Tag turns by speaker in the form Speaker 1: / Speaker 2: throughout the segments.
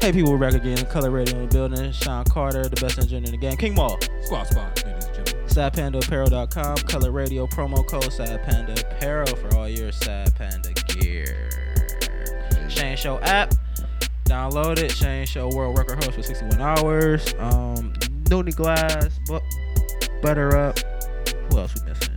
Speaker 1: Hey, people, we're back again. Color Radio in the building. Sean Carter, the best engineer in the game. King Maul.
Speaker 2: Squad spot, ladies and gentlemen.
Speaker 1: SidePandaApparel.com. Color Radio promo code SidePandaApparel for all your Side Panda gear. Shane Show app. Download it. Shane Show World Record Host for 61 hours. Um, Noonie Glass. Bu- butter Up. Who else we missing?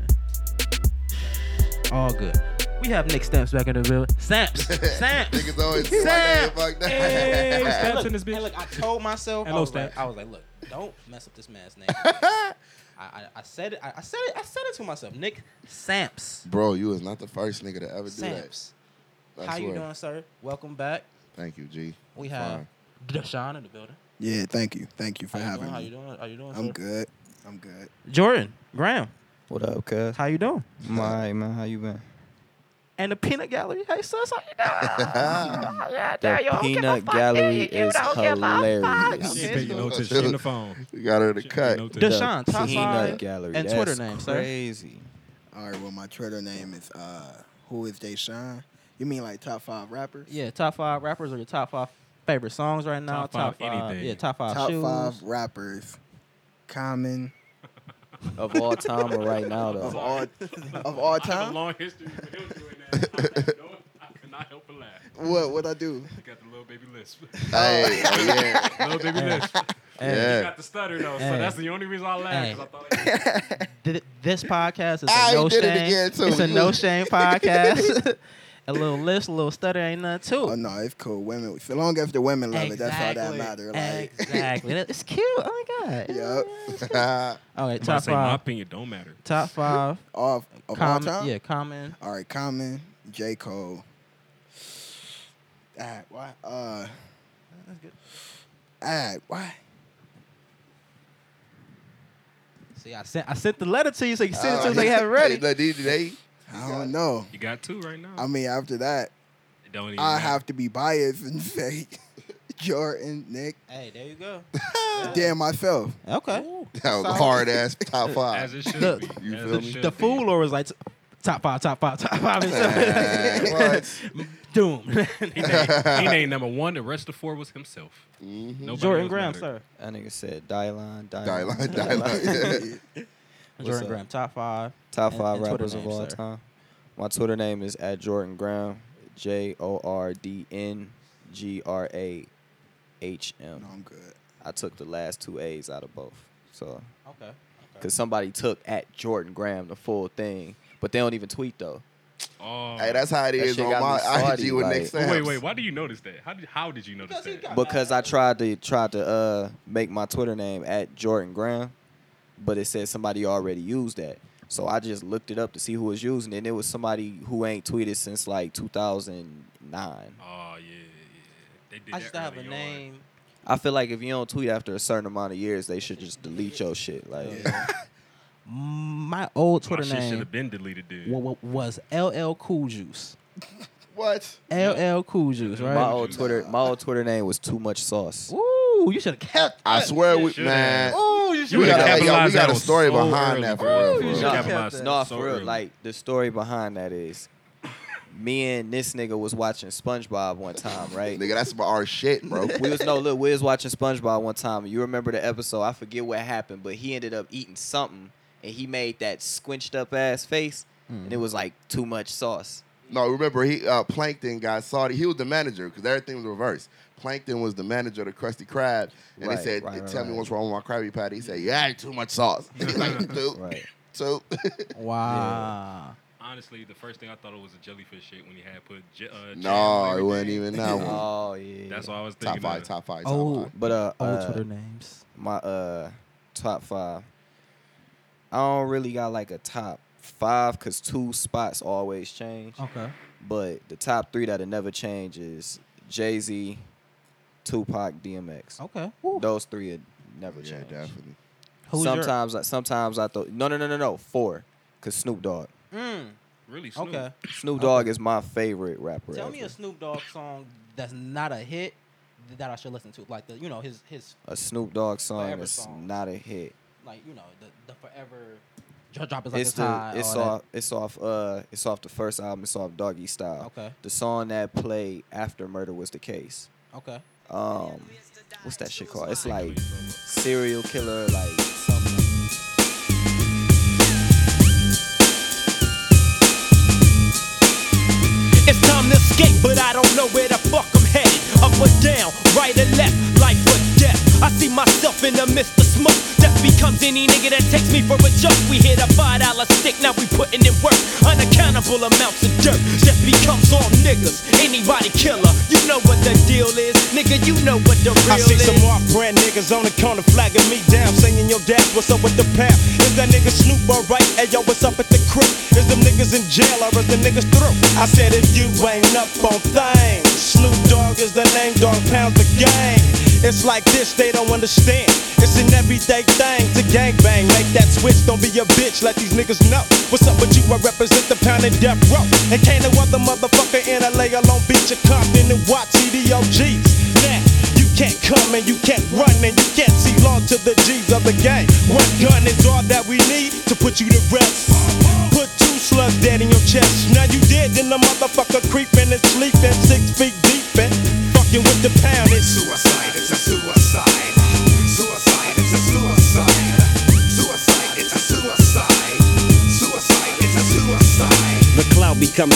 Speaker 1: All good. We have Nick Stamps back in the building. Stamps. Stamps.
Speaker 3: Niggas always say my name,
Speaker 1: Sam.
Speaker 3: fuck that.
Speaker 2: Hey, Stamps
Speaker 1: look,
Speaker 2: in this bitch.
Speaker 1: hey, look, I told myself.
Speaker 2: Hello,
Speaker 1: I was like,
Speaker 2: Stamps.
Speaker 1: I was like, look, don't mess up this man's name. I, I, I said it. I, I said it. I said it to myself. Nick Samps.
Speaker 3: Bro, you is not the first nigga to ever do
Speaker 1: Samps.
Speaker 3: that. I
Speaker 1: How
Speaker 3: swear.
Speaker 1: you doing, sir? Welcome back.
Speaker 3: Thank you, G.
Speaker 1: We
Speaker 3: Fine.
Speaker 1: have Deshaun in the building.
Speaker 4: Yeah, thank you. Thank you for
Speaker 1: How you
Speaker 4: having
Speaker 1: doing? How you
Speaker 4: me.
Speaker 1: doing? How you doing?
Speaker 4: I'm
Speaker 1: sir?
Speaker 4: good. I'm good.
Speaker 1: Jordan Graham.
Speaker 5: What up, cuz?
Speaker 1: How you doing?
Speaker 5: I'm alright, man. How you been?
Speaker 1: And the peanut gallery. Hey, sus, how you
Speaker 5: The peanut gallery is hilarious.
Speaker 2: She
Speaker 1: Yeah,
Speaker 2: ain't paying
Speaker 3: it's
Speaker 2: no
Speaker 3: cool.
Speaker 2: attention. She in the phone.
Speaker 3: We got her to
Speaker 2: She ain't
Speaker 3: cut.
Speaker 2: paying no
Speaker 1: doing?
Speaker 2: attention.
Speaker 1: Deshaun, top
Speaker 5: peanut
Speaker 1: five.
Speaker 5: gallery.
Speaker 1: and
Speaker 5: That's
Speaker 1: Twitter name, sir.
Speaker 5: crazy.
Speaker 4: All right, well, my Twitter name is uh, Who is Deshaun? You mean like top five rappers?
Speaker 1: Yeah, top five rappers or your top five favorite songs right now.
Speaker 2: Top five anything.
Speaker 1: Yeah, top five
Speaker 4: top
Speaker 1: shoes.
Speaker 4: five rappers. Common
Speaker 5: Of all time or right now, though.
Speaker 4: of all of all
Speaker 2: I have a
Speaker 4: time.
Speaker 2: long history with him doing that. I could not help but laugh.
Speaker 4: What what I do?
Speaker 2: You got the little baby lisp.
Speaker 3: Hey, oh, yeah.
Speaker 2: little baby lisp. You
Speaker 3: yeah.
Speaker 2: got the stutter though, so
Speaker 1: Hey.
Speaker 2: that's the only reason I laughed. 'cause I thought like,
Speaker 1: Th- this podcast is
Speaker 3: Ah,
Speaker 1: a
Speaker 3: you
Speaker 1: no
Speaker 3: did
Speaker 1: shame.
Speaker 3: it again, too.
Speaker 1: It's a
Speaker 3: You-
Speaker 1: no shame podcast. a little lift, a little stutter, ain't nothing to
Speaker 4: Oh
Speaker 1: it.
Speaker 4: no, it's cool. Women, so long as the women love it, that's all that matter. Like,
Speaker 1: exactly. It's cute. Oh my god.
Speaker 4: Yup.
Speaker 1: All right,
Speaker 2: I'm about to
Speaker 1: top
Speaker 2: say my
Speaker 1: five.
Speaker 2: opinion don't matter.
Speaker 1: Top five.
Speaker 4: off of all
Speaker 1: Common.
Speaker 4: time.
Speaker 1: Yeah, common.
Speaker 4: All right, Common, J Cole. Ah, why? Uh,
Speaker 1: That's good.
Speaker 4: ah, why?
Speaker 1: See, I sent I sent the letter to you so you can send it to
Speaker 3: Oh,
Speaker 1: us. They
Speaker 3: yeah.
Speaker 1: have it ready.
Speaker 3: They- they- they-
Speaker 4: I don't know.
Speaker 2: You got two right now.
Speaker 4: I mean, after that,
Speaker 2: It don't even
Speaker 4: I
Speaker 2: matter.
Speaker 4: have to be biased and say Jordan, Nick,
Speaker 1: Hey, there you go.
Speaker 4: damn myself.
Speaker 1: Okay.
Speaker 3: that was
Speaker 1: Sorry.
Speaker 3: hard ass top
Speaker 2: As
Speaker 3: five.
Speaker 2: it should
Speaker 1: Look,
Speaker 2: be.
Speaker 3: you
Speaker 2: As
Speaker 3: feel
Speaker 2: it
Speaker 3: me?
Speaker 2: should
Speaker 1: The
Speaker 2: be.
Speaker 1: fool or was like t- top five, top five, top five. and
Speaker 3: Eh,
Speaker 1: something.
Speaker 3: what?
Speaker 1: Doom.
Speaker 2: He named, he named number one. The rest of four was himself.
Speaker 3: Mhm.
Speaker 2: Nobody
Speaker 1: Jordan
Speaker 2: else
Speaker 1: Graham,
Speaker 2: mattered.
Speaker 1: sir.
Speaker 5: That nigga said Dylon, Dylon.
Speaker 3: Dialogue, dialogue.
Speaker 5: What's
Speaker 1: Jordan
Speaker 5: up?
Speaker 1: Graham, top five.
Speaker 5: Top
Speaker 1: And-
Speaker 5: five
Speaker 1: and Twitter
Speaker 5: rappers of
Speaker 1: name,
Speaker 5: all
Speaker 1: sir.
Speaker 5: time. My Twitter name is at Jordan Graham. J O R D N G R A H M.
Speaker 4: No, I'm good.
Speaker 5: I took the last two A's out of both. So,
Speaker 1: Okay.
Speaker 5: because somebody took at Jordan Graham the full thing, but they don't even tweet though.
Speaker 2: Oh.
Speaker 3: Hey, that's how it
Speaker 5: That
Speaker 3: is
Speaker 5: shit
Speaker 3: on
Speaker 5: got me
Speaker 3: my
Speaker 5: salty,
Speaker 3: IG with
Speaker 5: like-
Speaker 3: Nick
Speaker 2: Wait,
Speaker 3: Samps.
Speaker 2: wait, wait. Why do you notice that? How did, how did you notice
Speaker 1: Because he got-
Speaker 2: that?
Speaker 5: because I tried to tried to uh make my Twitter name at Jordan Graham, but it said somebody already used that. So I just looked it up to see who was using it, and it was somebody who ain't tweeted since like 2009.
Speaker 2: Oh yeah, yeah. They did
Speaker 1: I
Speaker 2: that
Speaker 1: just don't have a
Speaker 2: early on.
Speaker 1: name.
Speaker 5: I feel like if you don't tweet after a certain amount of years, they should just delete your shit. Like,
Speaker 1: My old
Speaker 2: My
Speaker 1: Twitter
Speaker 2: shit should
Speaker 1: name
Speaker 2: have been deleted, dude.
Speaker 1: wa- wa- was LL Cool Juice.
Speaker 3: What?
Speaker 1: LL Cool Juice,
Speaker 2: My
Speaker 5: my
Speaker 1: right?
Speaker 5: old Twitter, my old Twitter name was Too Much Sauce.
Speaker 1: Ooh, you should have kept.
Speaker 3: I swear, we,
Speaker 2: should've.
Speaker 3: man.
Speaker 1: Ooh, you
Speaker 2: You
Speaker 1: should
Speaker 3: We
Speaker 2: would've
Speaker 3: gotta,
Speaker 1: have
Speaker 3: like, yo, we
Speaker 2: capitalized
Speaker 3: got
Speaker 2: that
Speaker 3: a
Speaker 2: on
Speaker 3: story
Speaker 2: so
Speaker 3: behind
Speaker 2: early,
Speaker 3: that for
Speaker 2: bro.
Speaker 3: real.
Speaker 1: Ooh,
Speaker 3: for
Speaker 1: you
Speaker 3: real.
Speaker 1: should've
Speaker 2: Capitalized
Speaker 1: kept
Speaker 5: No,
Speaker 2: so
Speaker 5: for real.
Speaker 2: early.
Speaker 5: Like the story behind that is, me and this nigga was watching SpongeBob one time, right?
Speaker 3: Nigga, that's about our shit, bro.
Speaker 5: we was no look. We was watching SpongeBob one time. You remember the episode? I forget what happened, but he ended up eating something, and he made that squinched up ass face, and it was like too much sauce.
Speaker 3: No, remember he uh, Plankton got salty. He was the manager because everything was reversed. Plankton was the manager of the Krusty Krab, and
Speaker 5: Right,
Speaker 3: they said,
Speaker 5: right, right,
Speaker 3: "Tell me
Speaker 5: right.
Speaker 3: what's wrong with my Krabby Patty." He said, "Yeah, I ate too much sauce." He's like, dude,
Speaker 5: Right.
Speaker 3: so
Speaker 1: Wow.
Speaker 2: Honestly, the first thing I thought it was a jellyfish shit when you had put. J- uh, jam
Speaker 3: no,
Speaker 2: on
Speaker 3: it
Speaker 2: everything.
Speaker 3: wasn't even that one.
Speaker 5: Oh yeah.
Speaker 2: That's all I was
Speaker 3: Top
Speaker 2: thinking.
Speaker 3: five,
Speaker 2: of.
Speaker 3: top five, top
Speaker 1: Oh,
Speaker 3: five.
Speaker 5: But uh,
Speaker 1: old
Speaker 5: uh,
Speaker 1: Twitter names.
Speaker 5: my uh top five. I don't really got like a top five because two spots always change.
Speaker 1: Okay.
Speaker 5: But the top three that'll never change is Jay Z, Tupac, DMX.
Speaker 1: Okay.
Speaker 5: Those three would never
Speaker 3: Yeah,
Speaker 5: change.
Speaker 3: definitely.
Speaker 1: Who's your-
Speaker 5: sometimes, I, sometimes I thought no, no, no, no, no, four, cause Snoop Dogg.
Speaker 1: Mm,
Speaker 2: Really? Snoop.
Speaker 1: okay.
Speaker 5: Snoop Dogg is my favorite rapper.
Speaker 1: Tell
Speaker 5: ever.
Speaker 1: me a Snoop Dogg song that's not a hit that I should listen to, like the you know his his
Speaker 5: a Snoop Dogg
Speaker 1: Forever
Speaker 5: song that's
Speaker 1: song.
Speaker 5: not a hit.
Speaker 1: like you know the the forever drop drop is like
Speaker 5: it's
Speaker 1: it's high.
Speaker 5: the, it's
Speaker 1: all that.
Speaker 5: off it's off uh it's off the first album. It's off Doggy Style.
Speaker 1: Okay.
Speaker 5: The song that played after Murder was the case.
Speaker 1: Okay.
Speaker 5: um, what's that shit called? It's like serial killer, like something.
Speaker 6: It's time to skate, but I don't know where the fuck I'm headed. Up or down, right or left, life or death. I see myself in the midst of smoke. Death becomes any nigga that takes me for a joke. We hit a five dollar stick, now we putting in work. Unaccountable amounts of dirt. Death becomes all niggas. Anybody killer, you know what the deal is, nigga. You know what the real
Speaker 7: I see
Speaker 6: is.
Speaker 7: some off brand niggas on the corner flagging me down, saying yo dad, what's up with the path? Is that nigga Snoop alright? Hey yo, what's up at the crib? Is them niggas in jail or is the niggas through? I said if you ain't up on things, Snoop Dogg is the name, dog pounds the gang. It's like this, they don't understand. It's an everyday thing to gangbang. Make that switch, don't be a bitch, let these niggas know. What's up with you? I represent the pound and death row. And can't no other motherfucker in LA or Long Beach or Compton and watch CDOGs. Now, you can't come and you can't run and you can't see long to the G's of the game. One gun is all that we need to put you to rest. Put two slugs dead in your chest. Now you dead, then the motherfucker creeping and sleeping six feet deep and fucking with the pound. It's
Speaker 8: Suicide, it's a suicide. Suicide, it's a suicide. Suicide, it's a suicide. Suicide, it's a suicide.
Speaker 6: The cloud becomes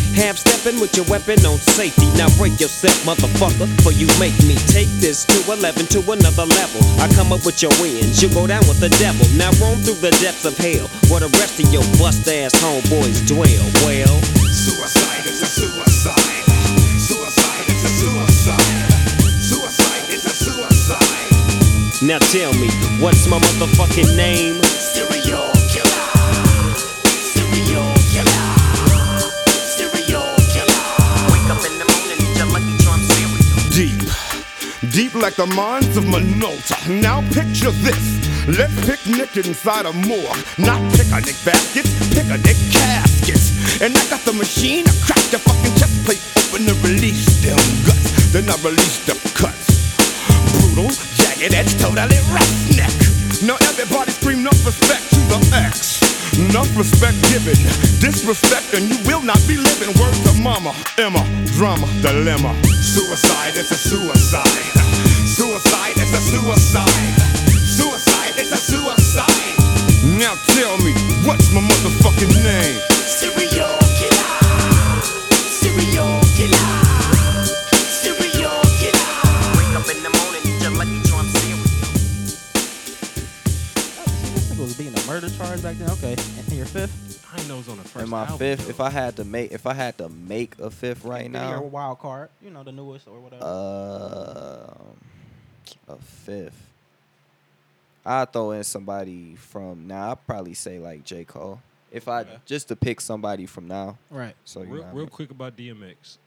Speaker 6: Half stepping with your weapon on safety. Now break yourself, motherfucker, for you make me take this to 11 to another level. I come up with your wins, you go down with the devil. Now roam through the depths of hell, where the rest of your bust ass homeboys dwell. Well,
Speaker 8: Suicide, it's a suicide. Suicide, it's a suicide. Suicide, it's a suicide.
Speaker 6: now tell me, what's my motherfucking name?
Speaker 8: Serial killer. Serial killer. Serial killer. Wake up in the morning, eat your lucky charm cereal.
Speaker 7: deep, deep like the mines of Minolta. Now picture this. Let's picnic inside a morgue. Not picnic baskets, picnic caskets. And I got the machine, I crack the fucking chest plate open to release them guts. Then I release the cuts. Brutal, jagged edge, totally roughneck. Now everybody scream, no respect to the ex. Enough respect given, disrespect, and you will not be living. Word to mama, Emma, drama, dilemma.
Speaker 8: Suicide, it's a suicide. Suicide, it's a suicide. Suicide, it's a suicide.
Speaker 7: Now tell me, what's my motherfucking name?
Speaker 8: Serial killer. Serial killer. Serial killer. Wake up in the morning, eat your lucky charm cereal.
Speaker 1: This nigga was being a murder charge back then. Okay, and your fifth.
Speaker 2: I ain't know it was on the first
Speaker 5: And my
Speaker 2: album,
Speaker 5: fifth,
Speaker 2: though.
Speaker 5: if I had to make, if I had to make a fifth right
Speaker 1: Your
Speaker 5: now,
Speaker 1: wild card. You know the newest or whatever.
Speaker 5: uh, um, a fifth. I throw in somebody from now. I probably say like J Cole. If I
Speaker 1: Okay.
Speaker 5: just to pick somebody from now,
Speaker 1: right.
Speaker 5: so you know
Speaker 2: real,
Speaker 5: what I
Speaker 2: real
Speaker 5: mean.
Speaker 2: quick about DMX,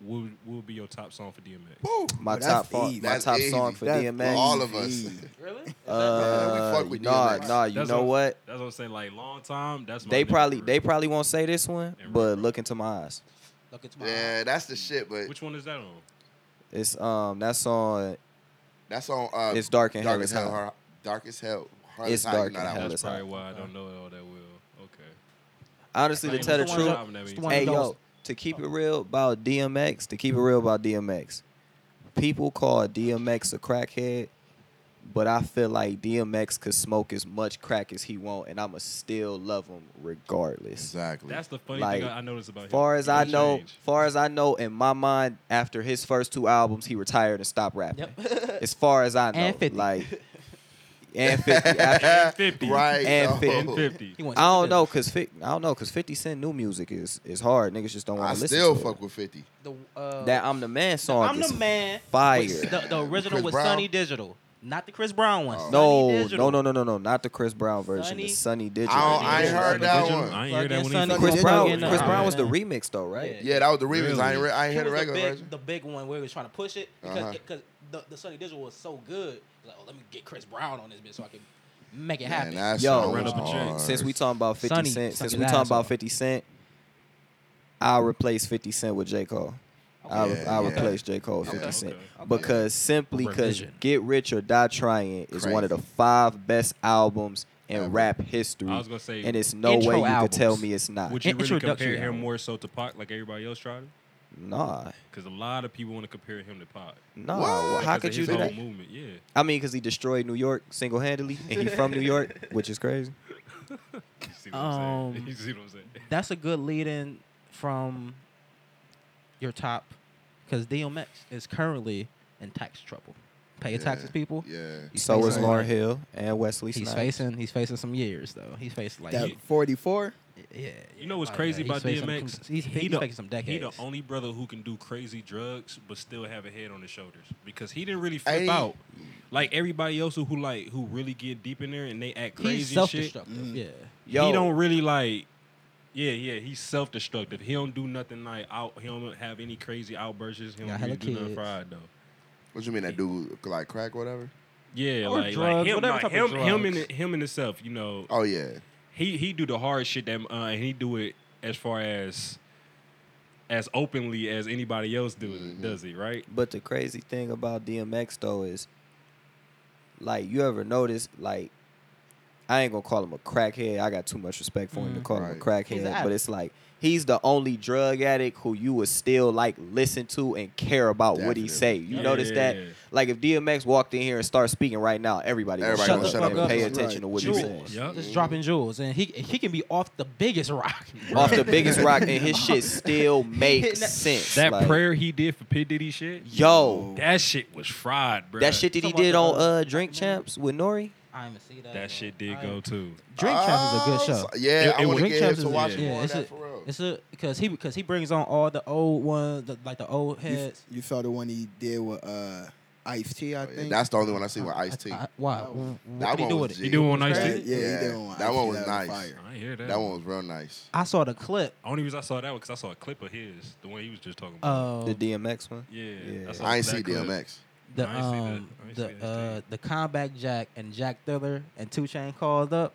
Speaker 2: what would, what would be your top song for DMX?
Speaker 5: my
Speaker 4: Well, that's
Speaker 5: top fa-
Speaker 4: easy.
Speaker 5: my
Speaker 3: That's
Speaker 5: top
Speaker 3: easy.
Speaker 5: song for
Speaker 4: That's
Speaker 5: DMX.
Speaker 3: all of us.
Speaker 4: easy.
Speaker 1: Really?
Speaker 3: Yeah, we
Speaker 5: uh,
Speaker 3: fuck with
Speaker 5: nah,
Speaker 3: DMX.
Speaker 5: nah. You
Speaker 2: That's
Speaker 5: know
Speaker 2: all-
Speaker 5: what?
Speaker 2: That's what I'm saying. Like long time. That's my
Speaker 5: They
Speaker 2: nigga
Speaker 5: probably
Speaker 2: for
Speaker 5: they
Speaker 2: real.
Speaker 5: probably won't say this one,
Speaker 2: And
Speaker 5: but
Speaker 2: remember.
Speaker 5: look into my eyes.
Speaker 1: Look at my.
Speaker 3: Yeah, that's the shit. But
Speaker 2: Which one is that on?
Speaker 5: It's um that's on
Speaker 3: that's on. Uh,
Speaker 5: It's Dark and Hell
Speaker 3: dark
Speaker 5: is
Speaker 3: as hell.
Speaker 5: Hell.
Speaker 3: Dark as hell. Hard
Speaker 5: It's
Speaker 3: as hell, you
Speaker 5: Dark
Speaker 3: know
Speaker 5: and
Speaker 3: that
Speaker 5: Hell
Speaker 3: one.
Speaker 5: is
Speaker 2: That's probably
Speaker 5: hot.
Speaker 2: why I don't know it all that well. Okay.
Speaker 5: honestly to
Speaker 2: Like,
Speaker 5: tell the
Speaker 2: it's the one
Speaker 5: truth.
Speaker 2: that- album
Speaker 1: it's
Speaker 2: we-
Speaker 1: the one
Speaker 5: Hey
Speaker 1: that goes-
Speaker 5: yo, to keep it real about DMX, to keep it real about DMX, people call DMX a crackhead, but I feel like DMX could smoke as much crack as he want, and I'ma still love him regardless.
Speaker 3: Exactly.
Speaker 2: That's the funny
Speaker 5: Like,
Speaker 2: thing I I noticed about him.
Speaker 5: Far as
Speaker 2: He
Speaker 5: I
Speaker 2: don't
Speaker 5: know,
Speaker 2: change.
Speaker 5: far as I know, in my mind, after his first two albums, he retired and stopped rapping.
Speaker 1: Yep.
Speaker 5: As far as I know,
Speaker 1: And 50.
Speaker 5: like and fifty. after-
Speaker 2: fifty.
Speaker 3: Right.
Speaker 5: And
Speaker 3: yo.
Speaker 5: fifty.
Speaker 2: And fifty.
Speaker 1: He went
Speaker 5: I don't
Speaker 1: to
Speaker 5: know, cause 50, I don't know, cause Fifty Cent new music is is hard. Niggas just don't
Speaker 3: I
Speaker 5: want to listen.
Speaker 3: still
Speaker 5: to it.
Speaker 3: fuck with 50.
Speaker 1: The, uh,
Speaker 5: that I'm the man song.
Speaker 1: I'm
Speaker 5: is
Speaker 1: the man.
Speaker 5: Fire.
Speaker 1: with- The, the original
Speaker 3: Chris
Speaker 1: was
Speaker 3: Brown? Oh.
Speaker 1: Sunny Digital, not the Chris Brown one. Sunny
Speaker 5: No,
Speaker 1: Digital.
Speaker 5: no, no, no, no, no. Not the Chris Brown version.
Speaker 1: Sunny-
Speaker 5: the Sunny Digital.
Speaker 3: I don't- I ain't
Speaker 5: version.
Speaker 3: heard that
Speaker 2: Digital?
Speaker 3: one.
Speaker 2: I ain't heard that
Speaker 1: Fucking
Speaker 2: one.
Speaker 1: Sunny
Speaker 2: either.
Speaker 5: Chris
Speaker 1: Digital
Speaker 5: Brown.
Speaker 1: in the-
Speaker 5: Chris
Speaker 1: uh,
Speaker 5: Brown was the
Speaker 1: man.
Speaker 5: remix though, right?
Speaker 1: Yeah.
Speaker 3: Yeah, that was the remix.
Speaker 2: Really?
Speaker 3: I ain't, re- I ain't
Speaker 1: He
Speaker 3: hear the
Speaker 1: was the
Speaker 3: regular
Speaker 1: big,
Speaker 3: version.
Speaker 1: the big one where he was trying to push it because
Speaker 3: Uh-huh.
Speaker 1: because the, the Sunny Digital was so good. Like, oh, let me get Chris Brown on this bitch so I can make it
Speaker 3: Man,
Speaker 1: happen.
Speaker 3: that
Speaker 5: Yo,
Speaker 3: shit
Speaker 2: Run
Speaker 3: was
Speaker 2: up a check.
Speaker 3: hard.
Speaker 5: Since we talking about Fifty
Speaker 1: Sonny,
Speaker 5: Cent,
Speaker 1: suck
Speaker 5: since
Speaker 1: his
Speaker 5: we talking
Speaker 1: ass
Speaker 5: about
Speaker 1: off.
Speaker 5: Fifty Cent, I'll replace Fifty Cent with J Cole. I'll,
Speaker 3: Okay.
Speaker 5: I'll
Speaker 3: Yeah.
Speaker 5: replace J Cole with 50
Speaker 3: Okay.
Speaker 5: Cent.
Speaker 2: Okay.
Speaker 5: Because simply because
Speaker 1: Revision.
Speaker 5: Get Rich or Die Trying is one of the
Speaker 3: Crazy.
Speaker 5: five best albums in
Speaker 3: Ever.
Speaker 5: rap history.
Speaker 2: I was gonna say,
Speaker 5: and it's no
Speaker 1: intro
Speaker 5: way you could
Speaker 1: albums.
Speaker 5: tell me it's not.
Speaker 2: Would you really
Speaker 1: Introductory
Speaker 2: compare him
Speaker 1: album.
Speaker 2: more so to Pac like everybody else tried?
Speaker 5: Nah.
Speaker 2: Because a lot of people want to compare him to Pac.
Speaker 5: Nah.
Speaker 3: What?
Speaker 5: How
Speaker 2: Because of
Speaker 5: could you
Speaker 2: his
Speaker 5: do
Speaker 2: whole
Speaker 5: that?
Speaker 2: Movement, yeah.
Speaker 5: I mean, because he destroyed New York single handedly and he from New York, which is crazy.
Speaker 2: You see what I'm saying?
Speaker 1: Um,
Speaker 2: You see what I'm saying?
Speaker 1: That's a good lead in from your top because DMX is currently in tax trouble. Pay your
Speaker 3: Yeah.
Speaker 1: taxes, people.
Speaker 3: Yeah.
Speaker 1: He's
Speaker 5: So is
Speaker 1: facing-
Speaker 5: Lauren Hill and Wesley
Speaker 1: He's
Speaker 5: Snipes.
Speaker 1: facing he's facing some years though. He's facing like
Speaker 4: That
Speaker 1: yeah,
Speaker 4: 44?
Speaker 1: yeah.
Speaker 2: You know what's
Speaker 1: like,
Speaker 2: crazy
Speaker 1: he's
Speaker 2: about
Speaker 1: facing-
Speaker 2: DMX?
Speaker 1: He's, he's
Speaker 2: the-
Speaker 1: facing some
Speaker 2: He
Speaker 1: decades.
Speaker 2: the only brother who can do crazy drugs but still have a head on his shoulders because he didn't really flip
Speaker 3: Hey.
Speaker 2: out like everybody else who, who like who really get deep in there and they act
Speaker 1: he's
Speaker 2: crazy and shit.
Speaker 1: self-destructive. Yeah.
Speaker 5: Yo.
Speaker 2: He don't really like. Yeah, yeah, he's self-destructive. He don't do nothing like out. He don't have any crazy outbursts. He
Speaker 1: Got
Speaker 2: don't
Speaker 1: hella
Speaker 2: really do nothing
Speaker 1: kids.
Speaker 2: fried though.
Speaker 3: What you mean that dude like crack or whatever?
Speaker 2: Yeah,
Speaker 1: Or
Speaker 2: like,
Speaker 1: drugs,
Speaker 2: like him,
Speaker 1: whatever
Speaker 2: like,
Speaker 1: type
Speaker 2: him,
Speaker 1: of
Speaker 2: him,
Speaker 1: drugs.
Speaker 2: and him and himself. You know,
Speaker 3: Oh yeah.
Speaker 2: he he do the hard shit that uh, and he do it as far as as openly as anybody else do it,
Speaker 5: Mm-hmm.
Speaker 2: does he right?
Speaker 5: But the crazy thing about DMX though is, like, you ever notice, like, I ain't gonna call him a crackhead. I got too much respect for him to call him a
Speaker 3: Mm, Right.
Speaker 1: He's an
Speaker 5: crackhead. But
Speaker 1: addict.
Speaker 5: it's like he's the only drug addict who you would still like listen to and care about what he
Speaker 3: Definitely.
Speaker 5: say. You
Speaker 2: Yeah,
Speaker 5: notice
Speaker 2: yeah,
Speaker 5: that?
Speaker 2: yeah.
Speaker 5: Like, if DMX walked in here and started speaking right now, everybody, would
Speaker 3: Everybody
Speaker 5: shut
Speaker 3: gonna
Speaker 5: the
Speaker 3: shut
Speaker 5: fuck
Speaker 3: up
Speaker 5: and
Speaker 3: and
Speaker 5: pay
Speaker 3: listen.
Speaker 5: attention to what he
Speaker 1: Jewels.
Speaker 5: says.
Speaker 2: Yup.
Speaker 1: Just dropping jewels, and he he can be off the biggest rock.
Speaker 5: Off the biggest rock, and his shit still makes
Speaker 1: that-
Speaker 5: sense.
Speaker 2: That
Speaker 5: Like,
Speaker 2: prayer he did for P Diddy shit,
Speaker 5: yo.
Speaker 2: that shit was fried, bro.
Speaker 5: That shit that he
Speaker 1: Talking
Speaker 5: did
Speaker 1: about
Speaker 5: on
Speaker 1: the-
Speaker 5: uh, Drink Champs with Nori.
Speaker 1: I even see that.
Speaker 2: that shit did go too.
Speaker 1: Drink Champs is a good
Speaker 3: Oh,
Speaker 1: show.
Speaker 3: so- yeah,
Speaker 2: It-
Speaker 3: I
Speaker 2: it
Speaker 3: want
Speaker 2: was-
Speaker 3: to
Speaker 1: Drink
Speaker 3: get him
Speaker 1: Champs
Speaker 3: to
Speaker 1: is
Speaker 3: watch
Speaker 1: a,
Speaker 3: more
Speaker 1: yeah,
Speaker 3: of
Speaker 1: it's
Speaker 3: that
Speaker 1: a,
Speaker 3: for real.
Speaker 1: it's a because he because he brings on all the old ones, the, like the old
Speaker 4: You,
Speaker 1: heads.
Speaker 4: you saw the one he did with uh, Ice T,
Speaker 3: Oh,
Speaker 4: I
Speaker 3: Yeah,
Speaker 4: think.
Speaker 3: that's the only one I see with Ice T.
Speaker 1: I- Why? What
Speaker 3: That
Speaker 1: did he
Speaker 3: one
Speaker 1: do
Speaker 3: was
Speaker 1: with
Speaker 3: G.
Speaker 1: it?
Speaker 2: He doing nice
Speaker 4: yeah,
Speaker 1: Right.
Speaker 2: shit.
Speaker 4: yeah,
Speaker 3: Yeah,
Speaker 4: he did one. with
Speaker 3: that
Speaker 4: Ice
Speaker 3: one
Speaker 4: T,
Speaker 3: was nice.
Speaker 4: fire.
Speaker 2: I hear that.
Speaker 3: That one was real nice.
Speaker 1: I saw the clip.
Speaker 2: Only reason I saw that one because I saw a clip of his, the one he was just talking
Speaker 1: Uh,
Speaker 2: about.
Speaker 5: The DMX one.
Speaker 2: yeah,
Speaker 5: yeah.
Speaker 2: saw
Speaker 3: I ain't
Speaker 2: that
Speaker 3: see
Speaker 2: clip.
Speaker 3: DMX.
Speaker 1: the
Speaker 2: I ain't see that.
Speaker 1: um
Speaker 2: I ain't see
Speaker 1: the
Speaker 2: that
Speaker 1: uh
Speaker 2: thing.
Speaker 1: the Combat Jack and Jack Thriller and Two Chain called up.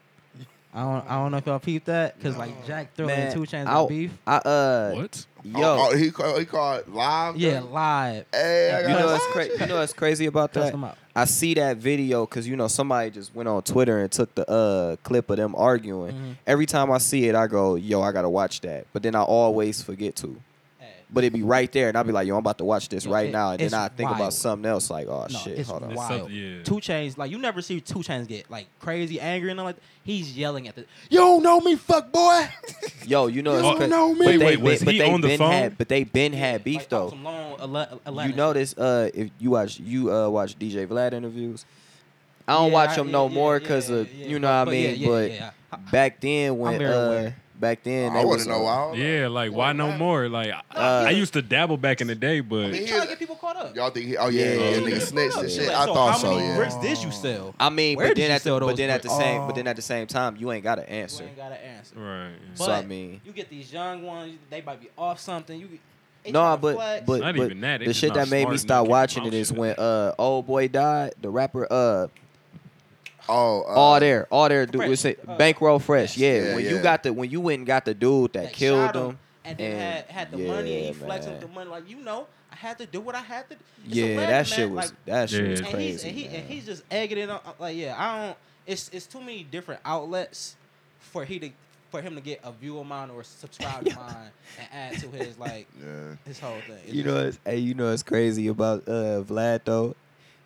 Speaker 1: I don't I don't know if y'all peeped that because like Jack Thriller and Two Chain's
Speaker 5: I,
Speaker 1: got beef.
Speaker 5: I uh
Speaker 2: What?
Speaker 5: yo,
Speaker 3: Oh, oh, he called, he called live.
Speaker 1: Yeah,
Speaker 3: dude?
Speaker 1: live.
Speaker 3: Hey, I
Speaker 5: you
Speaker 3: got
Speaker 5: know what's crazy. You know what's crazy about
Speaker 1: Cuss
Speaker 5: that?
Speaker 1: him out.
Speaker 5: I see that video because you know somebody just went on Twitter and took the uh clip of them arguing.
Speaker 1: Mm-hmm.
Speaker 5: Every time I see it, I go, "Yo, I gotta watch that," but then I always forget to. But it'd be right there, and I'd be like, "Yo, I'm about to watch this
Speaker 1: Yo,
Speaker 5: right
Speaker 1: it-
Speaker 5: now," and
Speaker 1: it's
Speaker 5: then I think
Speaker 1: wild.
Speaker 5: about something else, like, "Oh
Speaker 1: No,
Speaker 5: shit,
Speaker 1: it's
Speaker 5: hold on."
Speaker 2: It's
Speaker 1: wild.
Speaker 2: something- yeah.
Speaker 1: Two chains, like you never see two chains get like crazy angry and all like he's yelling at the You don't know me, fuck boy.
Speaker 5: Yo, you know,
Speaker 2: You
Speaker 5: it's
Speaker 2: don't
Speaker 5: crazy.
Speaker 2: know me.
Speaker 5: But
Speaker 2: Wait,
Speaker 5: they
Speaker 2: Oh, wait,
Speaker 5: been-
Speaker 2: was
Speaker 5: but
Speaker 2: he
Speaker 5: they
Speaker 2: on the
Speaker 5: been
Speaker 2: phone?
Speaker 5: Had, but they been had beef
Speaker 1: Like, on
Speaker 5: though.
Speaker 1: Some long Atla- Atlanta
Speaker 5: You
Speaker 1: shit.
Speaker 5: notice uh, if you watch you uh, watch DJ Vlad interviews, I don't
Speaker 1: Yeah,
Speaker 5: watch
Speaker 1: I-
Speaker 5: him
Speaker 1: yeah,
Speaker 5: no
Speaker 1: yeah,
Speaker 5: more
Speaker 1: yeah,
Speaker 5: because of
Speaker 1: yeah,
Speaker 5: you
Speaker 1: yeah.
Speaker 5: know what I
Speaker 1: But yeah,
Speaker 5: mean.
Speaker 1: yeah,
Speaker 5: but
Speaker 1: yeah,
Speaker 5: back then when
Speaker 1: very
Speaker 5: uh,
Speaker 1: aware.
Speaker 5: back then
Speaker 3: Oh, I
Speaker 5: they
Speaker 3: want
Speaker 5: was
Speaker 3: to
Speaker 5: uh,
Speaker 3: know
Speaker 5: on-
Speaker 3: why. I don't know.
Speaker 2: Yeah, like why no more? Like
Speaker 5: Uh,
Speaker 2: I used to dabble back in the day, but
Speaker 3: mean,
Speaker 1: He's trying to get people caught up.
Speaker 3: Y'all think he? Oh yeah,
Speaker 5: Yeah.
Speaker 3: yeah, nigga snitched and shit.
Speaker 1: Like,
Speaker 3: I thought
Speaker 1: how
Speaker 3: so.
Speaker 1: many
Speaker 3: Yeah.
Speaker 1: bricks did you sell?
Speaker 5: I mean,
Speaker 1: Where
Speaker 5: but
Speaker 1: did
Speaker 5: then
Speaker 1: you
Speaker 5: at the
Speaker 1: sell
Speaker 5: but
Speaker 1: those
Speaker 5: then at the
Speaker 1: bricks?
Speaker 5: same but then at the same time you ain't got an
Speaker 1: You
Speaker 5: answer.
Speaker 1: ain't got an answer.
Speaker 2: right. yeah.
Speaker 5: So,
Speaker 1: But
Speaker 5: I mean-
Speaker 1: you get these young ones; they might be off something. You they
Speaker 5: No,
Speaker 1: tryna
Speaker 5: but
Speaker 1: flex.
Speaker 5: but,
Speaker 2: Not
Speaker 5: but
Speaker 2: even that, they
Speaker 5: the
Speaker 2: just
Speaker 5: shit
Speaker 2: not
Speaker 5: that made me
Speaker 2: smart
Speaker 5: stop
Speaker 2: enough to
Speaker 5: watching
Speaker 2: keep
Speaker 5: it
Speaker 2: their
Speaker 5: is
Speaker 2: mouth
Speaker 5: when uh old boy died, the rapper uh
Speaker 3: Oh, uh,
Speaker 5: all there, all there, dude.
Speaker 1: Fresh,
Speaker 5: Was it
Speaker 1: uh,
Speaker 5: bankroll fresh?
Speaker 1: Fresh.
Speaker 5: Yeah,
Speaker 3: Yeah,
Speaker 5: when you
Speaker 3: yeah.
Speaker 5: got the when you went and got the dude that,
Speaker 1: that
Speaker 5: killed
Speaker 1: shot
Speaker 5: him,
Speaker 1: and then had, had the
Speaker 5: yeah,
Speaker 1: money and he flexed
Speaker 5: man.
Speaker 1: with the money. Like you know, I had to do what I had to. It's a
Speaker 5: Yeah,
Speaker 1: weapon,
Speaker 5: that shit
Speaker 1: man.
Speaker 5: was
Speaker 1: Like,
Speaker 5: that shit
Speaker 2: Yeah.
Speaker 5: was
Speaker 2: And
Speaker 1: and he's
Speaker 5: crazy.
Speaker 1: and, he, and
Speaker 5: man.
Speaker 1: he's just egging it on. uh, Like yeah, I don't. It's it's too many different outlets for he to for him to get a view of mine or subscribe to mine and add to his like
Speaker 3: Yeah.
Speaker 1: his whole thing. It's
Speaker 5: You know, it's,
Speaker 1: just-
Speaker 5: hey, you know what's crazy about uh, Vlad though.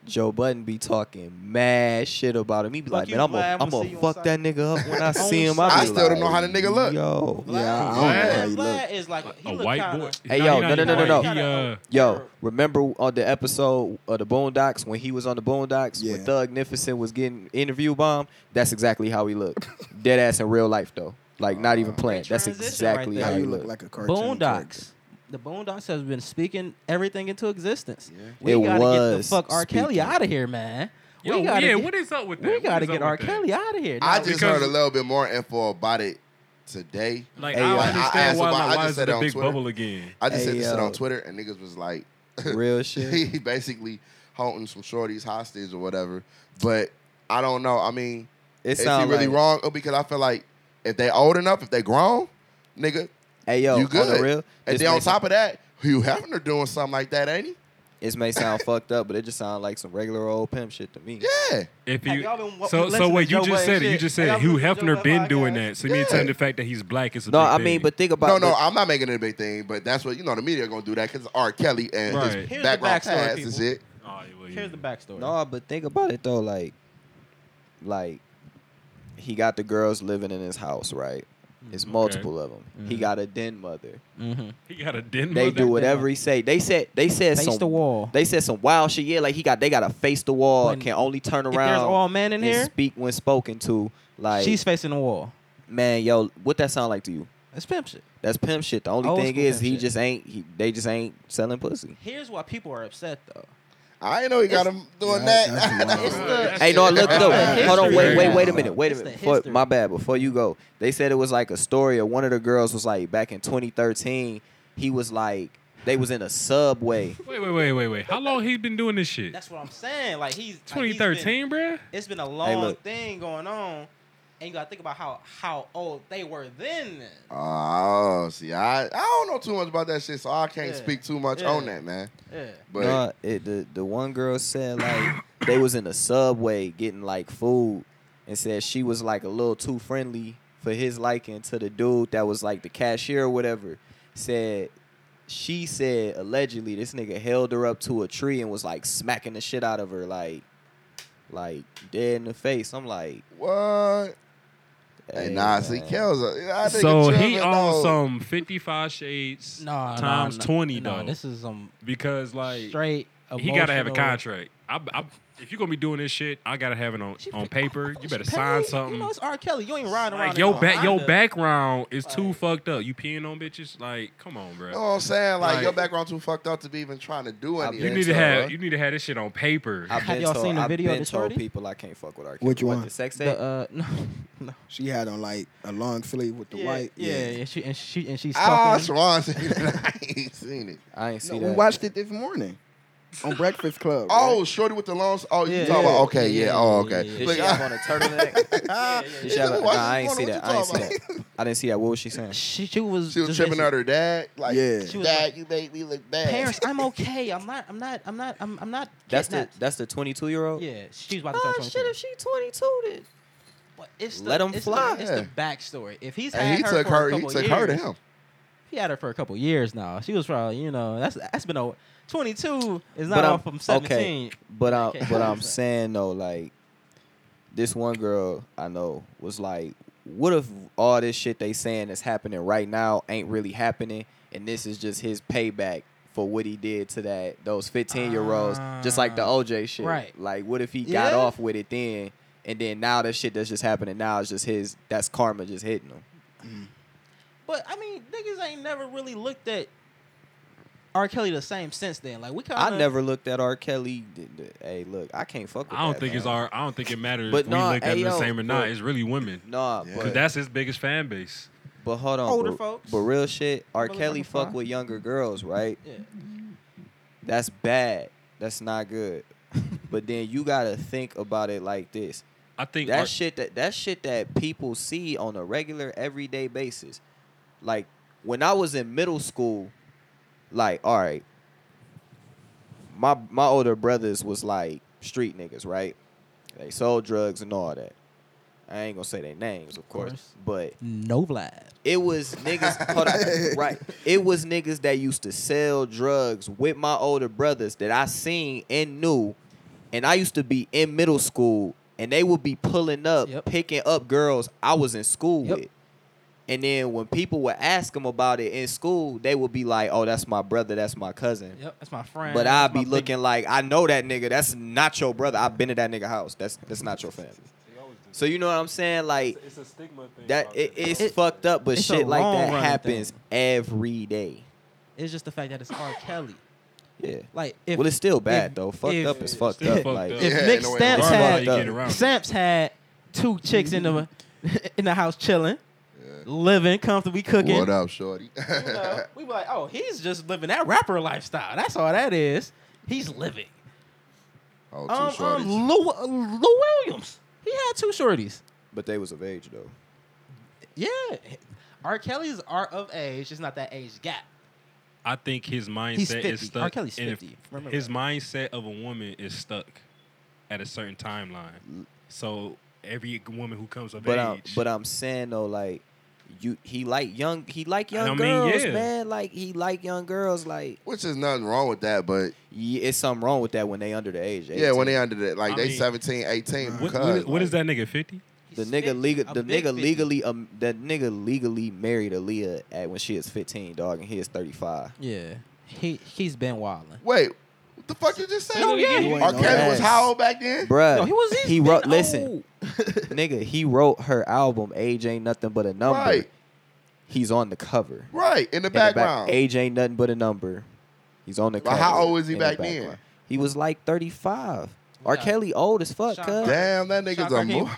Speaker 5: Joe Budden be talking mad shit about him. He be
Speaker 1: Fuck
Speaker 5: like,
Speaker 1: you,
Speaker 5: man, I'm
Speaker 1: Vlad.
Speaker 5: gonna
Speaker 1: I'ma
Speaker 5: I'm
Speaker 1: see
Speaker 5: gonna
Speaker 1: you on
Speaker 5: fuck that nigga up when I see him. I,
Speaker 3: I
Speaker 5: be
Speaker 3: still don't
Speaker 5: like,
Speaker 3: know how the nigga look.
Speaker 5: Yo,
Speaker 4: Yeah, I don't know how
Speaker 1: Vlad,
Speaker 4: he look.
Speaker 1: Vlad is like he
Speaker 2: a
Speaker 1: look
Speaker 2: white
Speaker 1: kinda,
Speaker 2: boy.
Speaker 5: Hey,
Speaker 2: Nah,
Speaker 5: yo,
Speaker 2: he
Speaker 5: no,
Speaker 2: not
Speaker 5: no,
Speaker 2: even
Speaker 5: no, no,
Speaker 2: white.
Speaker 5: no.
Speaker 2: He, uh,
Speaker 5: yo, remember on the episode of the Boondocks when he was on the Boondocks when
Speaker 4: Yeah.
Speaker 5: Thug Nificent was getting interview bomb? That's exactly how he looked. Dead ass in real life though, like not even playing. That's
Speaker 1: transition right
Speaker 5: exactly
Speaker 1: there.
Speaker 5: how
Speaker 4: Now
Speaker 5: he
Speaker 4: Uh, you look
Speaker 5: looked.
Speaker 4: like a cartoon character.
Speaker 1: Boondocks. The Boondocks has been speaking everything into existence. We
Speaker 5: It
Speaker 1: gotta get the
Speaker 5: was
Speaker 1: fuck R. Kelly
Speaker 5: speaking.
Speaker 1: out of here, man.
Speaker 2: Yo,
Speaker 1: we gotta
Speaker 2: yeah,
Speaker 1: get,
Speaker 2: what is up with that?
Speaker 1: we
Speaker 2: What
Speaker 1: gotta
Speaker 2: is up
Speaker 1: get R.
Speaker 2: with that?
Speaker 1: Kelly out of here.
Speaker 3: I
Speaker 1: Now,
Speaker 3: just
Speaker 2: because-
Speaker 3: heard a little bit more info about it today.
Speaker 2: Like
Speaker 5: Hey,
Speaker 2: I don't
Speaker 5: like, I
Speaker 3: asked
Speaker 2: understand why.
Speaker 3: about- I
Speaker 2: Like, why
Speaker 3: just
Speaker 2: is
Speaker 3: said
Speaker 2: it
Speaker 3: it
Speaker 2: a
Speaker 3: on
Speaker 2: big
Speaker 3: Twitter.
Speaker 2: bubble again?
Speaker 3: I just
Speaker 5: Hey,
Speaker 3: said this shit
Speaker 5: yo.
Speaker 3: on Twitter, and niggas was like,
Speaker 5: Real shit.
Speaker 3: he basically holding some shorties hostage or whatever. But I don't know. I mean,
Speaker 5: It
Speaker 3: is he
Speaker 5: sound
Speaker 3: really
Speaker 5: like-
Speaker 3: wrong? Oh, Because I feel like if they old enough, if they grown, nigga,
Speaker 5: Hey yo,
Speaker 3: you good.
Speaker 5: on the real,
Speaker 3: and
Speaker 5: this
Speaker 3: then on
Speaker 5: may
Speaker 3: top
Speaker 5: sound-
Speaker 3: of that, Hugh Hefner doing something like that, ain't he?
Speaker 5: this may sound fucked up, but it just sounds like some regular old pimp shit to me.
Speaker 3: Yeah.
Speaker 2: If
Speaker 1: Have
Speaker 2: you
Speaker 1: y'all been wa-
Speaker 2: so
Speaker 1: listening
Speaker 2: so
Speaker 1: to
Speaker 2: wait, you
Speaker 1: Joe
Speaker 2: just
Speaker 1: Budden
Speaker 2: said it. You
Speaker 1: shit?
Speaker 2: just
Speaker 1: Have
Speaker 2: said
Speaker 1: y'all
Speaker 2: Hugh
Speaker 1: listened to Joe
Speaker 2: Hefner been
Speaker 1: Budden
Speaker 2: doing
Speaker 1: podcast?
Speaker 2: that. So you mean
Speaker 3: Yeah.
Speaker 2: telling the fact that he's black is a
Speaker 5: No,
Speaker 2: big
Speaker 5: I mean,
Speaker 2: thing.
Speaker 5: but think about
Speaker 3: No, no,
Speaker 5: but-
Speaker 3: I'm not making it a big thing, but that's what you know. The media gonna do that because R. Kelly and
Speaker 2: Right.
Speaker 3: his
Speaker 1: Here's the
Speaker 3: background
Speaker 1: backstory,
Speaker 3: past and
Speaker 1: people.
Speaker 3: shit.
Speaker 2: Oh, well, yeah.
Speaker 1: Here's the backstory.
Speaker 5: No, but think about it though. Like, like he got the girls living in his house, right? It's multiple of them. He got a den mother.
Speaker 1: Mm-hmm.
Speaker 2: He got a den
Speaker 5: They
Speaker 2: mother.
Speaker 5: do whatever he say. They said they said
Speaker 1: Face
Speaker 5: some,
Speaker 1: the wall.
Speaker 5: They said some wild shit. Yeah, like he got they got to face the wall.
Speaker 1: When-
Speaker 5: can only turn
Speaker 1: if
Speaker 5: around.
Speaker 1: there's all men in
Speaker 5: and
Speaker 1: here,
Speaker 5: speak when spoken to. Like
Speaker 1: she's facing the wall.
Speaker 5: man, yo, what that sound like to you?
Speaker 1: It's pimp shit.
Speaker 5: That's pimp shit. The only
Speaker 1: Old
Speaker 5: thing
Speaker 1: school
Speaker 5: is
Speaker 1: pimp
Speaker 5: he
Speaker 1: shit.
Speaker 5: just ain't. He, they just ain't selling pussy.
Speaker 1: Here's why people are upset though.
Speaker 3: I ain't know he got him doing
Speaker 4: Yeah,
Speaker 3: that.
Speaker 4: that's
Speaker 1: It's the
Speaker 5: Hey, no, look though.
Speaker 1: It's
Speaker 5: Hold on, wait,
Speaker 1: history.
Speaker 5: wait, wait a minute, wait a
Speaker 1: It's
Speaker 5: minute.
Speaker 1: the
Speaker 5: Before,
Speaker 1: history.
Speaker 5: my bad. Before you go, they said it was like a story. Of one of the girls was like back in 2013. He was like they was in a subway.
Speaker 2: Wait, wait, wait, wait, wait. How long he been doing this shit?
Speaker 1: That's what I'm saying. Like he's like, he's been-
Speaker 2: 2013, bruh?
Speaker 1: it's been a long
Speaker 5: look.
Speaker 1: thing going on, and you gotta think about how how old they were then. then.
Speaker 3: Oh, see, I I don't know too much about that shit, so I can't
Speaker 1: Yeah.
Speaker 3: speak too much
Speaker 1: Yeah.
Speaker 3: on that, man.
Speaker 1: Yeah.
Speaker 3: But
Speaker 5: Nah, it, the the one girl said like they was in a subway getting like food, and said she was like a little too friendly for his liking to the dude that was like the cashier or whatever. Said she said allegedly this nigga held her up to a tree and was like smacking the shit out of her like like dead in the face. I'm like,
Speaker 3: what? Hey, nah, see,
Speaker 5: man.
Speaker 3: Kel's. A, I think
Speaker 2: So
Speaker 3: a
Speaker 2: he
Speaker 3: children,
Speaker 2: on
Speaker 3: though.
Speaker 2: some 55 shades
Speaker 1: No,
Speaker 2: times 20, though.
Speaker 1: This is um
Speaker 2: because, like,
Speaker 1: straight.
Speaker 2: he got to have a contract. I, I, if you're going to be doing this shit, I got to have it on, on paper. You better sign something.
Speaker 1: You know it's R. Kelly. You ain't riding around.
Speaker 2: like,
Speaker 1: in
Speaker 2: your,
Speaker 1: no
Speaker 2: ba- your
Speaker 1: Honda.
Speaker 2: background is too
Speaker 1: Like-
Speaker 2: fucked up. You peeing on bitches? Like, come on, bruh.
Speaker 3: You know what I'm saying? Like,
Speaker 2: Like-
Speaker 3: your background too fucked up to be even trying to do anything.
Speaker 2: you need
Speaker 3: so,
Speaker 2: to
Speaker 3: uh,
Speaker 2: have you need to have this shit on paper.
Speaker 5: I've
Speaker 1: Have
Speaker 5: been
Speaker 1: y'all
Speaker 5: told,
Speaker 1: seen the
Speaker 5: I've
Speaker 1: video
Speaker 5: been
Speaker 1: of the
Speaker 5: told
Speaker 1: shorty?
Speaker 5: people I can't fuck with our
Speaker 4: Which one?
Speaker 5: The sex tape?
Speaker 1: The, uh, no, no.
Speaker 4: She had on like a long sleeve with the white.
Speaker 1: Yeah, yeah. She and she and she's
Speaker 3: Ah,
Speaker 1: talking.
Speaker 3: Sharon seen it. I ain't seen it.
Speaker 5: I ain't see
Speaker 4: No,
Speaker 5: that.
Speaker 4: we watched it this morning on Breakfast Club.
Speaker 3: Oh,
Speaker 4: right?
Speaker 3: Shorty with the long. s- Oh, you
Speaker 1: Yeah.
Speaker 3: talking about?
Speaker 1: Yeah.
Speaker 3: Okay, yeah.
Speaker 1: Yeah,
Speaker 3: Oh,
Speaker 1: yeah,
Speaker 3: okay.
Speaker 1: yeah,
Speaker 5: Did
Speaker 3: Look,
Speaker 5: she
Speaker 3: I-
Speaker 5: have on a turtherneck?
Speaker 1: yeah,
Speaker 5: Did she have a,
Speaker 3: Why
Speaker 5: nah,
Speaker 3: is
Speaker 5: I
Speaker 3: she
Speaker 5: ain't see
Speaker 3: going on?
Speaker 5: that.
Speaker 3: What
Speaker 5: I
Speaker 3: you
Speaker 5: ain't see that.
Speaker 3: talking
Speaker 5: I didn't see that. What was she saying?
Speaker 1: she, she was.
Speaker 3: She was
Speaker 1: just
Speaker 3: tripping
Speaker 1: basically-
Speaker 3: out her dad. Like,
Speaker 4: Yeah. She
Speaker 1: was
Speaker 3: dad,
Speaker 1: like,
Speaker 3: you made me look bad.
Speaker 1: Parents, I'm okay. I'm not. I'm not. I'm not. I'm. I'm not.
Speaker 5: That's the
Speaker 1: kidnapped.
Speaker 5: that's the 22 year old. Ah,
Speaker 1: Yeah, she was about to turn 22.
Speaker 5: she 22 then.
Speaker 1: But it's the,
Speaker 5: Let 'em
Speaker 1: it's
Speaker 5: fly.
Speaker 1: The, it's the backstory. If he's had
Speaker 3: and he
Speaker 1: her
Speaker 3: took
Speaker 1: for
Speaker 3: her.
Speaker 1: a
Speaker 3: He
Speaker 1: couple
Speaker 3: took
Speaker 1: years,
Speaker 3: her to him.
Speaker 1: He had her for a couple years now. She was probably, you know, that's that's been a 22 is not
Speaker 5: But I'm-
Speaker 1: off from 17.
Speaker 5: Okay, but I'm
Speaker 1: Okay.
Speaker 5: but I'm saying though, like this one girl I know was like, what if all this shit they saying that's happening right now ain't really happening, and this is just his payback for what he did to that those 15 year olds, just like the
Speaker 1: Ah,
Speaker 5: OJ shit.
Speaker 1: right.
Speaker 5: Like, what if he got
Speaker 1: Yeah.
Speaker 5: off with it then? And then now that shit that's just happening now is just his. That's karma just hitting him.
Speaker 1: But I mean, niggas ain't never really looked at R. Kelly the same since then. Like we kind
Speaker 5: I never looked at R. Kelly. d- d- Hey, look, I can't fuck with.
Speaker 2: I don't
Speaker 5: that,
Speaker 2: think
Speaker 5: man.
Speaker 2: it's our. I don't think it matters
Speaker 5: But
Speaker 2: if
Speaker 5: nah,
Speaker 2: we looked at
Speaker 5: hey,
Speaker 2: it the
Speaker 5: yo,
Speaker 2: same or not.
Speaker 5: but-
Speaker 2: It's really women.
Speaker 5: Nah,
Speaker 3: Yeah.
Speaker 5: but
Speaker 2: Cause that's his biggest fan base.
Speaker 5: But hold on,
Speaker 1: Older
Speaker 5: but,
Speaker 1: folks.
Speaker 5: but real shit, R.
Speaker 1: Motherfucking
Speaker 5: Kelly fuck
Speaker 1: fly.
Speaker 5: with younger girls, right?
Speaker 1: Yeah.
Speaker 5: That's bad. That's not good. but then you gotta think about it like this.
Speaker 2: I think
Speaker 5: That
Speaker 2: our-
Speaker 5: shit that that shit that people see on a regular everyday basis. Like when I was in middle school, like all right, my my older brothers was like street niggas, right? They sold drugs and all that. I ain't gonna say their names, of course.
Speaker 1: course.
Speaker 5: but
Speaker 1: No Vlad.
Speaker 5: it was niggas. hold on, right. It was niggas that used to sell drugs with my older brothers that I seen and knew, and I used to be in middle school, and they would be pulling up,
Speaker 1: Yep.
Speaker 5: picking up girls I was in school
Speaker 1: Yep.
Speaker 5: with. And then when people would ask them about it in school, they would be like, "Oh, that's my brother. That's my cousin."
Speaker 1: Yep, that's my friend.
Speaker 5: But
Speaker 1: That's
Speaker 5: I'd be
Speaker 1: my big-
Speaker 5: looking like I know that nigga. That's not your brother. I've been to that nigga house. That's that's not your family. So you know what I'm saying? Like
Speaker 2: It's a stigma thing.
Speaker 5: that it, it's
Speaker 1: It-
Speaker 5: fucked up, but
Speaker 1: it's a
Speaker 5: shit like that
Speaker 1: long-running
Speaker 5: happens every day.
Speaker 1: It's just the fact that it's R. Kelly.
Speaker 5: Yeah.
Speaker 1: Like if
Speaker 5: well, it's still bad
Speaker 1: if-
Speaker 5: though. Fucked
Speaker 1: if-
Speaker 5: up is fucked
Speaker 2: still
Speaker 5: up.
Speaker 2: fucked
Speaker 5: like,
Speaker 2: up.
Speaker 1: if
Speaker 3: Yeah,
Speaker 1: Nick
Speaker 3: no way.
Speaker 1: Stamps
Speaker 5: Regardless how
Speaker 1: had
Speaker 5: you get
Speaker 2: around it.
Speaker 1: Stamps had two chicks in the
Speaker 5: Mm-hmm.
Speaker 1: in the house chilling, living comfortably cooking.
Speaker 3: What up, Shorty?
Speaker 1: You know, we be like, oh, he's just living that rapper lifestyle. That's all that is. He's living.
Speaker 3: Oh, two
Speaker 1: Um,
Speaker 3: shorties.
Speaker 1: um, Lou, Lou Williams. He had two shorties.
Speaker 5: But they was of age though.
Speaker 1: Yeah. R. Kelly's are of age. It's not that age gap.
Speaker 2: I think his mindset
Speaker 1: 50.
Speaker 2: is stuck.
Speaker 1: R. Kelly's
Speaker 2: and if-
Speaker 1: 50. Remember
Speaker 2: his
Speaker 1: that.
Speaker 2: mindset of a woman is stuck at a certain timeline. So every woman who comes of
Speaker 5: But um, I'm,
Speaker 2: age,
Speaker 5: but I'm saying though, like you, he like young, he like young
Speaker 2: I mean,
Speaker 5: girls,
Speaker 2: yeah.
Speaker 5: man. Like he like young girls. Like
Speaker 3: Which is nothing wrong with that, but
Speaker 5: yeah, it's something wrong with that when they under the age.
Speaker 3: yeah, when
Speaker 5: 18.
Speaker 3: they under that, like
Speaker 2: I
Speaker 3: they
Speaker 2: mean,
Speaker 3: 17, 18.
Speaker 2: what,
Speaker 3: Because,
Speaker 2: what is- what is
Speaker 3: like,
Speaker 2: that nigga fifty?
Speaker 5: the
Speaker 1: He's
Speaker 5: nigga
Speaker 1: 50,
Speaker 5: legal,
Speaker 1: a
Speaker 5: the
Speaker 1: big
Speaker 5: nigga
Speaker 1: 50.
Speaker 5: legally, um, that nigga legally married Aaliyah at when she is 15, dog, and he is 35.
Speaker 1: Yeah. He he's been wilding.
Speaker 3: Wait, what the fuck you just said?
Speaker 1: No, yeah,
Speaker 4: he-
Speaker 3: R. Kelly was
Speaker 5: Yes.
Speaker 3: how old back then?
Speaker 5: Bruh,
Speaker 1: No, he was. he's
Speaker 5: he
Speaker 1: been
Speaker 5: wrote. Listen,
Speaker 1: old.
Speaker 5: nigga, he wrote her album. Age ain't nothing but a number.
Speaker 3: Right.
Speaker 5: He's on the cover.
Speaker 3: Right, in the
Speaker 5: In the back-
Speaker 3: background.
Speaker 5: age ain't nothing but a number. He's on the
Speaker 3: But
Speaker 5: cover.
Speaker 3: how old was he
Speaker 5: in the
Speaker 3: back
Speaker 5: background.
Speaker 3: then?
Speaker 5: He was like 35. R.
Speaker 1: Yeah.
Speaker 5: Kelly old as fuck,
Speaker 1: Sean
Speaker 5: cuz.
Speaker 1: Carter.
Speaker 3: Damn, that nigga's a
Speaker 1: Shocker,
Speaker 3: mo-
Speaker 1: he-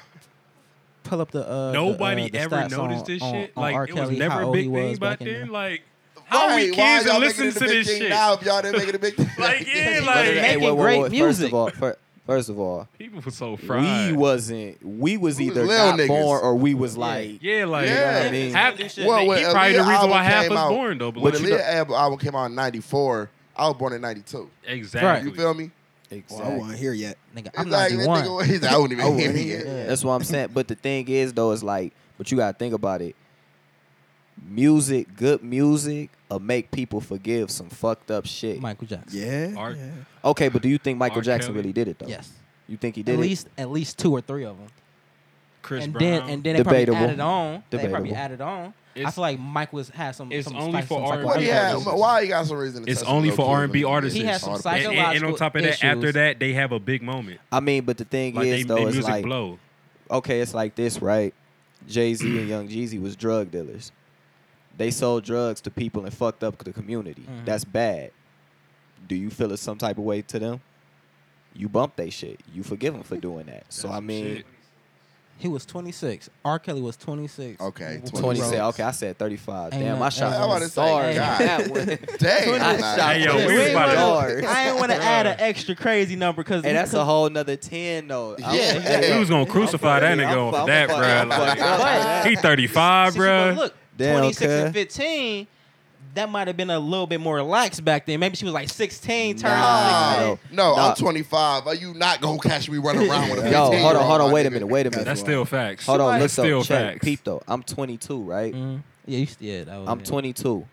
Speaker 1: Pull up the. Uh,
Speaker 2: Nobody
Speaker 1: the, uh, the
Speaker 2: ever
Speaker 1: stats
Speaker 2: noticed
Speaker 1: on,
Speaker 2: this
Speaker 1: on-
Speaker 2: shit.
Speaker 1: on
Speaker 2: like
Speaker 1: R.
Speaker 2: it
Speaker 1: Kelly,
Speaker 2: was never
Speaker 1: how
Speaker 2: a
Speaker 1: old he
Speaker 2: big
Speaker 1: was
Speaker 2: thing
Speaker 1: back
Speaker 2: back
Speaker 1: in
Speaker 2: then.
Speaker 1: the-
Speaker 2: Like how
Speaker 3: Right,
Speaker 2: we
Speaker 3: why
Speaker 2: kids
Speaker 3: y'all
Speaker 2: and
Speaker 3: making
Speaker 2: listen
Speaker 3: it the
Speaker 2: to
Speaker 3: big
Speaker 2: this
Speaker 3: thing
Speaker 2: shit.
Speaker 3: Now, if y'all didn't make it a big thing.
Speaker 2: Like yeah,
Speaker 1: he
Speaker 2: like
Speaker 1: wasn't making great
Speaker 5: First
Speaker 1: music.
Speaker 5: of all, fir- first of all,
Speaker 2: people were so fried.
Speaker 5: we wasn't. We was
Speaker 3: We was
Speaker 5: either
Speaker 3: little
Speaker 5: not
Speaker 3: niggas.
Speaker 5: born or we was like.
Speaker 2: yeah, like
Speaker 3: Yeah.
Speaker 5: I mean-
Speaker 2: half,
Speaker 3: Well, when
Speaker 2: he probably
Speaker 3: Aaliyah
Speaker 2: the reason
Speaker 3: album
Speaker 2: why half
Speaker 3: came
Speaker 2: was
Speaker 3: out-
Speaker 2: born though. But
Speaker 3: When
Speaker 2: like,
Speaker 3: the
Speaker 2: you know-
Speaker 3: album, album came out in '94, I was born in '92.
Speaker 2: exactly.
Speaker 3: You feel me?
Speaker 4: Well, I wasn't here yet.
Speaker 1: Nigga,
Speaker 3: It's
Speaker 1: I'm
Speaker 3: like, that
Speaker 1: 91.
Speaker 3: nigga- he's like, I wouldn't even hear
Speaker 4: wasn't
Speaker 3: me
Speaker 4: here.
Speaker 3: yet.
Speaker 5: That's what I'm saying. But the thing is, though, is like, but you gotta think about it. Music, good music, will make people forgive some fucked up shit.
Speaker 1: Michael Jackson.
Speaker 4: Yeah.
Speaker 2: Our-
Speaker 4: yeah.
Speaker 5: Okay, but do you think Michael
Speaker 2: R.
Speaker 5: Jackson
Speaker 2: Kelly.
Speaker 5: really did it though?
Speaker 1: Yes.
Speaker 5: You think he did
Speaker 1: At
Speaker 5: it?
Speaker 1: least at least two or three of them.
Speaker 2: Chris
Speaker 1: and
Speaker 2: Brown.
Speaker 1: then and then
Speaker 5: Debatable.
Speaker 1: they probably added on. They probably
Speaker 5: Debatable.
Speaker 1: added on. I
Speaker 2: It's-
Speaker 1: feel like Mike was had some.
Speaker 2: it's
Speaker 1: some
Speaker 2: only
Speaker 1: spice-
Speaker 2: for
Speaker 1: some psycho-
Speaker 2: R&B
Speaker 3: What he had,
Speaker 2: Yeah.
Speaker 3: why he got some reason? To
Speaker 2: It's
Speaker 3: touch
Speaker 2: only
Speaker 3: those
Speaker 2: for
Speaker 3: kids,
Speaker 2: R&B
Speaker 3: man?
Speaker 2: artists.
Speaker 1: He had some
Speaker 3: All the-
Speaker 2: and,
Speaker 1: psycho-
Speaker 2: and- and on top of that,
Speaker 1: Psychological
Speaker 2: after
Speaker 1: issues.
Speaker 2: that, they have a big moment.
Speaker 5: I mean, but the thing
Speaker 2: Like
Speaker 5: is
Speaker 2: they, they
Speaker 5: though, is
Speaker 2: music
Speaker 5: like,
Speaker 2: blow.
Speaker 5: okay, it's like this, right? Jay Z and Young Jeezy was drug dealers. They sold drugs to people and fucked up the community.
Speaker 1: Mhm.
Speaker 5: That's bad. Do you feel it's some type of way to them? You bump they shit. You forgive them for doing that. So
Speaker 2: That's
Speaker 5: I
Speaker 2: some
Speaker 5: mean,
Speaker 2: shit.
Speaker 1: He was 26. R. Kelly was 26.
Speaker 3: Okay,
Speaker 1: Wh-
Speaker 3: 20
Speaker 5: twenty
Speaker 1: bro.
Speaker 5: said, okay, I said thirty-five.
Speaker 1: Ain't
Speaker 5: Damn,
Speaker 1: no-
Speaker 5: I shot
Speaker 1: ain't
Speaker 3: no- I
Speaker 5: one
Speaker 3: was
Speaker 5: star
Speaker 3: about to say,
Speaker 5: on that one.
Speaker 3: Damn,
Speaker 5: I
Speaker 3: nah.
Speaker 5: shot
Speaker 2: Hey, yo,
Speaker 5: one
Speaker 2: we was about to-
Speaker 5: star.
Speaker 1: I didn't want to add an extra crazy number because
Speaker 5: And that's a whole nother ten though. I
Speaker 3: Yeah.
Speaker 5: was-
Speaker 3: Yeah.
Speaker 2: We was gonna crucify that
Speaker 5: fucking-
Speaker 2: nigga
Speaker 5: I'm
Speaker 2: off
Speaker 5: fucking-
Speaker 2: of that,
Speaker 5: I'm
Speaker 2: bro.
Speaker 5: fucking-
Speaker 1: But-
Speaker 2: Like, he 35, bro.
Speaker 1: Look,
Speaker 5: Damn,
Speaker 1: 26 and
Speaker 5: cuz.
Speaker 1: 15. That might have been a little bit more relaxed back then. Maybe she was like 16, turned
Speaker 5: Nah.
Speaker 1: on
Speaker 3: No,
Speaker 1: 16.
Speaker 3: no,
Speaker 5: Nah.
Speaker 3: I'm 25. Are you not gonna catch me running around with a
Speaker 5: Yo,
Speaker 3: 15
Speaker 5: hold on, hold on,
Speaker 3: my
Speaker 5: wait a
Speaker 3: nigga?
Speaker 5: minute, wait a minute.
Speaker 2: That's still facts.
Speaker 5: Hold on,
Speaker 1: Somebody-
Speaker 5: look
Speaker 2: That's still
Speaker 5: though. Check,
Speaker 2: facts. Mm-hmm.
Speaker 5: peep though. I'm 22, right?
Speaker 1: Mhm. Yeah, you, yeah, that was
Speaker 5: I'm
Speaker 1: it.
Speaker 5: 22.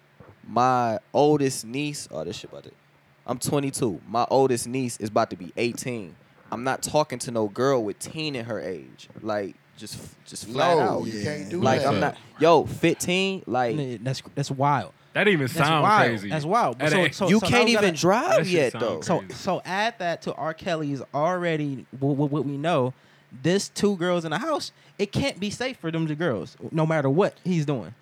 Speaker 5: My oldest niece, oh this shit about it. I'm 22. My oldest niece is about to be 18. I'm not talking to no girl with teen in her age. Like just, just flat
Speaker 3: No,
Speaker 5: out.
Speaker 3: you
Speaker 4: Yeah.
Speaker 3: can't do
Speaker 5: Like
Speaker 3: that.
Speaker 5: I'm not. Yo, 15. Like
Speaker 1: N- That's that's wild.
Speaker 2: That even
Speaker 1: That's
Speaker 2: sound
Speaker 1: wild.
Speaker 2: crazy.
Speaker 1: That's wild. But
Speaker 2: That
Speaker 1: so,
Speaker 2: ain't-
Speaker 1: so,
Speaker 5: you
Speaker 1: so now
Speaker 5: can't
Speaker 1: we
Speaker 5: even
Speaker 1: gotta-
Speaker 5: drive
Speaker 2: That shit
Speaker 5: yet
Speaker 2: sound
Speaker 5: though.
Speaker 2: crazy.
Speaker 1: So so add that to R. Kelly's already what, what we know. This two girls in the house, it can't be safe for them two girls, no matter what he's doing.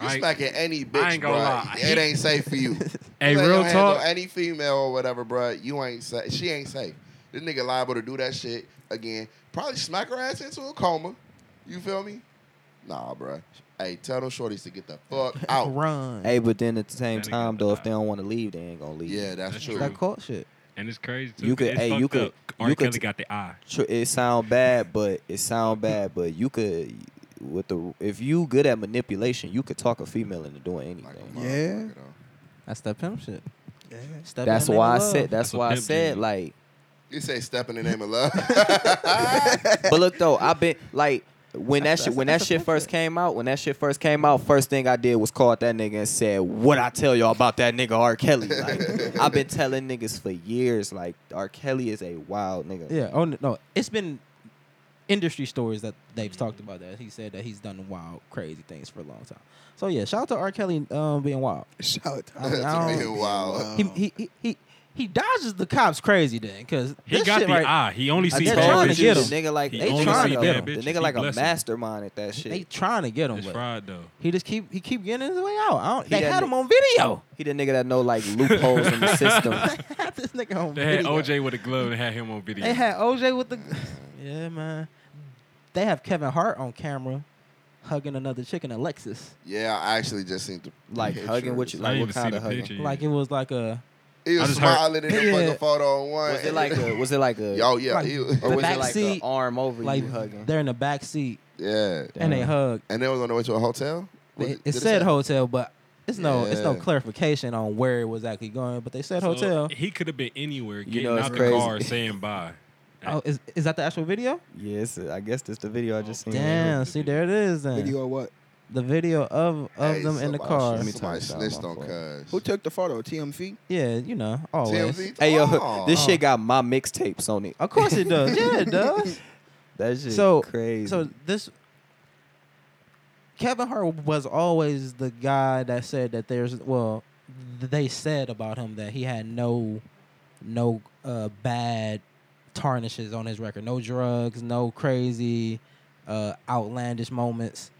Speaker 3: You
Speaker 2: I-
Speaker 3: smacking any bitch,
Speaker 2: I ain't gonna
Speaker 3: bruh.
Speaker 2: lie.
Speaker 3: It ain't safe for you.
Speaker 2: Hey,
Speaker 3: You ain't
Speaker 2: real
Speaker 3: gonna handle
Speaker 2: talk.
Speaker 3: Any female or whatever, bruh, you ain't safe. She ain't safe. This nigga liable to do that shit again. Probably smack her ass into a coma. You feel me? Nah, bruh. Hey, tell them shorties to get the fuck out.
Speaker 1: Run.
Speaker 5: Hey, but then at the same
Speaker 2: That nigga
Speaker 5: time
Speaker 2: got
Speaker 5: though,
Speaker 2: the
Speaker 5: if they don't want to leave, they ain't gonna leave.
Speaker 3: Yeah, that's,
Speaker 2: That's
Speaker 3: true.
Speaker 1: That cult shit.
Speaker 2: And it's crazy too.
Speaker 5: You could-
Speaker 2: It's
Speaker 5: hey,
Speaker 2: fucked
Speaker 5: you could-
Speaker 2: up. R.
Speaker 5: you could-
Speaker 2: Kelly got the eye.
Speaker 5: tr- it sound bad, but it sound bad, but you could with the if you good at manipulation, you could talk a female into doing
Speaker 3: Like a
Speaker 5: anything.
Speaker 3: motherfucker,
Speaker 4: Yeah.
Speaker 3: though.
Speaker 1: That's that pimp shit.
Speaker 4: yeah.
Speaker 1: Step
Speaker 5: That's
Speaker 1: in the name
Speaker 5: why I
Speaker 1: of love.
Speaker 5: said. That's
Speaker 2: That's a
Speaker 5: why I
Speaker 2: pimp
Speaker 5: said
Speaker 2: thing.
Speaker 5: like.
Speaker 3: You say step in the name of love.
Speaker 5: But look though, I've been like when that
Speaker 1: That's-
Speaker 5: shit when that
Speaker 1: that's- that's
Speaker 5: shit
Speaker 1: a
Speaker 5: first
Speaker 1: pimp
Speaker 5: came out, when that shit first came out, first thing I did was call that nigga and said, "What I tell y'all about that nigga R. Kelly?" Like I've been telling niggas for years, like R. Kelly is a wild nigga.
Speaker 1: Yeah. Oh no, no, it's been industry stories that
Speaker 2: Mm-hmm.
Speaker 1: they've talked about that. He said that he's done wild, crazy things for a long time. So yeah, shout out to R. Kelly um, being wild.
Speaker 4: Shout out.
Speaker 1: I mean, I
Speaker 3: That's
Speaker 1: don't-
Speaker 3: me, wow.
Speaker 1: he, he he he he dodges the cops crazy then because
Speaker 2: He got the eye. He only
Speaker 5: I
Speaker 2: sees
Speaker 1: they're
Speaker 5: tell
Speaker 1: trying
Speaker 2: bad
Speaker 1: to
Speaker 5: you,
Speaker 1: get
Speaker 2: bitches.
Speaker 5: the
Speaker 1: him.
Speaker 5: nigga like
Speaker 2: He
Speaker 5: they
Speaker 1: only
Speaker 5: trying
Speaker 1: see
Speaker 5: to
Speaker 1: bad
Speaker 5: the
Speaker 2: bitches.
Speaker 5: nigga
Speaker 2: He
Speaker 5: like a
Speaker 2: blessing.
Speaker 5: mastermind at that shit.
Speaker 1: they trying to get him.
Speaker 2: It's
Speaker 1: but
Speaker 2: fried though.
Speaker 1: He just keep he keep getting his way out. I don't,
Speaker 5: He
Speaker 1: they
Speaker 5: that
Speaker 1: had
Speaker 5: ni-
Speaker 1: him on video.
Speaker 5: He the nigga that know like loopholes in the system.
Speaker 1: they had this nigga on
Speaker 2: They had
Speaker 1: video.
Speaker 2: OJ with a glove and had him on video.
Speaker 1: They had OJ with the yeah man. They have Kevin Hart on camera hugging another chick in a Lexus.
Speaker 3: Yeah, I actually just seen the
Speaker 5: Like
Speaker 3: picture.
Speaker 5: hugging with you,
Speaker 2: I
Speaker 5: like
Speaker 2: didn't
Speaker 5: what
Speaker 2: even see
Speaker 5: kind
Speaker 2: the
Speaker 5: of hugging?
Speaker 2: picture.
Speaker 1: Like it was like a
Speaker 3: He was
Speaker 2: just heard-
Speaker 3: smiling in the
Speaker 1: Yeah.
Speaker 3: fucking photo on one.
Speaker 5: Was it like a? Was it like a?
Speaker 3: Yo, yeah, he was,
Speaker 5: or was
Speaker 1: back
Speaker 5: it like
Speaker 1: seat,
Speaker 5: an arm over
Speaker 1: Like
Speaker 5: you hugging?
Speaker 1: they're in the back seat
Speaker 3: yeah.
Speaker 5: Damn.
Speaker 1: and they hug.
Speaker 3: And they was on the way to a hotel. Was
Speaker 1: They-
Speaker 3: it-
Speaker 1: it
Speaker 3: did
Speaker 1: said
Speaker 3: say-
Speaker 1: hotel, but it's no it's no
Speaker 3: Yeah.
Speaker 1: clarification on where it was actually going. But they said
Speaker 2: So
Speaker 1: hotel.
Speaker 2: He could have been anywhere getting
Speaker 5: know, it's
Speaker 2: out the
Speaker 5: crazy.
Speaker 2: car saying bye.
Speaker 1: Oh, is is that the actual video?
Speaker 3: Mm-hmm.
Speaker 5: Yes, I guess that's the video I just seen.
Speaker 1: Damn, see there it is then.
Speaker 4: Video or what?
Speaker 1: The video of of
Speaker 3: Hey,
Speaker 1: them in
Speaker 3: somebody-
Speaker 1: the car.
Speaker 5: Let me
Speaker 3: Somebody
Speaker 5: turn this down,
Speaker 3: snitched
Speaker 5: my
Speaker 3: on cuz.
Speaker 4: Who took the photo? TMC?
Speaker 1: Yeah, you know, always.
Speaker 3: TMZ?
Speaker 5: Hey yo,
Speaker 3: Oh.
Speaker 5: this shit got my mixtapes on it.
Speaker 1: Of course it does. Yeah, it does.
Speaker 5: That shit
Speaker 1: so
Speaker 5: crazy.
Speaker 1: So this Kevin Hart was always the guy that said that there's well, th- they said about him that he had no no uh, bad tarnishes on his record, no drugs, no crazy uh, outlandish moments.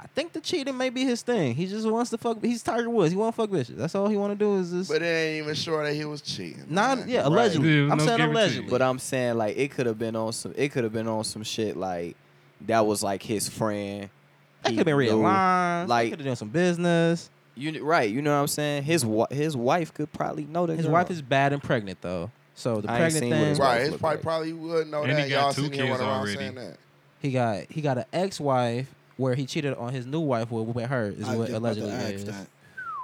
Speaker 1: I think the cheating may be his thing. He just wants to fuck. He's Tiger Woods. He want to fuck bitches. That's all he want to do is just.
Speaker 3: But they ain't even sure that he was cheating.
Speaker 1: Not
Speaker 3: man.
Speaker 1: yeah,
Speaker 3: Right.
Speaker 1: allegedly.
Speaker 2: Dude,
Speaker 1: I'm
Speaker 2: no
Speaker 1: saying
Speaker 2: guarantee.
Speaker 1: allegedly.
Speaker 5: But I'm saying like it could have been on some. It could have been on some shit like that was like his friend.
Speaker 1: They
Speaker 5: He
Speaker 1: could have been
Speaker 5: knew.
Speaker 1: realigned. Like,
Speaker 5: Like-
Speaker 1: could have done some business.
Speaker 5: You kn- right? You know what I'm saying? His wa- his wife could probably know that.
Speaker 1: His
Speaker 5: girl.
Speaker 1: wife is bad and pregnant though. So the
Speaker 5: I ain't
Speaker 1: pregnant
Speaker 5: seen what
Speaker 1: thing,
Speaker 5: his
Speaker 3: Right, his
Speaker 5: Look
Speaker 3: probably
Speaker 5: like-
Speaker 3: probably would know
Speaker 2: And he
Speaker 3: that.
Speaker 2: got
Speaker 3: Y'all
Speaker 2: two
Speaker 3: seen him
Speaker 2: kids
Speaker 3: running around
Speaker 2: already.
Speaker 3: saying that.
Speaker 1: he got he got an ex-wife where he cheated on his new wife with, with her is
Speaker 4: I was
Speaker 1: what
Speaker 4: just about to
Speaker 1: allegedly
Speaker 4: ask
Speaker 1: is.
Speaker 4: that.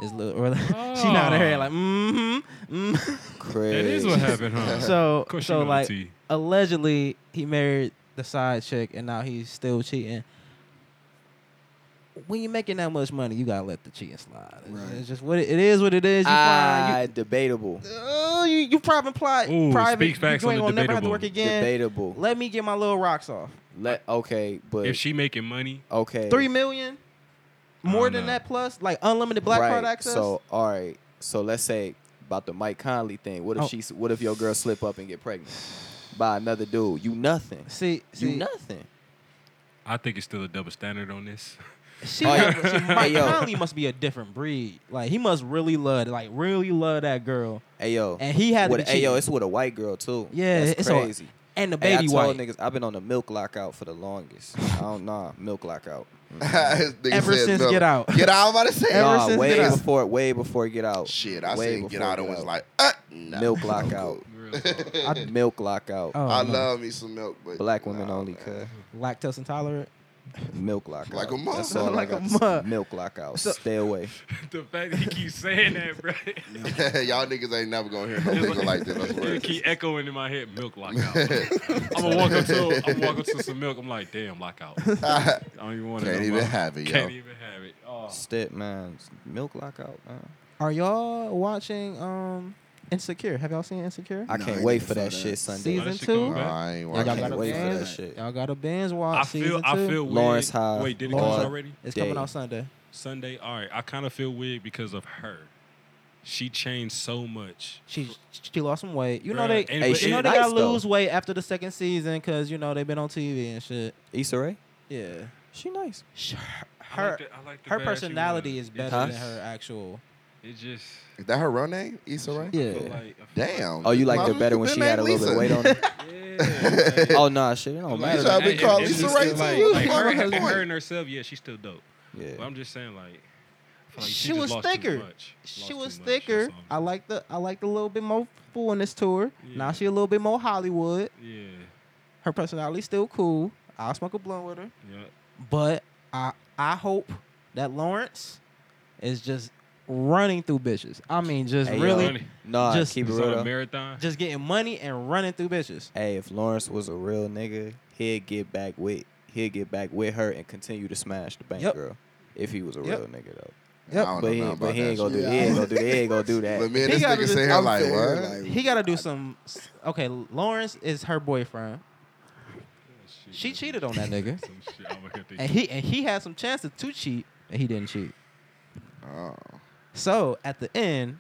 Speaker 1: Is li- or- she nodded her head like mm-hmm. mm."
Speaker 5: crazy.
Speaker 2: Oh. That is what happened, huh?
Speaker 1: so
Speaker 2: Of course you
Speaker 1: so
Speaker 2: know the
Speaker 1: like
Speaker 2: tea.
Speaker 1: allegedly he married the side chick and now he's still cheating. When you're making that much money, you gotta let the cheating slide. It's-
Speaker 4: Right.
Speaker 1: It's just what it, it is. What it is. You fine. You-
Speaker 5: Ah, debatable.
Speaker 1: Oh, you, you private plot,
Speaker 2: Ooh,
Speaker 1: private.
Speaker 2: speaks facts
Speaker 1: you
Speaker 2: on
Speaker 1: ain't
Speaker 2: the
Speaker 1: gonna never have to work
Speaker 2: debatable.
Speaker 1: again.
Speaker 5: Debatable. Let,
Speaker 1: Let me get my little rocks off.
Speaker 5: okay, but
Speaker 2: If she making money,
Speaker 5: okay,
Speaker 1: Three million, more
Speaker 2: don't
Speaker 1: than
Speaker 2: know.
Speaker 1: that plus, like unlimited black
Speaker 5: right.
Speaker 1: card access.
Speaker 5: So all right, so let's say about the Mike Conley thing. What if
Speaker 1: Oh.
Speaker 5: she? What if your girl slip up and get pregnant by another dude? You nothing.
Speaker 1: see,
Speaker 5: You
Speaker 1: see,
Speaker 5: nothing.
Speaker 2: I think it's still a double standard on this.
Speaker 1: she,
Speaker 5: Oh, yeah.
Speaker 1: she-
Speaker 5: Hey,
Speaker 1: Mike
Speaker 5: yo.
Speaker 1: Conley must be a different breed. Like he must really love, like really love that girl.
Speaker 5: Hey yo,
Speaker 1: And he had to
Speaker 5: with,
Speaker 1: be
Speaker 5: hey yo,
Speaker 1: cheating.
Speaker 5: it's with a white girl too.
Speaker 1: Yeah,
Speaker 5: That's
Speaker 1: it's a-
Speaker 5: crazy.
Speaker 1: and the
Speaker 5: Hey, I
Speaker 1: baby
Speaker 5: told
Speaker 1: wife.
Speaker 5: niggas I've been on the milk lockout for the longest. I don't know milk lockout.
Speaker 3: This nigga
Speaker 1: Ever
Speaker 3: said
Speaker 1: since
Speaker 3: no.
Speaker 1: Get Out.
Speaker 3: Get out, I'm about to say.
Speaker 1: Ever
Speaker 5: nah,
Speaker 1: since
Speaker 5: way
Speaker 1: Get Out.
Speaker 5: before, way before Get Out.
Speaker 3: Shit, I
Speaker 5: Way
Speaker 3: seen Get
Speaker 5: before
Speaker 3: Out and was like, uh, nah.
Speaker 5: milk lockout,
Speaker 2: Real talk.
Speaker 5: milk lockout.
Speaker 1: Oh,
Speaker 3: I
Speaker 1: no.
Speaker 3: love me some milk, but
Speaker 5: Black women
Speaker 3: nah,
Speaker 5: only,
Speaker 3: man.
Speaker 5: cuz.
Speaker 1: lactose intolerant.
Speaker 5: Milk lockout.
Speaker 3: Like a mug.
Speaker 5: That's all I
Speaker 1: Like a
Speaker 5: got to say.
Speaker 1: mug.
Speaker 5: Milk lockout.
Speaker 1: So-
Speaker 5: Stay away.
Speaker 2: the fact that he keeps saying that, bro.
Speaker 3: Y'all niggas ain't never gonna hear no
Speaker 2: It's
Speaker 3: nigga like this. I swear.
Speaker 2: it keep echoing in my head, milk lockout. I'm gonna walk up to, I'm gonna walk up to some milk. I'm like, damn, lockout. I don't even want to.
Speaker 3: Can't even have it, yo.
Speaker 2: Can't even have it. Oh.
Speaker 5: Step man, milk lockout. Man.
Speaker 1: Are y'all watching um Insecure? Have y'all seen Insecure?
Speaker 5: I
Speaker 4: No, I
Speaker 5: can't
Speaker 4: ain't
Speaker 5: wait
Speaker 4: even
Speaker 5: for that
Speaker 4: saw
Speaker 5: shit
Speaker 4: that.
Speaker 5: Sunday.
Speaker 2: Oh, that
Speaker 1: Season
Speaker 2: shit
Speaker 1: two.
Speaker 2: coming back?
Speaker 3: I ain't
Speaker 1: Y'all
Speaker 5: I can't
Speaker 1: gotta
Speaker 3: watching.
Speaker 5: wait for
Speaker 1: binge-
Speaker 5: that shit.
Speaker 1: Y'all got to binge watch
Speaker 2: I feel
Speaker 1: season
Speaker 2: I
Speaker 1: two.
Speaker 2: feel weird.
Speaker 5: Lawrence High.
Speaker 2: Wait, did it come
Speaker 5: Lawrence
Speaker 2: out
Speaker 1: Lord,
Speaker 2: already?
Speaker 1: It's coming
Speaker 5: Day.
Speaker 1: out Sunday.
Speaker 2: Sunday. All right. I kind of feel weird because of her. She changed so much.
Speaker 1: She she lost some weight. You know
Speaker 2: Bruh,
Speaker 1: they
Speaker 2: and-
Speaker 5: Hey,
Speaker 2: but
Speaker 5: she
Speaker 1: you know
Speaker 2: it-
Speaker 1: they
Speaker 5: nice,
Speaker 1: gotta
Speaker 5: though.
Speaker 1: lose weight after the second season because you know they've been on TV and shit.
Speaker 5: Issa Rae,
Speaker 1: Yeah,
Speaker 5: she nice.
Speaker 1: Sh-
Speaker 2: I like
Speaker 1: her
Speaker 2: the- I like the
Speaker 1: her
Speaker 2: bad she was.
Speaker 1: personality is better
Speaker 5: Huh?
Speaker 1: than her actual.
Speaker 2: It just.
Speaker 3: Is that her real name? Issa Rae?
Speaker 1: Yeah.
Speaker 2: I feel like, I feel
Speaker 3: Damn.
Speaker 5: Oh, you
Speaker 3: Might
Speaker 5: liked
Speaker 3: as
Speaker 5: her
Speaker 3: well
Speaker 5: better when
Speaker 3: been
Speaker 5: she had a
Speaker 3: named
Speaker 5: little bit of weight
Speaker 3: Lisa.
Speaker 5: on her.
Speaker 2: Yeah. like-
Speaker 5: oh nah, shit, it don't
Speaker 2: Like,
Speaker 5: matter.
Speaker 3: tried to
Speaker 2: hey,
Speaker 3: call
Speaker 2: if
Speaker 3: Lisa
Speaker 2: it's
Speaker 3: Ray,
Speaker 2: just
Speaker 3: too.
Speaker 2: Like, like
Speaker 3: Fuck
Speaker 2: her,
Speaker 3: her
Speaker 2: and-
Speaker 3: point.
Speaker 2: her and herself, yeah, she's still dope. But
Speaker 5: Yeah.
Speaker 2: I'm just saying, like, I feel like
Speaker 1: She
Speaker 2: just
Speaker 1: was
Speaker 2: lost too
Speaker 1: thicker.
Speaker 2: much. Lost
Speaker 1: She
Speaker 2: too
Speaker 1: was
Speaker 2: much,
Speaker 1: thicker.
Speaker 2: that's
Speaker 1: I
Speaker 2: all.
Speaker 1: like the I like the little bit more full on this tour. Now
Speaker 2: Yeah.
Speaker 1: she a little bit more Hollywood.
Speaker 2: Yeah,
Speaker 1: Her personality still cool. I'll smoke a blunt with her,
Speaker 2: yeah.
Speaker 1: but I I hope that Lawrence is just running through bitches. I mean, just
Speaker 5: Hey, yo.
Speaker 1: really
Speaker 2: Running.
Speaker 5: Nah,
Speaker 1: Just-
Speaker 5: keep it
Speaker 2: It's
Speaker 5: real.
Speaker 2: on a
Speaker 5: though.
Speaker 2: marathon.
Speaker 1: just getting money and running through bitches.
Speaker 5: Hey, if Lawrence was a real nigga, he'd get back with he'd get back with her and continue to smash the bank
Speaker 1: Yep.
Speaker 5: girl. If he was a
Speaker 1: Yep.
Speaker 5: real nigga though.
Speaker 3: I don't know
Speaker 5: But he,
Speaker 3: nothing
Speaker 5: but
Speaker 3: about
Speaker 5: he ain't
Speaker 3: that
Speaker 5: gonna do
Speaker 3: shit.
Speaker 5: that. He ain't gonna do that. He ain't gonna do
Speaker 3: But
Speaker 5: that.
Speaker 3: me and
Speaker 1: He
Speaker 3: this
Speaker 1: gotta
Speaker 3: nigga
Speaker 1: just-
Speaker 3: sitting here
Speaker 4: I'm
Speaker 3: like,
Speaker 4: sitting here
Speaker 3: what?
Speaker 4: like-
Speaker 1: He got to do some. Okay, Lawrence is her boyfriend. She cheated on that nigga,
Speaker 2: Some shit. I'm gonna
Speaker 1: and
Speaker 2: think-
Speaker 1: he and he had some chances to cheat, and he didn't cheat.
Speaker 3: Oh.
Speaker 1: So at the end,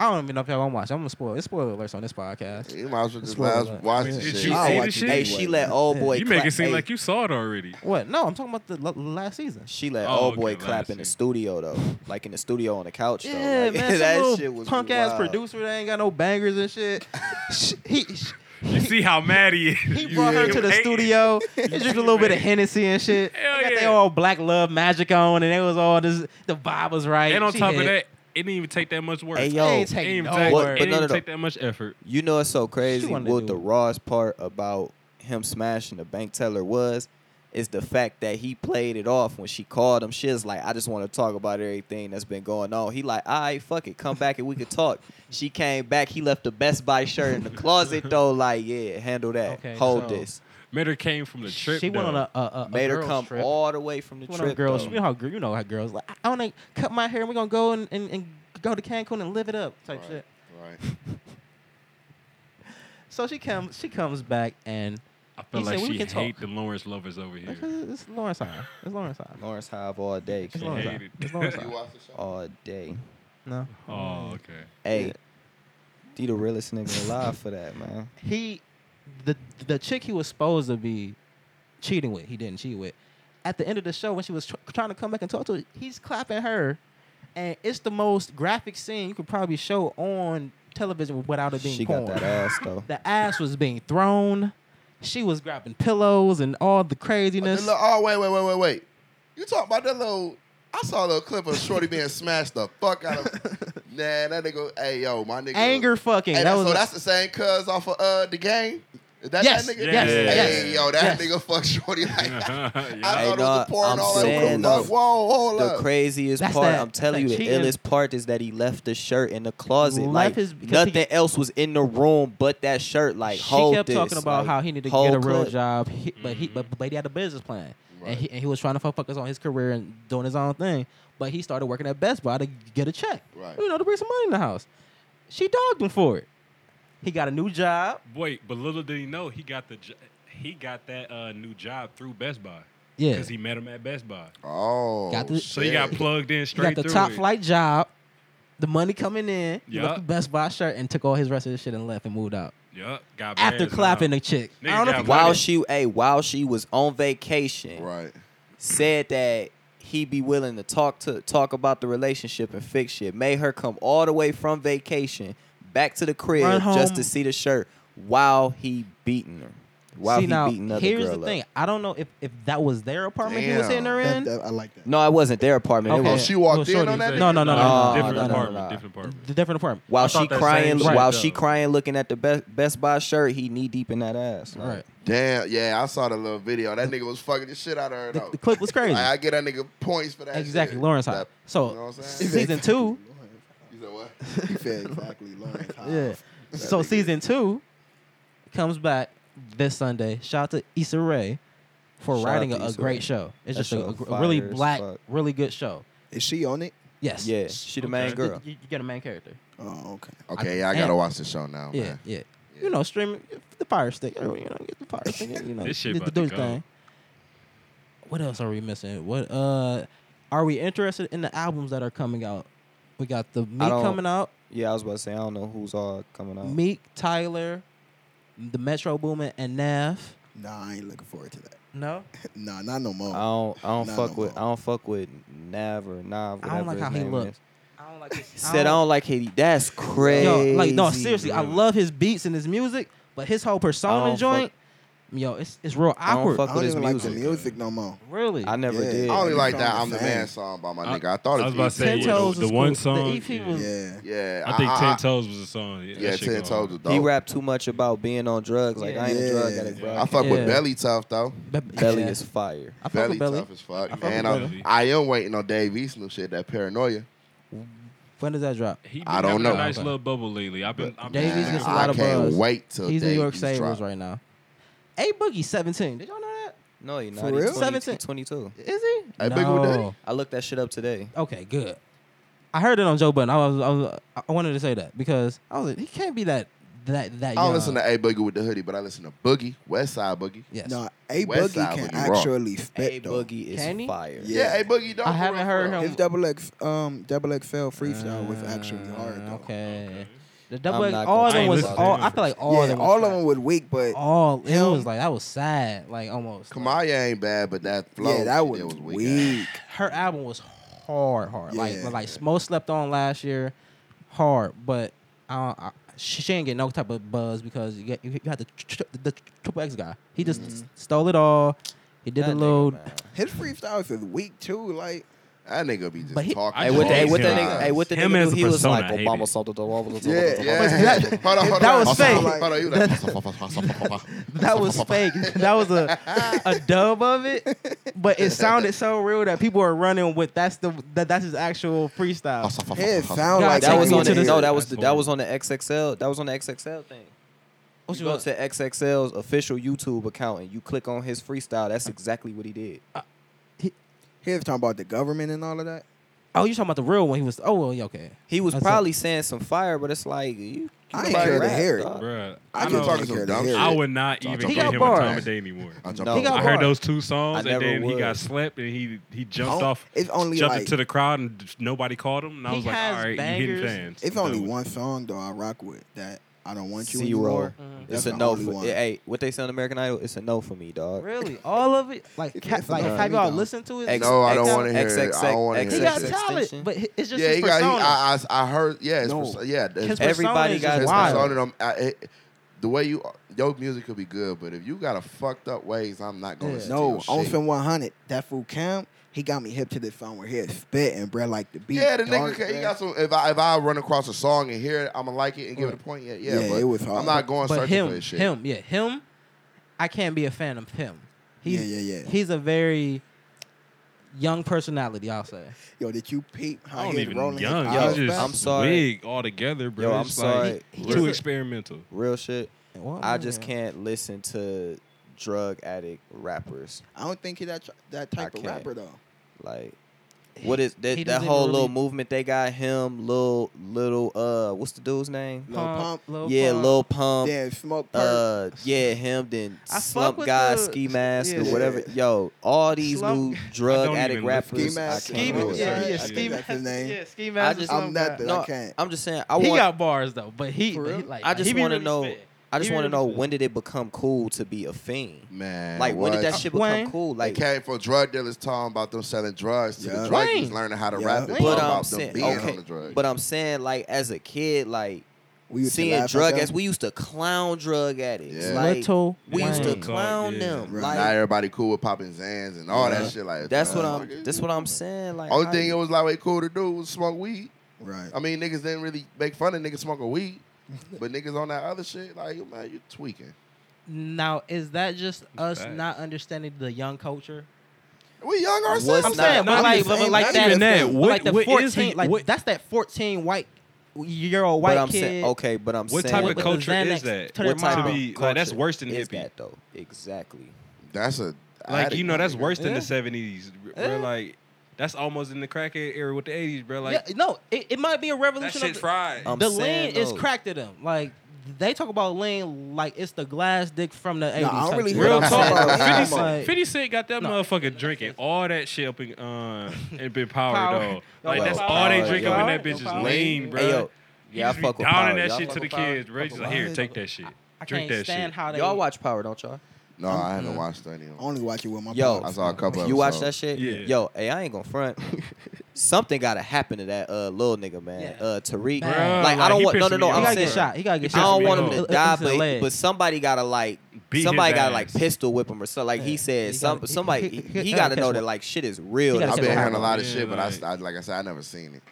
Speaker 1: I don't even know if y'all gonna watch. I'm gonna spoil. It's spoiler alerts on this podcast.
Speaker 3: You might as well just
Speaker 1: Spoiler
Speaker 3: last
Speaker 1: alert.
Speaker 3: watch
Speaker 2: I mean,
Speaker 3: the
Speaker 2: did
Speaker 3: shit.
Speaker 2: you
Speaker 3: I'll
Speaker 2: see
Speaker 3: watch
Speaker 2: the
Speaker 3: it.
Speaker 2: shit?
Speaker 5: Hey, she let old boy.
Speaker 2: You make
Speaker 5: clap-
Speaker 2: it seem
Speaker 5: hey,
Speaker 2: like you saw it already.
Speaker 1: What? No, I'm talking about the l- last season.
Speaker 5: She let
Speaker 2: Oh,
Speaker 5: old boy
Speaker 2: okay,
Speaker 5: clap
Speaker 2: last
Speaker 5: in the
Speaker 2: season.
Speaker 5: studio though, like in the studio on the couch. though.
Speaker 1: Yeah,
Speaker 5: Like,
Speaker 1: man, some
Speaker 5: that
Speaker 1: little
Speaker 5: shit was
Speaker 1: punk ass
Speaker 5: wild.
Speaker 1: producer that ain't got no bangers and shit. Sh- he sh-
Speaker 2: You see how mad he is.
Speaker 1: he
Speaker 2: You
Speaker 1: brought her
Speaker 2: see
Speaker 1: to
Speaker 2: him
Speaker 1: the
Speaker 2: hating.
Speaker 1: studio. He drank a little bit of Hennessy and shit.
Speaker 2: Hell
Speaker 1: they got
Speaker 2: yeah.
Speaker 1: they all black love magic on, and it was all this. The vibe was right.
Speaker 2: And on
Speaker 1: She
Speaker 2: top
Speaker 1: had-
Speaker 2: of that, It didn't even take that much work.
Speaker 5: Hey,
Speaker 2: it
Speaker 5: yo,
Speaker 1: ain't take
Speaker 2: didn't even
Speaker 1: no
Speaker 2: take,
Speaker 5: work.
Speaker 2: it
Speaker 5: But
Speaker 2: didn't
Speaker 5: no, no,
Speaker 2: even
Speaker 5: no.
Speaker 2: take that much effort.
Speaker 5: You know it's so crazy.
Speaker 1: wanted to
Speaker 5: What
Speaker 1: do
Speaker 5: the
Speaker 1: it.
Speaker 5: rawest part about him smashing the bank teller was is the fact that he played it off when she called him. She was like, I just want to talk about everything that's been going on. He like, all right, fuck it. Come back and we could talk. She came back. He left the Best Buy shirt in the closet though. Like, yeah, handle that.
Speaker 1: Okay,
Speaker 5: Hold
Speaker 1: so-
Speaker 5: this.
Speaker 2: Matter came from the trip.
Speaker 1: She went on
Speaker 2: though.
Speaker 1: a, a, a, a
Speaker 5: Made her
Speaker 1: girls
Speaker 5: come
Speaker 1: trip.
Speaker 5: all the way from the
Speaker 1: One of them
Speaker 5: trip.
Speaker 1: girls,
Speaker 5: though.
Speaker 1: you know how gr- you know how girls like. I want to cut my hair and we're gonna go and, and, and go to Cancun and live it up type
Speaker 3: Right.
Speaker 1: shit.
Speaker 3: Right.
Speaker 1: So she comes she comes back and
Speaker 2: I feel
Speaker 1: He
Speaker 2: like
Speaker 1: said, "We
Speaker 2: she
Speaker 1: can talk."
Speaker 2: hate the Lawrence lovers over here.
Speaker 1: it's, it's Lawrence High. It's Lawrence High.
Speaker 5: Lawrence Hive all day.
Speaker 1: It's
Speaker 5: kid.
Speaker 1: Lawrence
Speaker 2: hated
Speaker 1: High.
Speaker 2: it.
Speaker 1: It's Lawrence
Speaker 3: You
Speaker 1: High.
Speaker 3: watch the show?
Speaker 5: All day.
Speaker 1: No.
Speaker 2: Oh,
Speaker 1: Mm.
Speaker 2: okay.
Speaker 5: Hey, he the realest nigga alive for that, man.
Speaker 1: he the the chick he was supposed to be cheating with, he didn't cheat with. At the end of the show, when she was tr- trying to come back and talk to, her, he's clapping her, and it's the most graphic scene you could probably show on television without it being
Speaker 5: She
Speaker 1: porn.
Speaker 5: got that ass though.
Speaker 1: The ass was being thrown. She was grabbing pillows and all the
Speaker 3: But
Speaker 1: craziness.
Speaker 3: the little- oh wait, wait, wait, wait, wait. You talk about that little? I saw a little clip of Shorty being smashed the fuck out of. Nah, that nigga. Hey, yo, my nigga.
Speaker 1: Anger fucking.
Speaker 3: Hey,
Speaker 1: that
Speaker 3: that-
Speaker 1: was
Speaker 3: so that's the same cuz off of uh the game. Is that
Speaker 1: Yes,
Speaker 3: that nigga?
Speaker 2: yes,
Speaker 3: Hey,
Speaker 2: yes,
Speaker 3: yo, that
Speaker 1: yes.
Speaker 3: nigga fuck Shorty like.
Speaker 2: yeah.
Speaker 3: I
Speaker 5: Hey,
Speaker 3: thought it was
Speaker 5: dawg,
Speaker 3: a porn
Speaker 5: Uh, I'm
Speaker 3: all that.
Speaker 5: saying,
Speaker 3: What the
Speaker 5: though,
Speaker 3: fuck? Whoa, hold
Speaker 5: The
Speaker 3: up.
Speaker 5: craziest
Speaker 1: That's
Speaker 5: part,
Speaker 1: that-
Speaker 5: I'm telling you,
Speaker 1: that's
Speaker 5: the
Speaker 1: that cheating.
Speaker 5: illest part is that he left the shirt in the closet.
Speaker 1: Left
Speaker 5: like
Speaker 1: his- because he-
Speaker 5: nothing else was in the room but that shirt. Like
Speaker 1: she
Speaker 5: hold
Speaker 1: kept
Speaker 5: this,
Speaker 1: talking about
Speaker 5: like,
Speaker 1: how he needed to
Speaker 5: hold
Speaker 1: get a real
Speaker 5: clip.
Speaker 1: job, he, but he but, but he had a business plan,
Speaker 3: Right.
Speaker 1: and, he, and he was trying to fo- focus on his career and doing his own thing. But he started working at Best Buy to get a check,
Speaker 3: Right.
Speaker 1: you know, to bring some money in the house. She dogged him for it. He got a new job.
Speaker 2: Wait, but little did he know he got the jo- he got that uh, new job through Best Buy.
Speaker 1: Yeah,
Speaker 2: Because he met him at Best Buy.
Speaker 3: Oh,
Speaker 1: Got the-
Speaker 2: So he got
Speaker 3: shit.
Speaker 2: plugged in
Speaker 1: he
Speaker 2: straight
Speaker 1: got the
Speaker 2: through
Speaker 1: top
Speaker 2: it.
Speaker 1: flight job, the money coming in. He
Speaker 2: Yeah.
Speaker 1: left the Best Buy shirt and took all his rest of his shit and left and moved out
Speaker 2: Yup, got
Speaker 1: after
Speaker 2: bands now.
Speaker 1: clapping the chick.
Speaker 2: Nigga
Speaker 1: I don't know if
Speaker 2: got
Speaker 1: you
Speaker 5: While
Speaker 1: caught
Speaker 2: money.
Speaker 1: it.
Speaker 5: she, hey, while she was on vacation,
Speaker 3: Right.
Speaker 5: said that he be willing to talk to talk about the relationship and fix shit. Made her come all the way from vacation back to the crib
Speaker 1: Run
Speaker 5: just
Speaker 1: home.
Speaker 5: to see the shirt while he beating her. While
Speaker 1: See
Speaker 5: he
Speaker 1: now,
Speaker 5: beating another
Speaker 1: here's
Speaker 5: girl
Speaker 1: the
Speaker 5: up.
Speaker 1: thing. I don't know if, if that was their apartment he was
Speaker 3: Damn.
Speaker 1: hitting her
Speaker 4: That-
Speaker 1: in.
Speaker 4: that- I like that.
Speaker 5: No, it wasn't their apartment. It
Speaker 1: Okay.
Speaker 5: was
Speaker 3: Oh, she walked
Speaker 1: Little
Speaker 3: in on
Speaker 1: shorty.
Speaker 3: that
Speaker 1: No,
Speaker 3: nigga?
Speaker 1: no, no, no,
Speaker 5: No,
Speaker 1: no.
Speaker 2: different
Speaker 5: Oh, no, no, no,
Speaker 2: apartment,
Speaker 5: no.
Speaker 2: different apartment.
Speaker 1: The different apartment.
Speaker 5: While
Speaker 2: I
Speaker 5: she
Speaker 2: thought that
Speaker 5: crying,
Speaker 2: same shit,
Speaker 5: while
Speaker 2: though.
Speaker 5: she crying, looking at the Best Best Buy shirt, he knee deep in that ass. Like,
Speaker 1: Right.
Speaker 3: Damn. Yeah, I saw the little video. That nigga was fucking the shit out of her.
Speaker 1: The,
Speaker 3: though.
Speaker 1: the clip was crazy.
Speaker 3: Like, I get that nigga points for that.
Speaker 1: exactly.
Speaker 3: shit.
Speaker 1: Lawrence
Speaker 3: That-
Speaker 1: High. So
Speaker 3: You know what I'm saying?
Speaker 1: season two.
Speaker 3: You said what?
Speaker 4: He said exactly. Lawrence Hines.
Speaker 1: Yeah. So season two comes back this Sunday. Shout out to Issa Rae for
Speaker 5: Shout out
Speaker 1: writing a,
Speaker 5: to
Speaker 1: a
Speaker 5: Issa
Speaker 1: great
Speaker 5: Rae.
Speaker 1: show. It's
Speaker 5: That
Speaker 1: just a,
Speaker 5: show
Speaker 1: a gr-
Speaker 5: fire
Speaker 1: really
Speaker 5: as
Speaker 1: black,
Speaker 5: fuck.
Speaker 1: really good show.
Speaker 4: Is she on it?
Speaker 1: Yes.
Speaker 5: Yeah, she the
Speaker 2: Okay.
Speaker 5: main girl.
Speaker 1: You, you get a main character.
Speaker 4: Oh, okay.
Speaker 3: Okay, yeah, I gotta watch the show now,
Speaker 1: Yeah,
Speaker 3: man.
Speaker 1: yeah. You know, streaming the fire stick. You know, get the fire stick. You know,
Speaker 2: This shit
Speaker 1: do-
Speaker 2: about
Speaker 1: do
Speaker 2: to
Speaker 1: its
Speaker 2: go.
Speaker 1: What else are we missing? What uh, are we interested in the albums that are coming out? We got the Meek
Speaker 5: don't-
Speaker 1: coming out.
Speaker 5: Yeah, I was about to say I don't know who's all coming out.
Speaker 1: Meek, Tyler, the Metro Boomin, and Nav.
Speaker 4: Nah, I ain't looking forward to that.
Speaker 1: No,
Speaker 4: Nah, not no more.
Speaker 5: I don't I don't
Speaker 4: Nah,
Speaker 5: fuck
Speaker 4: no
Speaker 5: with
Speaker 4: more.
Speaker 5: I don't fuck with Nav or Nav.
Speaker 1: I
Speaker 5: whatever
Speaker 1: don't like
Speaker 5: his
Speaker 1: how he
Speaker 5: name
Speaker 1: look.
Speaker 5: is.
Speaker 1: I don't like. This.
Speaker 5: Said I don't like Haiti. That's crazy.
Speaker 1: Yo, like no, seriously, I love his beats and his music, but his whole
Speaker 5: I
Speaker 1: persona
Speaker 5: don't
Speaker 1: joint, yo, it's it's real
Speaker 5: I don't
Speaker 1: awkward.
Speaker 5: fuck with
Speaker 4: I don't
Speaker 5: his
Speaker 4: even like the
Speaker 5: music.
Speaker 4: music no more.
Speaker 1: Really,
Speaker 5: I never
Speaker 4: Yeah.
Speaker 5: did.
Speaker 3: I only
Speaker 4: Yeah,
Speaker 3: like
Speaker 4: you
Speaker 3: that
Speaker 4: sound
Speaker 3: "I'm the
Speaker 4: the same.
Speaker 3: Man" song by my
Speaker 2: I-
Speaker 3: nigga. I thought
Speaker 2: I
Speaker 3: it
Speaker 2: was about to
Speaker 3: was.
Speaker 2: say,
Speaker 1: Ten
Speaker 2: yeah,
Speaker 1: Toes
Speaker 2: the,
Speaker 1: was
Speaker 2: the one
Speaker 1: cool. The
Speaker 2: song.
Speaker 1: EP
Speaker 2: yeah.
Speaker 1: was-
Speaker 4: Yeah.
Speaker 3: Yeah,
Speaker 2: I think Ten
Speaker 3: I-
Speaker 2: Toes was a song. Yeah, that
Speaker 3: Yeah,
Speaker 2: shit
Speaker 3: Ten
Speaker 2: go
Speaker 3: Toes
Speaker 2: hard.
Speaker 3: was dope.
Speaker 5: he rapped too much about being on drugs. Like I ain't
Speaker 4: Yeah.
Speaker 5: a drug addict, bro.
Speaker 3: I fuck
Speaker 1: Yeah.
Speaker 3: with Belly Tough though.
Speaker 1: But-
Speaker 5: Belly
Speaker 1: yeah.
Speaker 5: is fire.
Speaker 1: I fuck
Speaker 3: Belly,
Speaker 1: with Belly.
Speaker 3: tough as fuck.
Speaker 2: fuck
Speaker 3: And
Speaker 2: with
Speaker 3: I'm,
Speaker 2: Belly.
Speaker 3: I am waiting on Dave East new shit. That Paranoia.
Speaker 1: When does that drop?
Speaker 2: He been
Speaker 3: I don't
Speaker 2: having
Speaker 3: know.
Speaker 2: A nice
Speaker 1: Okay.
Speaker 2: little bubble lately. I've been. I've been
Speaker 1: Davies
Speaker 3: Man,
Speaker 1: gets a
Speaker 3: I
Speaker 1: lot of
Speaker 3: can't
Speaker 1: buzz.
Speaker 3: wait till
Speaker 1: He's New
Speaker 3: Dave
Speaker 1: York
Speaker 3: East
Speaker 1: Sabres
Speaker 3: drop.
Speaker 1: right now. A Boogie 17. Did y'all know
Speaker 5: No, you're
Speaker 4: For
Speaker 5: not.
Speaker 4: real?
Speaker 5: He's 20,
Speaker 1: 17.
Speaker 5: 22.
Speaker 1: that? Is he?
Speaker 3: Hey, Big Woo Daddy.
Speaker 1: No.
Speaker 5: I looked that shit up today.
Speaker 1: Okay, good. I heard it on Joe Budden. I was, I was, I wanted to say that because I was like, he can't be that, that, that.
Speaker 3: I don't
Speaker 1: young.
Speaker 3: listen to A Boogie with the hoodie, but I listen to Boogie, West Side Boogie.
Speaker 1: Yes.
Speaker 4: No, A
Speaker 3: West
Speaker 4: Boogie
Speaker 3: Side
Speaker 4: can
Speaker 3: Boogie Raw.
Speaker 4: actually
Speaker 5: A
Speaker 4: spit though.
Speaker 5: Boogie is
Speaker 1: Can he?
Speaker 5: fire.
Speaker 4: Yeah.
Speaker 3: Yeah, A Boogie don't.
Speaker 1: I haven't heard him.
Speaker 4: His double X, um, double XL freestyle was
Speaker 1: Uh,
Speaker 4: actually hard though.
Speaker 1: Okay.
Speaker 2: Okay.
Speaker 1: The double,
Speaker 5: I'm not gonna-
Speaker 1: all of
Speaker 2: I
Speaker 1: them
Speaker 2: ain't
Speaker 1: was
Speaker 2: listening to
Speaker 1: all.
Speaker 2: him
Speaker 1: I feel like all
Speaker 4: yeah,
Speaker 1: of them.
Speaker 4: all
Speaker 1: was
Speaker 4: of them were weak, but
Speaker 1: trash. All it
Speaker 4: Him-
Speaker 1: was like that was sad, like almost.
Speaker 3: Kamaya ain't bad, but that flow.
Speaker 4: yeah, that
Speaker 3: shit,
Speaker 4: was,
Speaker 3: it was
Speaker 4: weak.
Speaker 3: weak.
Speaker 1: her album was hard, hard. Like
Speaker 4: Yeah.
Speaker 1: like Smoke slept on last year, hard. But I, don't- I she, she ain't get no type of buzz because you got you got the tr- tr- the triple X guy. He
Speaker 3: Mm-hmm.
Speaker 1: just stole it all. He did
Speaker 5: That
Speaker 1: a
Speaker 5: nigga,
Speaker 1: little.
Speaker 5: man.
Speaker 4: His freestyles is weak too. Like
Speaker 3: That nigga be just
Speaker 5: But he-
Speaker 3: talking.
Speaker 5: Hey, what, the,
Speaker 2: hate
Speaker 5: hey, what the
Speaker 2: him.
Speaker 5: nigga? Hey, what the
Speaker 2: Him
Speaker 5: nigga?
Speaker 2: as
Speaker 5: do?
Speaker 2: a
Speaker 5: He was
Speaker 2: persona,
Speaker 5: like
Speaker 2: I hate
Speaker 5: Obama
Speaker 2: it.
Speaker 5: salted the wall.
Speaker 4: Yeah,
Speaker 3: yeah.
Speaker 4: That-
Speaker 3: Hold on, hold on.
Speaker 4: that was
Speaker 3: Hold
Speaker 4: fake.
Speaker 3: on, hold on. You like-
Speaker 1: That was fake. That was a a dub of it, but it sounded so real that people are running with that's the that, that's his actual freestyle.
Speaker 4: It sound
Speaker 1: God,
Speaker 4: like
Speaker 5: That
Speaker 1: Take
Speaker 5: was
Speaker 1: me
Speaker 5: on
Speaker 1: to
Speaker 5: the
Speaker 1: the-
Speaker 5: no. That was the,
Speaker 2: That's
Speaker 5: that was on the XXL. That was on the XXL thing.
Speaker 1: What
Speaker 5: you
Speaker 1: you
Speaker 5: go
Speaker 1: want?
Speaker 5: to XXL's official YouTube account and you click on his freestyle. That's exactly what he did.
Speaker 4: He was talking about the government and all of that.
Speaker 1: Oh, you talking about the real one? He was. Oh well, yeah, okay.
Speaker 5: He was
Speaker 1: That's
Speaker 5: probably saying some fire, but it's like you.
Speaker 4: I ain't
Speaker 5: nobody
Speaker 4: care to
Speaker 5: rap,
Speaker 4: hear it.
Speaker 5: dog.
Speaker 2: Bruh,
Speaker 3: I
Speaker 2: I,
Speaker 3: can
Speaker 2: know-
Speaker 3: talk some dumb
Speaker 4: He
Speaker 2: I
Speaker 3: shit.
Speaker 2: would not even
Speaker 1: He
Speaker 2: give
Speaker 1: got
Speaker 2: him a time
Speaker 1: bars.
Speaker 2: of day anymore.
Speaker 3: I
Speaker 5: No.
Speaker 3: jumped
Speaker 1: He got
Speaker 2: I
Speaker 1: bars.
Speaker 2: heard those two
Speaker 5: I
Speaker 2: songs, and
Speaker 5: never
Speaker 2: then he
Speaker 5: would.
Speaker 2: got slapped, and he he jumped
Speaker 4: Oh,
Speaker 2: off,
Speaker 4: it's only
Speaker 2: jumped
Speaker 4: like-
Speaker 2: into the crowd, and nobody caught him. And I
Speaker 1: He
Speaker 2: was like,
Speaker 1: has
Speaker 2: all right, you hitting
Speaker 1: bangers.
Speaker 2: fans.
Speaker 4: It's
Speaker 2: I'm
Speaker 4: only
Speaker 2: done with
Speaker 4: one song though I rock with that I don't want you
Speaker 5: Zero.
Speaker 4: anymore.
Speaker 1: Mm-hmm.
Speaker 5: It's
Speaker 4: That's
Speaker 5: a
Speaker 4: the
Speaker 5: no
Speaker 4: only
Speaker 5: for
Speaker 4: one.
Speaker 5: hey. What they say on American Idol? It's a no for me, dog.
Speaker 1: Really, all of it. Like, ca-
Speaker 4: It's
Speaker 1: like
Speaker 4: not.
Speaker 1: have
Speaker 4: He
Speaker 1: y'all listened to it?
Speaker 5: Ex-
Speaker 3: No, I don't
Speaker 5: ex-
Speaker 3: wanna hear it. I
Speaker 5: XXX
Speaker 3: don't wanna hear
Speaker 1: he
Speaker 3: it.
Speaker 1: got
Speaker 3: Ex-
Speaker 5: extension.
Speaker 1: talent, but hi- it's just
Speaker 3: Yeah,
Speaker 1: his
Speaker 3: he got. He,
Speaker 1: persona.
Speaker 3: I, I I heard. Yeah, his
Speaker 4: No.
Speaker 3: persona- yeah. His,
Speaker 1: his
Speaker 3: his,
Speaker 1: persona
Speaker 5: Everybody
Speaker 1: is
Speaker 5: got
Speaker 1: just
Speaker 5: his
Speaker 1: wild.
Speaker 3: persona. um, I, it, the way you your music could be good, but if you got a fucked up ways, I'm not gonna.
Speaker 1: Yeah.
Speaker 3: listen to
Speaker 4: No,
Speaker 3: your shit.
Speaker 4: on some 100. That fool Cam, he got me hip to this song where he is spitting, bro, like the beat.
Speaker 3: Yeah, the nigga,
Speaker 4: dark,
Speaker 3: can- he
Speaker 4: bruh.
Speaker 3: got some. If I if I run across a song and hear it, I'ma like it and give it a point. Yeah, yeah.
Speaker 4: Yeah,
Speaker 3: but
Speaker 4: it was hard.
Speaker 3: I'm not going
Speaker 1: but
Speaker 3: searching
Speaker 1: him,
Speaker 3: for his shit.
Speaker 1: him, yeah, him. I can't be a fan of him. He's,
Speaker 4: Yeah, yeah, yeah.
Speaker 1: He's a very young personality. I'll say.
Speaker 4: Yo, did you peep how
Speaker 2: I don't
Speaker 4: he was
Speaker 2: even
Speaker 4: rolling his
Speaker 2: young.
Speaker 4: eyes
Speaker 5: Yo,
Speaker 2: He's just
Speaker 4: back?
Speaker 5: I'm sorry.
Speaker 2: wig altogether, bro.
Speaker 5: Yo, I'm
Speaker 2: It's
Speaker 5: sorry.
Speaker 2: Like,
Speaker 1: He- he
Speaker 2: too
Speaker 1: just-
Speaker 2: experimental.
Speaker 5: Real shit.
Speaker 1: Well,
Speaker 5: I just
Speaker 1: yeah.
Speaker 5: can't listen to drug addict rappers.
Speaker 4: I don't think he that that
Speaker 5: I
Speaker 4: type of
Speaker 5: can't.
Speaker 4: rapper though.
Speaker 5: Like, what is
Speaker 1: he
Speaker 5: that? That
Speaker 1: doesn't
Speaker 5: whole little
Speaker 1: really-
Speaker 5: movement they got him, little little uh, what's the dude's name?
Speaker 4: Lil Pump.
Speaker 1: Lil
Speaker 5: yeah,
Speaker 1: Pump.
Speaker 5: Lil Pump.
Speaker 4: Then smoke perp.
Speaker 5: Uh, yeah, him. Then
Speaker 1: I fuck
Speaker 5: Slump
Speaker 1: with
Speaker 5: God,
Speaker 1: the-
Speaker 5: Ski Mask, or
Speaker 1: yeah.
Speaker 5: whatever. Yo, all these
Speaker 1: Slump-
Speaker 5: new
Speaker 2: I
Speaker 5: drug
Speaker 2: don't
Speaker 5: addict
Speaker 2: even listen to
Speaker 5: rappers.
Speaker 4: Ski
Speaker 5: I
Speaker 4: Mask.
Speaker 5: can't
Speaker 1: Ski,
Speaker 4: Scheme-
Speaker 5: do it.
Speaker 1: yeah, yeah,
Speaker 4: I
Speaker 1: yeah,
Speaker 4: think
Speaker 1: scheme,
Speaker 4: that's his name.
Speaker 1: Yeah, scheme.
Speaker 5: I
Speaker 1: I
Speaker 5: just-
Speaker 1: just,
Speaker 4: I'm not the-
Speaker 5: No,
Speaker 4: I can't.
Speaker 5: I'm just saying. I
Speaker 1: he
Speaker 5: want.
Speaker 1: got bars though, but he,
Speaker 4: For
Speaker 1: but he
Speaker 4: real?
Speaker 1: like.
Speaker 5: I just
Speaker 1: he be
Speaker 5: want to
Speaker 1: really
Speaker 5: know.
Speaker 1: spitting.
Speaker 5: I
Speaker 1: He
Speaker 5: just
Speaker 1: be
Speaker 5: want to
Speaker 1: really
Speaker 5: know
Speaker 1: spitting.
Speaker 5: when did it become cool to be a fiend?
Speaker 3: Man,
Speaker 5: Like when did that
Speaker 3: what?
Speaker 5: shit become
Speaker 1: Wayne.
Speaker 5: cool? Like
Speaker 3: it came from drug dealers talking about them selling drugs to
Speaker 4: Yeah.
Speaker 3: the drug
Speaker 1: Right.
Speaker 3: dealers learning how to
Speaker 4: Yeah.
Speaker 3: rap and
Speaker 4: But
Speaker 3: talking
Speaker 5: But
Speaker 3: about
Speaker 5: I'm
Speaker 3: them
Speaker 5: saying,
Speaker 3: being on
Speaker 5: okay.
Speaker 3: the drug.
Speaker 5: But I'm saying, like, as a kid, like
Speaker 4: we used to
Speaker 5: seeing
Speaker 4: laugh at
Speaker 5: drug
Speaker 4: them.
Speaker 5: addicts, we used to clown drug addicts.
Speaker 3: Yeah.
Speaker 5: Like,
Speaker 1: Little
Speaker 5: we used to
Speaker 2: Wayne.
Speaker 5: clown
Speaker 2: Yeah.
Speaker 5: them.
Speaker 4: Right.
Speaker 5: Like,
Speaker 3: now everybody cool with popping Zans and all
Speaker 4: Yeah.
Speaker 3: that shit. Like
Speaker 5: that's what
Speaker 3: uh,
Speaker 5: I'm. That's what I'm saying. Like,
Speaker 3: Only
Speaker 5: how
Speaker 3: thing
Speaker 5: you-
Speaker 3: it was like way cool to do was smoke weed.
Speaker 4: right.
Speaker 3: I mean, niggas didn't really make fun of niggas smoking weed, but niggas on that other shit, like man, you tweaking.
Speaker 1: Now is that just us
Speaker 2: facts.
Speaker 1: not understanding the young culture?
Speaker 3: We young
Speaker 5: What's
Speaker 3: ourselves.
Speaker 1: I'm
Speaker 5: Nah,
Speaker 1: saying, but
Speaker 5: I'm
Speaker 1: like,
Speaker 5: just
Speaker 1: but
Speaker 5: saying,
Speaker 1: like
Speaker 5: not
Speaker 1: that,
Speaker 2: even that.
Speaker 1: but
Speaker 2: What-
Speaker 1: like the
Speaker 2: what is
Speaker 1: 14,
Speaker 2: he-
Speaker 1: like
Speaker 2: what-
Speaker 1: that's that 14 white year old
Speaker 5: but
Speaker 1: white
Speaker 5: I'm
Speaker 1: kid.
Speaker 5: saying, okay, but I'm
Speaker 2: What
Speaker 5: saying,
Speaker 2: type
Speaker 1: with
Speaker 2: of
Speaker 1: the
Speaker 2: culture
Speaker 1: Xanax
Speaker 2: is that?
Speaker 1: to their
Speaker 5: what type
Speaker 1: mom.
Speaker 5: of
Speaker 2: To be- like, that's
Speaker 5: culture
Speaker 2: worse than
Speaker 5: is
Speaker 2: hippie.
Speaker 5: that though? Exactly.
Speaker 3: That's a
Speaker 2: Like
Speaker 3: addict,
Speaker 2: you know, that's
Speaker 3: nigga.
Speaker 2: worse than
Speaker 1: Yeah.
Speaker 2: the seventies, bro.
Speaker 1: Yeah.
Speaker 2: Like that's almost in the crackhead era with the eighties, bro. Like
Speaker 1: yeah, no, it, it might be a
Speaker 2: that
Speaker 1: revolution.
Speaker 2: shit
Speaker 1: of
Speaker 2: fried.
Speaker 1: the,
Speaker 5: I'm
Speaker 1: the lean
Speaker 5: saying,
Speaker 1: is
Speaker 5: though.
Speaker 1: cracked to them. Like they talk about lean like it's the glass dick from the 80s.
Speaker 4: I don't
Speaker 1: type
Speaker 4: really
Speaker 1: shit.
Speaker 4: hear
Speaker 2: Real
Speaker 4: I'm
Speaker 2: talk.
Speaker 4: saying,
Speaker 2: bro.
Speaker 4: though.
Speaker 2: 50,
Speaker 1: Like-
Speaker 2: Cent, 50 Cent got that
Speaker 1: No.
Speaker 2: motherfucker drinking all that shit up in uh and been powered
Speaker 1: Power.
Speaker 2: on.
Speaker 1: No
Speaker 2: Like that's
Speaker 5: power.
Speaker 2: all they
Speaker 5: Power,
Speaker 2: drink
Speaker 5: yo.
Speaker 2: up in that bitch
Speaker 1: No power.
Speaker 2: is lean, bro.
Speaker 5: Hey, yo,
Speaker 2: He
Speaker 5: yeah, I
Speaker 2: just be
Speaker 5: fuck with
Speaker 2: downing
Speaker 5: power.
Speaker 2: that
Speaker 5: Y'all
Speaker 2: shit
Speaker 5: fuck
Speaker 2: to the
Speaker 5: with power.
Speaker 2: kids, bro. He's
Speaker 1: Fuck
Speaker 2: Just
Speaker 1: with
Speaker 2: like, here,
Speaker 1: power.
Speaker 2: take that shit.
Speaker 1: I
Speaker 2: Drink
Speaker 1: can't
Speaker 2: that
Speaker 1: stand
Speaker 2: shit.
Speaker 1: how they
Speaker 5: Y'all watch Power, don't y'all?
Speaker 3: No, I haven't watched any of
Speaker 4: I
Speaker 3: them.
Speaker 4: only watch it with my
Speaker 5: Yo.
Speaker 3: I
Speaker 4: pops.
Speaker 3: saw a couple.
Speaker 5: You watch that
Speaker 3: episodes.
Speaker 5: shit?
Speaker 2: Yeah.
Speaker 5: Yo, hey, I ain't gonna front. Something gotta happen to that uh little nigga, man.
Speaker 1: Yeah.
Speaker 5: Uh Tariq.
Speaker 1: Bruh,
Speaker 5: like, I
Speaker 2: like,
Speaker 5: don't
Speaker 2: he
Speaker 5: want no
Speaker 2: pissing
Speaker 5: no
Speaker 2: me
Speaker 5: no.
Speaker 2: off,
Speaker 1: He
Speaker 5: I'm
Speaker 1: gotta
Speaker 5: saying
Speaker 1: get shot. He gotta get
Speaker 2: He
Speaker 1: shot.
Speaker 5: I
Speaker 2: pissing
Speaker 5: don't
Speaker 2: me
Speaker 5: want
Speaker 2: off.
Speaker 5: him to
Speaker 1: Look
Speaker 5: die,
Speaker 1: into the
Speaker 5: but,
Speaker 1: leg.
Speaker 5: but somebody gotta like
Speaker 2: Beat his
Speaker 5: somebody gotta
Speaker 2: ass.
Speaker 5: like pistol whip him or something. Like he
Speaker 1: Yeah.
Speaker 5: said,
Speaker 1: He
Speaker 5: some
Speaker 1: gotta- he-
Speaker 5: somebody
Speaker 1: he-
Speaker 5: he,
Speaker 1: he gotta
Speaker 5: gotta know
Speaker 1: catch
Speaker 5: that
Speaker 1: one.
Speaker 5: like shit is real.
Speaker 1: He gotta
Speaker 5: That's
Speaker 3: I've
Speaker 5: what
Speaker 3: been
Speaker 1: catch
Speaker 5: I'm
Speaker 3: hearing a lot of
Speaker 2: Yeah,
Speaker 3: shit, but
Speaker 2: like-
Speaker 3: I, I, like I said, I never seen it.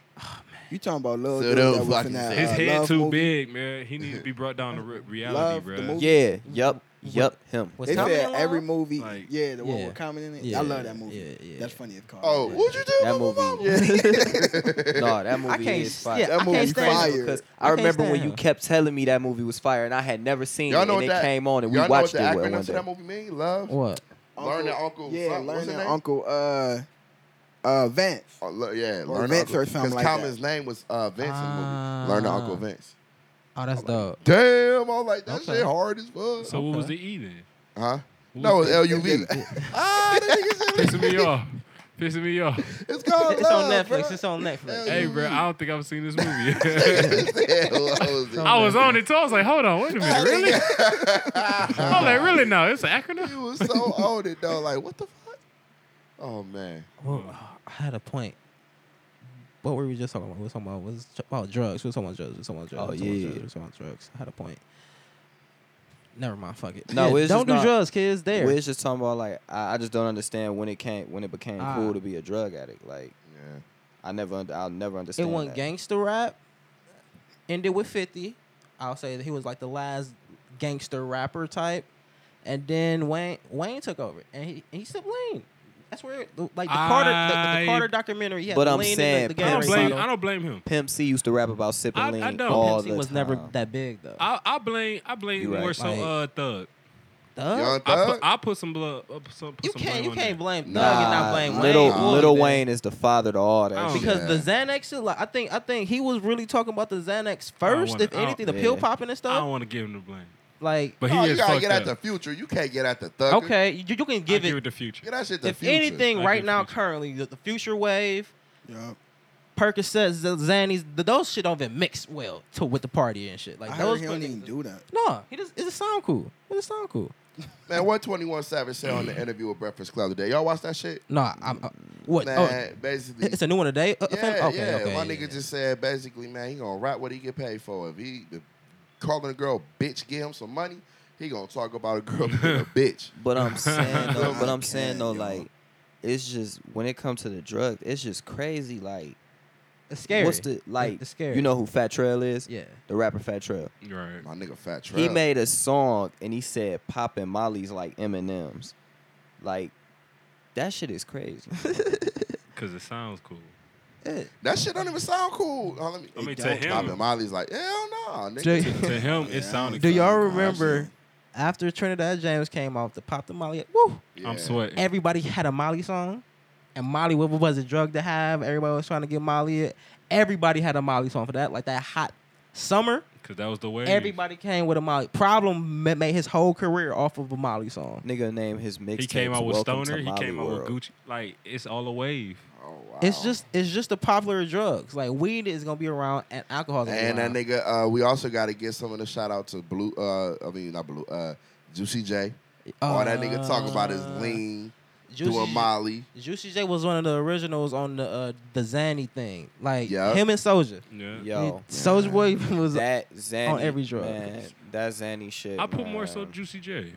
Speaker 4: You talking about little
Speaker 3: So
Speaker 4: dude
Speaker 3: don't
Speaker 4: that was
Speaker 3: fucking
Speaker 4: in
Speaker 3: say
Speaker 4: that
Speaker 2: His
Speaker 4: uh,
Speaker 2: head
Speaker 4: Love
Speaker 2: too
Speaker 4: movie?
Speaker 2: big, man. He needs to be brought down to re- reality,
Speaker 4: Love the
Speaker 2: bro.
Speaker 4: movie.
Speaker 5: Yeah, yup, yup, him.
Speaker 1: Was
Speaker 4: They
Speaker 1: Tommy
Speaker 4: said
Speaker 1: alive?
Speaker 4: every movie,
Speaker 2: Like-
Speaker 4: yeah, the one
Speaker 1: Yeah.
Speaker 4: with Common in it.
Speaker 1: Yeah,
Speaker 4: I love that movie.
Speaker 1: yeah, yeah.
Speaker 4: That's funny as Carl.
Speaker 3: Oh, what'd you do?
Speaker 5: That
Speaker 3: Mama,
Speaker 5: movie.
Speaker 3: mama?
Speaker 5: No, that movie
Speaker 1: I can't.
Speaker 5: is fire.
Speaker 1: Yeah,
Speaker 4: That
Speaker 1: I
Speaker 4: movie
Speaker 1: can't stand
Speaker 4: fire.
Speaker 1: it.
Speaker 5: Because
Speaker 1: I
Speaker 5: I
Speaker 1: can't
Speaker 5: remember when
Speaker 1: stand
Speaker 5: you
Speaker 1: him.
Speaker 5: kept telling me that movie was fire, and I had never seen
Speaker 3: Y'all
Speaker 5: it,
Speaker 3: know
Speaker 5: and
Speaker 3: what
Speaker 5: it
Speaker 3: that?
Speaker 5: came on, and we
Speaker 3: y'all know what
Speaker 5: watched
Speaker 3: the
Speaker 5: it with
Speaker 3: acronym
Speaker 5: one
Speaker 3: to
Speaker 5: day.
Speaker 3: that movie mean? Love.
Speaker 1: What?
Speaker 3: Learn that Uncle.
Speaker 4: Yeah,
Speaker 3: fuck, what's
Speaker 4: learn
Speaker 3: his
Speaker 4: that
Speaker 3: name?
Speaker 4: Uncle. Uh, uh, Vance.
Speaker 3: Oh, look, yeah,
Speaker 4: Or
Speaker 3: learn
Speaker 4: Vince
Speaker 3: the
Speaker 4: or
Speaker 3: Uncle.
Speaker 4: something like that.
Speaker 3: Common's name was uh, Vince in the
Speaker 1: Ah.
Speaker 3: movie. Learn the Uncle Vince.
Speaker 1: Oh, that's dope.
Speaker 3: Damn, I was like that
Speaker 1: Okay.
Speaker 3: shit hard as fuck.
Speaker 2: So what was the E then?
Speaker 3: huh? No, it's LUV. ah, that nigga said
Speaker 2: Pissing me off. Pissing me off.
Speaker 3: it's called
Speaker 1: It's on
Speaker 3: Love,
Speaker 1: Netflix.
Speaker 3: bruh.
Speaker 1: It's on Netflix.
Speaker 2: Hey, bro, I don't think I've seen this movie.
Speaker 3: I
Speaker 2: I was on it too. I was like, hold on, wait a minute, really? I was like, really? No, it's an acronym.
Speaker 3: You was so on it though. Like, what the fuck? Oh man.
Speaker 1: Well, I had a point. What were we just talking about? We were talking about was about drugs. We were talking about drugs. We were talking about drugs.
Speaker 5: Oh,
Speaker 1: we were talking about
Speaker 5: yeah.
Speaker 1: drugs, we were talking about drugs. I had a point. Never mind. Fuck it.
Speaker 5: No, it's
Speaker 1: don't
Speaker 5: just
Speaker 1: do
Speaker 5: not-
Speaker 1: drugs, kids.
Speaker 5: We're
Speaker 1: There.
Speaker 5: just talking about like I, I just don't understand when it came when it became
Speaker 1: Ah.
Speaker 5: cool to be a drug addict. Like
Speaker 3: Yeah.
Speaker 5: I never, und- I'll never
Speaker 1: It
Speaker 5: understand.
Speaker 1: went
Speaker 5: that.
Speaker 1: gangster rap, ended with 50. I'll say that he was like the last gangster rapper type. And then Wayne Wayne took over and he he said lean. That's where it- like the Carter the, the
Speaker 2: I-
Speaker 1: Carter documentary. Yeah,
Speaker 5: But I'm
Speaker 1: lean in
Speaker 5: saying,
Speaker 1: the, the
Speaker 2: I don't
Speaker 1: Gatorade
Speaker 2: blame.
Speaker 1: bottle.
Speaker 2: I don't blame him.
Speaker 5: Pimp C used to rap about sipping
Speaker 2: I- I
Speaker 5: lean
Speaker 2: don't.
Speaker 5: all
Speaker 1: Pimp C
Speaker 5: the
Speaker 1: was
Speaker 5: time.
Speaker 1: never that big though.
Speaker 2: I, I blame. I blame
Speaker 5: You right.
Speaker 2: more so
Speaker 1: Like-
Speaker 2: uh, Thug.
Speaker 1: Thug?
Speaker 3: Young
Speaker 2: I
Speaker 3: Thug.
Speaker 2: put, I put some blood. I put some, put
Speaker 1: you
Speaker 2: some
Speaker 1: can't
Speaker 2: blame
Speaker 1: you
Speaker 2: on
Speaker 1: can't
Speaker 2: that.
Speaker 1: blame Thug and not
Speaker 5: Nah,
Speaker 1: blame
Speaker 5: little
Speaker 1: Wayne.
Speaker 3: Oh,
Speaker 5: little
Speaker 1: Wooly, man.
Speaker 5: Wayne is the father to all that.
Speaker 2: I don't
Speaker 5: shit.
Speaker 1: Because the
Speaker 3: Yeah.
Speaker 1: Xanax shit, like I think I think he was really talking about the Xanax
Speaker 2: don't
Speaker 1: first,
Speaker 2: wanna-
Speaker 1: if
Speaker 2: I don't-
Speaker 1: anything, the
Speaker 5: Oh, Yeah.
Speaker 1: pill popping and
Speaker 2: I don't
Speaker 1: stuff.
Speaker 2: want to give him the blame.
Speaker 1: Like
Speaker 2: But he
Speaker 3: No, you
Speaker 2: is
Speaker 3: gotta
Speaker 2: fucked
Speaker 3: get
Speaker 2: up.
Speaker 3: at the future. You can't get at the thug.
Speaker 1: okay, you, you can
Speaker 2: I
Speaker 1: give
Speaker 2: give it
Speaker 1: it
Speaker 2: the future.
Speaker 3: Get that shit the
Speaker 1: if
Speaker 3: future.
Speaker 1: anything
Speaker 2: I
Speaker 1: right
Speaker 2: give
Speaker 1: now
Speaker 2: Future.
Speaker 1: currently the, the future wave,
Speaker 4: Yeah.
Speaker 1: Percocets, the Xannies, the, those shit don't even mix well to with the party and shit. Like
Speaker 4: I heard
Speaker 1: those
Speaker 4: he don't
Speaker 1: put-
Speaker 4: even do that.
Speaker 1: No, he just it just sound cool. It just sound cool.
Speaker 3: Man, 121 Savage said on the interview with Breakfast Club today. Y'all watch that shit?
Speaker 1: No, I'm uh, what? oh,
Speaker 3: Man, basically.
Speaker 1: it's a new one today. Uh,
Speaker 3: yeah,
Speaker 1: okay,
Speaker 3: yeah.
Speaker 1: okay,
Speaker 3: My
Speaker 1: yeah,
Speaker 3: nigga
Speaker 1: yeah.
Speaker 3: just said basically, man, he gonna rap what he get paid for. If he if calling a girl bitch, give him some money. He gonna talk about a girl being a bitch.
Speaker 5: But I'm saying though, but
Speaker 4: I
Speaker 5: I'm saying
Speaker 4: can't,
Speaker 5: though,
Speaker 4: yo.
Speaker 5: like it's just when it comes to the drug, it's just crazy. Like
Speaker 1: it's scary.
Speaker 5: what's the like?
Speaker 1: It's scary.
Speaker 5: You know who Fat Trail is?
Speaker 1: Yeah.
Speaker 5: the rapper Fat Trail.
Speaker 2: Right.
Speaker 3: My nigga, fat trap.
Speaker 5: He made a song and he said popping Molly's like M and M's, like that shit is crazy.
Speaker 2: Because it sounds cool.
Speaker 3: that shit don't even sound cool. Oh, let me,
Speaker 2: I mean,
Speaker 3: It
Speaker 2: to
Speaker 3: don't.
Speaker 2: him-
Speaker 3: Poppin' Molly's like, hell no, nigga.
Speaker 1: Jay-
Speaker 2: To, to him,
Speaker 4: Yeah.
Speaker 2: it sounded
Speaker 1: Do
Speaker 2: cool.
Speaker 1: y'all
Speaker 4: Nah,
Speaker 1: remember
Speaker 4: shit.
Speaker 1: after Trinidad James came off the Pop the Molly? Woo!
Speaker 3: Yeah.
Speaker 2: I'm sweating.
Speaker 1: Everybody had a Molly song, and Molly what was a drug to have. Everybody was trying to get Molly. It. Everybody had a Molly song for that, like that hot summer.
Speaker 2: Because that was the way.
Speaker 1: Everybody came with a Molly. Problem ma- made his whole career off of a Molly song.
Speaker 5: Nigga named his mixtape.
Speaker 2: He came out with
Speaker 5: Welcome
Speaker 2: Stoner.
Speaker 5: To
Speaker 2: He
Speaker 5: Molly
Speaker 2: came out
Speaker 5: World.
Speaker 2: with Gucci. Like, it's all a wave.
Speaker 3: Oh, wow.
Speaker 1: It's just it's just the popular drugs. Like weed is gonna be around and alcohol is gonna
Speaker 3: And
Speaker 1: be
Speaker 3: that
Speaker 1: around.
Speaker 3: nigga, uh, we also got to give some of the shout out to Blue. Uh, I mean, not Blue. Uh, Juicy J. All that nigga talk about is
Speaker 1: Uh,
Speaker 3: lean,
Speaker 1: Juicy
Speaker 3: doing
Speaker 1: J-
Speaker 3: Molly.
Speaker 1: Juicy J was one of the originals on the uh, the Zanny thing. Like
Speaker 3: Yeah.
Speaker 1: him and Soldier.
Speaker 2: Yeah.
Speaker 5: Yo,
Speaker 1: Soldier Boy was
Speaker 5: that Zanny
Speaker 1: on every drug.
Speaker 5: Man, that Zanny shit.
Speaker 2: I put more
Speaker 5: man.
Speaker 2: so Juicy J.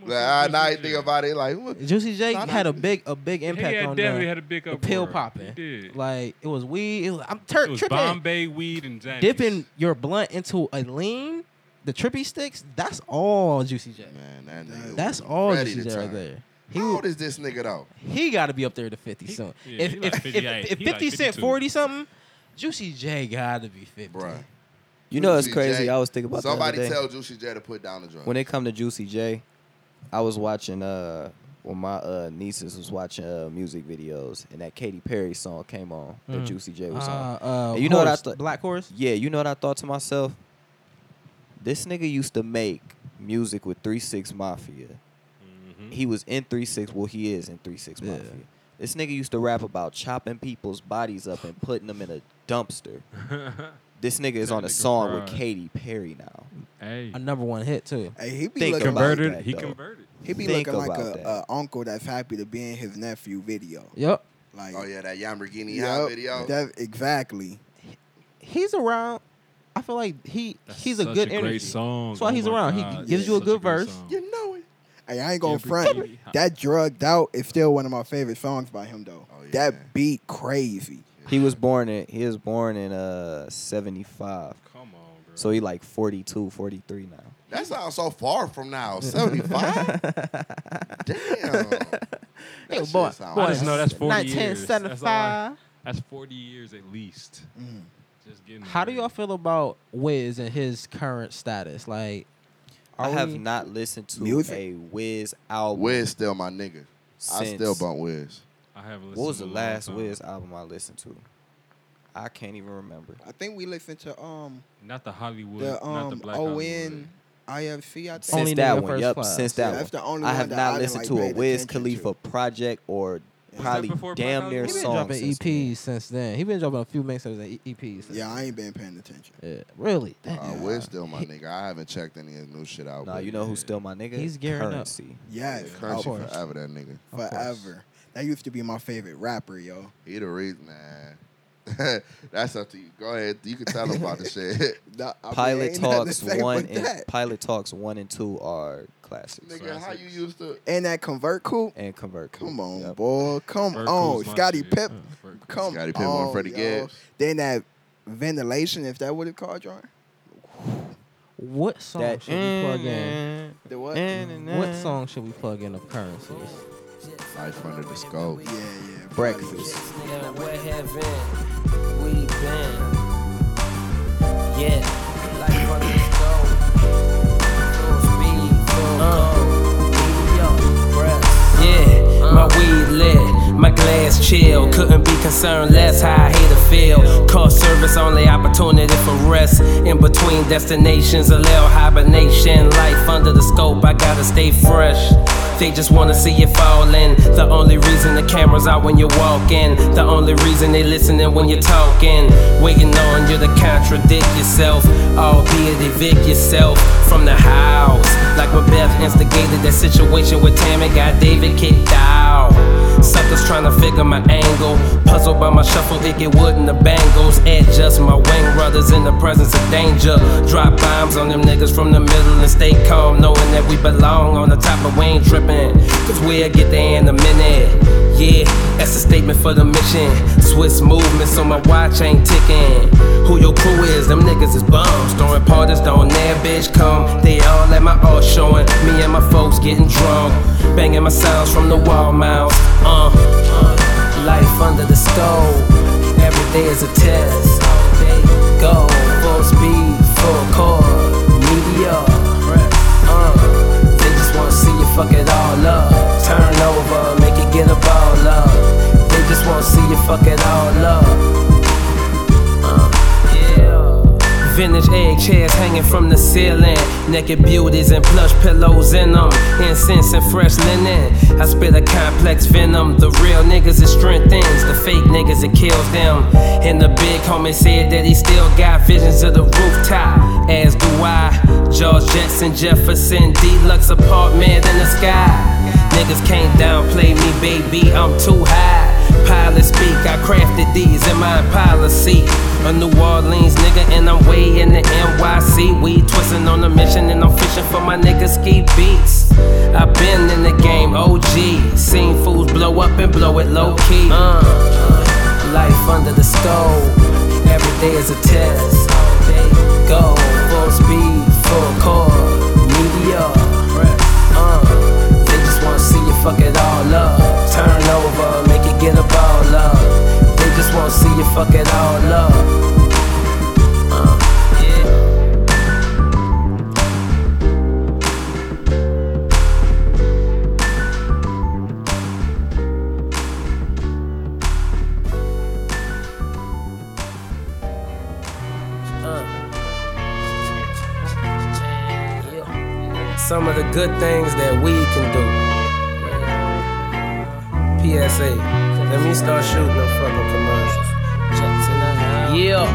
Speaker 2: More
Speaker 3: Like,
Speaker 2: so
Speaker 3: I now you
Speaker 2: Juicy J.
Speaker 3: think about it, like what?
Speaker 1: Juicy J
Speaker 3: Nah, nah.
Speaker 1: had a big a big
Speaker 2: He
Speaker 1: impact
Speaker 2: had
Speaker 1: on
Speaker 2: definitely
Speaker 1: the,
Speaker 2: had a big
Speaker 1: the
Speaker 2: up.
Speaker 1: pill popping.
Speaker 2: did.
Speaker 1: Like it was weed. It was, I'm ter-
Speaker 2: it was
Speaker 1: tripping.
Speaker 2: Bombay weed and Xanax.
Speaker 1: Dipping your blunt into a lean, the trippy sticks. That's all Juicy J.
Speaker 3: Man, that nigga.
Speaker 1: That's
Speaker 3: was
Speaker 1: all
Speaker 3: ready
Speaker 1: Juicy
Speaker 3: to
Speaker 1: J right
Speaker 3: turn.
Speaker 1: there. He
Speaker 3: How
Speaker 1: wa-
Speaker 3: old is this nigga though?
Speaker 1: he got to be up there to 50 soon.
Speaker 2: yeah,
Speaker 1: if
Speaker 2: he
Speaker 1: if,
Speaker 2: like
Speaker 1: if,
Speaker 2: 58.
Speaker 1: if 50
Speaker 2: He like
Speaker 1: Cent
Speaker 2: 52.
Speaker 1: 40 something, Juicy J got to be 50.
Speaker 3: Bruh.
Speaker 5: You know it's
Speaker 3: Juicy
Speaker 5: crazy.
Speaker 3: J.
Speaker 5: I was thinking about that the other
Speaker 3: Somebody
Speaker 5: day.
Speaker 3: tell Juicy J to put down the drug.
Speaker 5: when it come to Juicy J, I was watching uh when my uh nieces was watching uh music videos and that Katy Perry song came on that
Speaker 1: Mhm.
Speaker 5: Juicy J was on.
Speaker 1: Uh, uh,
Speaker 5: And you know what I
Speaker 1: Horse,
Speaker 5: thought-
Speaker 1: Black Horse?
Speaker 5: Yeah, you know what I thought to myself? This nigga used to make music with Three Six Mafia.
Speaker 2: Mhm.
Speaker 5: He was in Three Six. Well, he is in Three Six
Speaker 1: Yeah.
Speaker 5: Mafia. This nigga used to rap about chopping people's bodies up and putting them in a dumpster. This nigga is
Speaker 2: That
Speaker 5: on a
Speaker 2: nigga
Speaker 5: song with
Speaker 2: fried.
Speaker 5: Katy Perry now.
Speaker 2: Hey.
Speaker 1: A number one hit, too.
Speaker 4: Hey, he be
Speaker 5: Think
Speaker 4: looking
Speaker 5: about
Speaker 4: like,
Speaker 5: it.
Speaker 2: Converted.
Speaker 5: that,
Speaker 2: he
Speaker 5: though.
Speaker 2: converted.
Speaker 4: he be
Speaker 5: Think
Speaker 4: looking like
Speaker 5: about
Speaker 4: a,
Speaker 5: that.
Speaker 4: a uncle that's happy to be in his nephew video.
Speaker 1: Yep.
Speaker 4: Like,
Speaker 3: oh yeah, that Lamborghini
Speaker 4: yup,
Speaker 3: yep, video.
Speaker 4: that- exactly.
Speaker 1: He's around. I feel like he
Speaker 2: That's
Speaker 1: he's a
Speaker 2: such
Speaker 1: good
Speaker 2: great
Speaker 1: energy.
Speaker 2: song.
Speaker 1: That's why
Speaker 2: Oh
Speaker 1: he's
Speaker 2: my
Speaker 1: around. He
Speaker 2: God.
Speaker 1: gives
Speaker 4: you a
Speaker 2: Such
Speaker 1: good
Speaker 2: great
Speaker 1: verse.
Speaker 2: song.
Speaker 3: you know it.
Speaker 4: Hey, I ain't gonna
Speaker 2: Every
Speaker 4: front.
Speaker 2: baby.
Speaker 4: That drugged out is still one of my favorite songs by him though.
Speaker 3: Oh, yeah.
Speaker 4: That beat crazy.
Speaker 5: He was born in he was born in uh 75.
Speaker 2: Come on, bro.
Speaker 5: So he like 42, 43 now.
Speaker 3: That sounds so far from now. Seventy five. Damn.
Speaker 1: Hey,
Speaker 3: shit
Speaker 1: boy,
Speaker 3: sound
Speaker 1: boy,
Speaker 2: I just know that's 40
Speaker 1: 1975.
Speaker 2: years. That's, all I- that's 40 years at least.
Speaker 5: Mm.
Speaker 2: Just getting
Speaker 1: How do
Speaker 2: there.
Speaker 1: y'all feel about Wiz and his current status? Like,
Speaker 5: I
Speaker 1: are
Speaker 5: have
Speaker 1: we-
Speaker 5: not listened to
Speaker 4: Music.
Speaker 5: a Wiz album.
Speaker 3: Wiz still my nigga. I still
Speaker 5: since-
Speaker 3: bump Wiz.
Speaker 2: I haven't
Speaker 5: What was the
Speaker 2: listened in a long
Speaker 5: last
Speaker 2: time.
Speaker 5: Wiz album I listened to? I can't even remember.
Speaker 4: I think we listened to um
Speaker 2: Not the Hollywood.
Speaker 4: the
Speaker 2: not the
Speaker 4: um
Speaker 2: Black
Speaker 4: O
Speaker 2: Hollywood.
Speaker 4: N I F C. I
Speaker 5: Since
Speaker 4: think.
Speaker 1: Only
Speaker 5: that
Speaker 1: Nigga
Speaker 5: one,
Speaker 1: First
Speaker 5: yep.
Speaker 1: Class.
Speaker 5: Since that
Speaker 4: Yeah,
Speaker 5: one,
Speaker 4: that's the only
Speaker 5: I
Speaker 4: one
Speaker 5: have
Speaker 4: that
Speaker 5: not
Speaker 4: I
Speaker 5: listened
Speaker 4: done,
Speaker 5: to a
Speaker 4: like, paid
Speaker 5: Wiz
Speaker 4: attention
Speaker 5: Khalifa project or
Speaker 4: Was that
Speaker 5: probably
Speaker 2: before Black
Speaker 5: damn near
Speaker 1: he
Speaker 2: Hollywood?
Speaker 1: been
Speaker 5: song.
Speaker 1: dropping
Speaker 5: since
Speaker 1: EPs
Speaker 5: then.
Speaker 1: since then. He been dropping a few mixtapes and E- EPs. since
Speaker 4: Yeah, I ain't been paying attention.
Speaker 1: then. Yeah, really? Damn.
Speaker 3: Uh, Wiz still my nigga. I haven't checked any of his new shit out.
Speaker 5: Nah,
Speaker 3: but
Speaker 5: you know who's still my nigga?
Speaker 1: He's gearing up.
Speaker 5: Currency.
Speaker 4: Yes, oh,
Speaker 3: yeah, currency
Speaker 1: Of course.
Speaker 3: forever. That nigga.
Speaker 1: course.
Speaker 4: forever. That used to be my favorite rapper, yo.
Speaker 3: He the reason, man. That's up to you. Go ahead. You can tell him about the shit.
Speaker 4: Nah, I mean,
Speaker 5: Pilot
Speaker 4: ain't nothing to
Speaker 5: Talks
Speaker 4: say
Speaker 5: one
Speaker 4: but
Speaker 5: and
Speaker 4: that.
Speaker 5: Pilot Talks one and two are classics.
Speaker 3: nigga, how you used to
Speaker 4: and that convert coupe.
Speaker 5: And convert.
Speaker 4: Come on,
Speaker 5: Yep.
Speaker 4: boy. Come
Speaker 2: Vertical's
Speaker 4: on,
Speaker 2: my
Speaker 4: Scotty
Speaker 2: shit.
Speaker 4: Pep.
Speaker 2: Uh, Vertical.
Speaker 4: Come
Speaker 3: Mm. Scottie Pippen
Speaker 4: on,
Speaker 3: and Freddie
Speaker 4: yo.
Speaker 3: Gibbs.
Speaker 4: Then that ventilation, if that would have called you,
Speaker 1: What song
Speaker 5: That
Speaker 1: should we plug in?
Speaker 4: the what?
Speaker 1: What song should we plug in of currencies?
Speaker 3: Life under the scope.
Speaker 4: Yeah, yeah.
Speaker 5: breakfast.
Speaker 9: Now where have been? We been. Yeah, like one of these gold. Full speed, full gold. New York, bruh. Yeah, my weed lit, my glass chill. Couldn't be concerned less how I hate to feel. Cost service only opportunity for rest. In between destinations, a little hibernation. Life under the scope, I gotta stay fresh. They just wanna see you falling. The only reason the camera's out when you're walking. The only reason they listening when you're talking. Waiting on you to contradict yourself. Albeit evict yourself from the house. Like when Beth instigated that situation with Tammy, got David kicked out. Suckers trying to figure my angle. Puzzled by my shuffle, it get wood in the bangles. Adjust my wing brothers in the presence of danger. Drop bombs on them niggas from the middle and stay calm, knowing that we belong on the top, but we ain't tripping. Cause we'll get there in a minute. Yeah, that's a statement for the mission. Swiss movement, so my watch ain't ticking. Who your crew is, them niggas is bums. Throwing parties, don't their bitch come. They all at my all showing. Me and my folks getting drunk. Banging my sounds from the wall mouth. Uh, uh, life under the stove. Every day is a test. Go full speed, full core, media. Uh, they just wanna see you fuck it all up. Turn over, make it get a ball up. They just wanna see you fuck it all up. Vintage egg chairs hanging from the ceiling. Naked beauties and plush pillows in them. Incense and fresh linen. I spit a complex venom. The real niggas it strengthens. The fake niggas it kills them. And the big homie said that he still got visions of the rooftop. As do I. George Jetson, Jefferson, deluxe apartment in the sky. Niggas can't downplay me, baby. I'm too high. Pilot speak, I crafted these in my policy. A New Orleans nigga, and I'm way in the NYC. We twisting on a mission, and I'm fishing for my nigga ski beats. i been in the game, OG. Seen fools blow up and blow it low key. Uh, life under the stove, every day is a test. Go full speed, full core, media. Uh, they just wanna see you fuck it all up. Turn over, make it get a ball up. They just wanna see you fuck it all up. Uh, yeah. Uh. Some of the good things that we can do. PSA. Let me start shooting them fucking commercials. Yeah.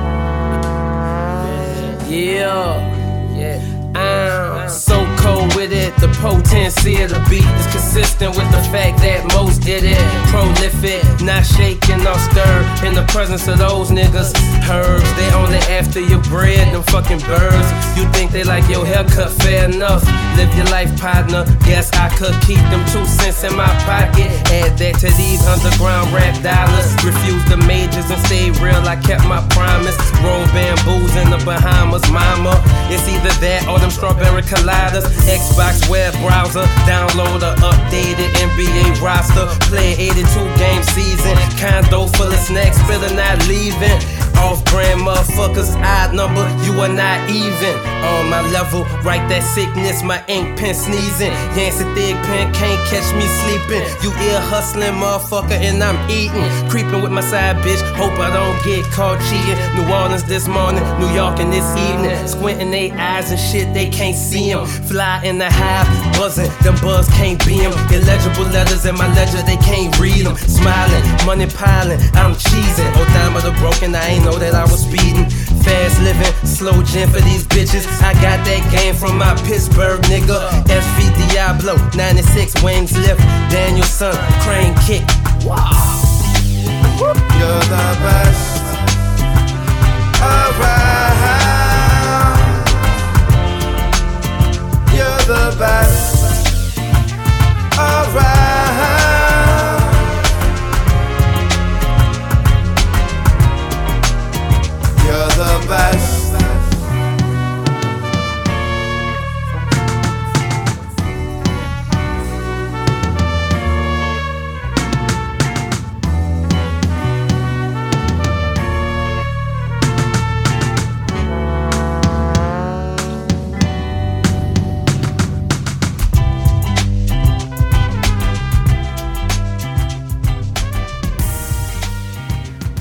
Speaker 9: Yeah. Yeah. I'm so cold with it. The potency of the beat is consistent with the fact that most did it. Prolific, not shaking or stirred. In the presence of those niggas, herbs, they only after your bread, them fucking birds. You think they like your haircut, fair enough. Live your life, partner. Guess I could keep them two cents in my pocket. Add that to these underground rap dollars. Refuse the majors and stay real. I kept my promise. Grown bamboos in the Bahamas, mama. It's either that or them strawberry collidas. Xbox web browser. Download a updated NBA roster. Play 82 game season. Condo full of snacks, feeling not leaving. Off brand motherfuckers, odd number, you are not even on my level. Write that sickness, my ink pen sneezing. Yancey thick pen can't catch me sleeping. You ear hustling motherfucker, and I'm eating. Creeping with my side bitch, hope I don't get caught cheating. New Orleans this morning, New York and this evening. Squinting they eyes and shit, they can't see 'em. Fly in the hive, buzzing, them buzz can't be 'em. Illegible letters in my ledger, they can't read 'em. Smiling, money piling, I'm cheesing. Oh, dime of the broken, I ain't know that I was speeding. Fast living, slow gin for these bitches. I got that game from my Pittsburgh nigga. E SV Diablo, 96 wings lift. Danielson, crane kick. Wow.
Speaker 8: You're the best around. You're the best around.
Speaker 10: best.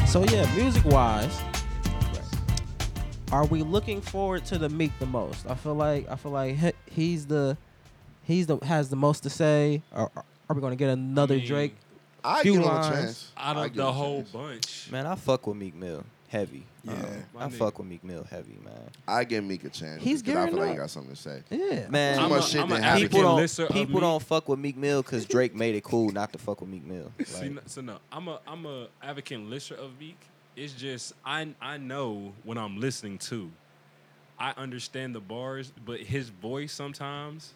Speaker 1: So yeah, music wise, are we looking forward to the Meek the most? I feel like I feel like he- he's the he's the has the most to say. Or or are we gonna get another
Speaker 2: mean,
Speaker 1: Drake?
Speaker 3: I
Speaker 1: few
Speaker 3: give him a
Speaker 1: lines?
Speaker 3: chance.
Speaker 2: Out
Speaker 3: I
Speaker 2: of
Speaker 3: give him
Speaker 2: the
Speaker 3: a
Speaker 2: whole
Speaker 3: chance.
Speaker 2: bunch.
Speaker 5: Man, I fuck with Meek Mill heavy.
Speaker 4: Yeah.
Speaker 5: Um,
Speaker 2: My
Speaker 5: I
Speaker 2: nigga.
Speaker 5: fuck with Meek Mill heavy, man.
Speaker 3: I give Meek a chance.
Speaker 1: He's
Speaker 3: because I
Speaker 1: gearing
Speaker 3: feel like he
Speaker 1: up.
Speaker 3: got something to say.
Speaker 1: Yeah,
Speaker 5: Man,
Speaker 3: Too
Speaker 2: I'm
Speaker 3: much
Speaker 2: a-
Speaker 3: shit
Speaker 2: I'm
Speaker 3: didn't
Speaker 2: a
Speaker 3: happen.
Speaker 2: advocate
Speaker 5: people
Speaker 2: listener
Speaker 5: don't
Speaker 2: of
Speaker 5: people
Speaker 2: Meek.
Speaker 5: don't fuck with Meek Mill because Drake made it cool not to fuck with Meek Mill.
Speaker 2: See,
Speaker 5: Like,
Speaker 2: no, so no, I'm a I'm a advocate and listener of Meek. It's just I I know when I'm listening to, I understand the bars, but his voice sometimes,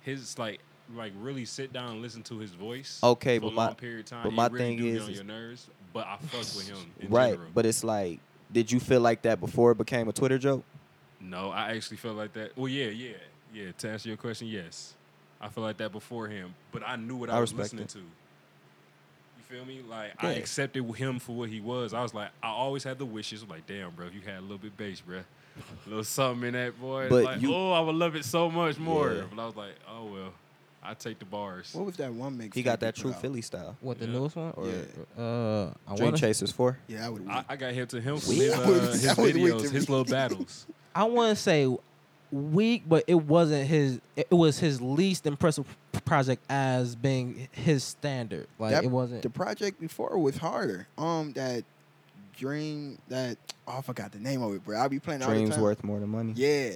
Speaker 2: his like like really sit down and listen to his voice.
Speaker 5: Okay,
Speaker 2: for
Speaker 5: but
Speaker 2: a
Speaker 5: my-
Speaker 2: long period of time,
Speaker 5: but
Speaker 2: It
Speaker 5: my
Speaker 2: really
Speaker 5: thing
Speaker 2: do get
Speaker 5: is-
Speaker 2: on
Speaker 5: is-
Speaker 2: your nerves. But I fuck with him, in
Speaker 5: right,
Speaker 2: General.
Speaker 5: but it's like, did you feel like that before it became a Twitter joke?
Speaker 2: no, I actually felt like that. Well, yeah, yeah, yeah. To answer your question, yes, I felt like that before him, but I knew what I,
Speaker 5: I
Speaker 2: was
Speaker 5: respect
Speaker 2: listening
Speaker 5: it.
Speaker 2: to. You feel me? Like I
Speaker 5: Yeah.
Speaker 2: accepted him for what he was. I was like, I always had the wishes. I'm like, damn, bro, you had a little bit bass, bro, a little something in that boy.
Speaker 5: But
Speaker 2: like,
Speaker 5: you-
Speaker 2: oh, I would love it so much more.
Speaker 5: Yeah.
Speaker 2: But I was like, oh well, I take the bars.
Speaker 4: What was that one mix?
Speaker 5: He got that
Speaker 4: put
Speaker 5: true
Speaker 4: out?
Speaker 5: Philly style.
Speaker 1: What the
Speaker 2: Yeah.
Speaker 1: newest one? Or
Speaker 4: Yeah.
Speaker 1: uh, I
Speaker 5: Dream
Speaker 1: want to
Speaker 5: Chasers four.
Speaker 4: Yeah, I would.
Speaker 2: I,
Speaker 4: I,
Speaker 2: I got hit to him for
Speaker 4: Weak.
Speaker 2: his,
Speaker 4: That
Speaker 2: uh,
Speaker 4: was-
Speaker 2: his
Speaker 4: that was weak to
Speaker 2: videos,
Speaker 4: me.
Speaker 2: his little battles.
Speaker 1: I want to say weak, but it wasn't his. It was his least impressive project as being his standard. Like
Speaker 4: That-
Speaker 1: it wasn't.
Speaker 4: the project before was harder. Um, that dream that oh, I forgot the name of it, bro. I'll be playing it all the
Speaker 5: Dreams
Speaker 4: time.
Speaker 5: worth more than money.
Speaker 4: Yeah,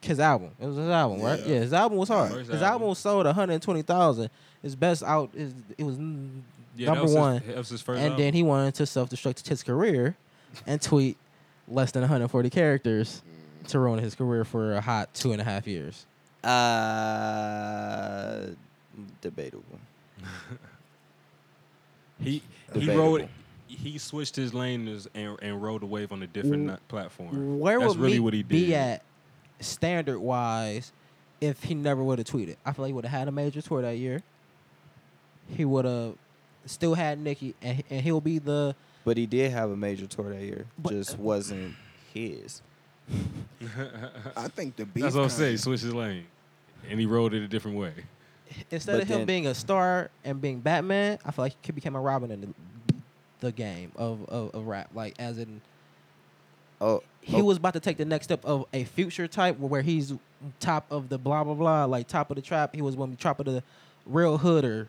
Speaker 1: his album. It was his album, right?
Speaker 4: Yeah.
Speaker 1: Yeah, his album was hard.
Speaker 2: First
Speaker 1: his
Speaker 2: album.
Speaker 1: album sold 120,000. His best out is it was n-
Speaker 2: Yeah, that
Speaker 1: number
Speaker 2: was his-
Speaker 1: one.
Speaker 2: that was his first.
Speaker 1: and
Speaker 2: album.
Speaker 1: then he wanted to self-destruct his career and tweet less than 140 characters to ruin his career for a hot two and a half years.
Speaker 5: Uh, debatable.
Speaker 2: He he
Speaker 5: Debatable.
Speaker 2: rode he switched his lane is- and and rode the wave on a different
Speaker 1: Mm.
Speaker 2: uh, platform.
Speaker 1: Where
Speaker 2: That's
Speaker 1: would
Speaker 2: really
Speaker 1: Meek
Speaker 2: what he did.
Speaker 1: be at standard wise if he never would have tweeted? I feel like he would have had a major tour that year. He would have still had Nicki, and, and he'll be the
Speaker 5: But he did have a major tour that year.
Speaker 1: But- uh,
Speaker 5: just wasn't his.
Speaker 4: I think the beef.
Speaker 2: That's what I'm
Speaker 4: kinda-
Speaker 2: saying. He switched his lane, and he rode it a different way.
Speaker 1: instead
Speaker 5: But
Speaker 1: of him
Speaker 5: then-
Speaker 1: being a star and being Batman, I feel like he became a Robin in the, the game of, of, of rap. Like as in
Speaker 5: Oh,
Speaker 1: he was about to take the next step of a future type where he's top of the blah blah blah, like top of the trap. He was going to be top of the real hooder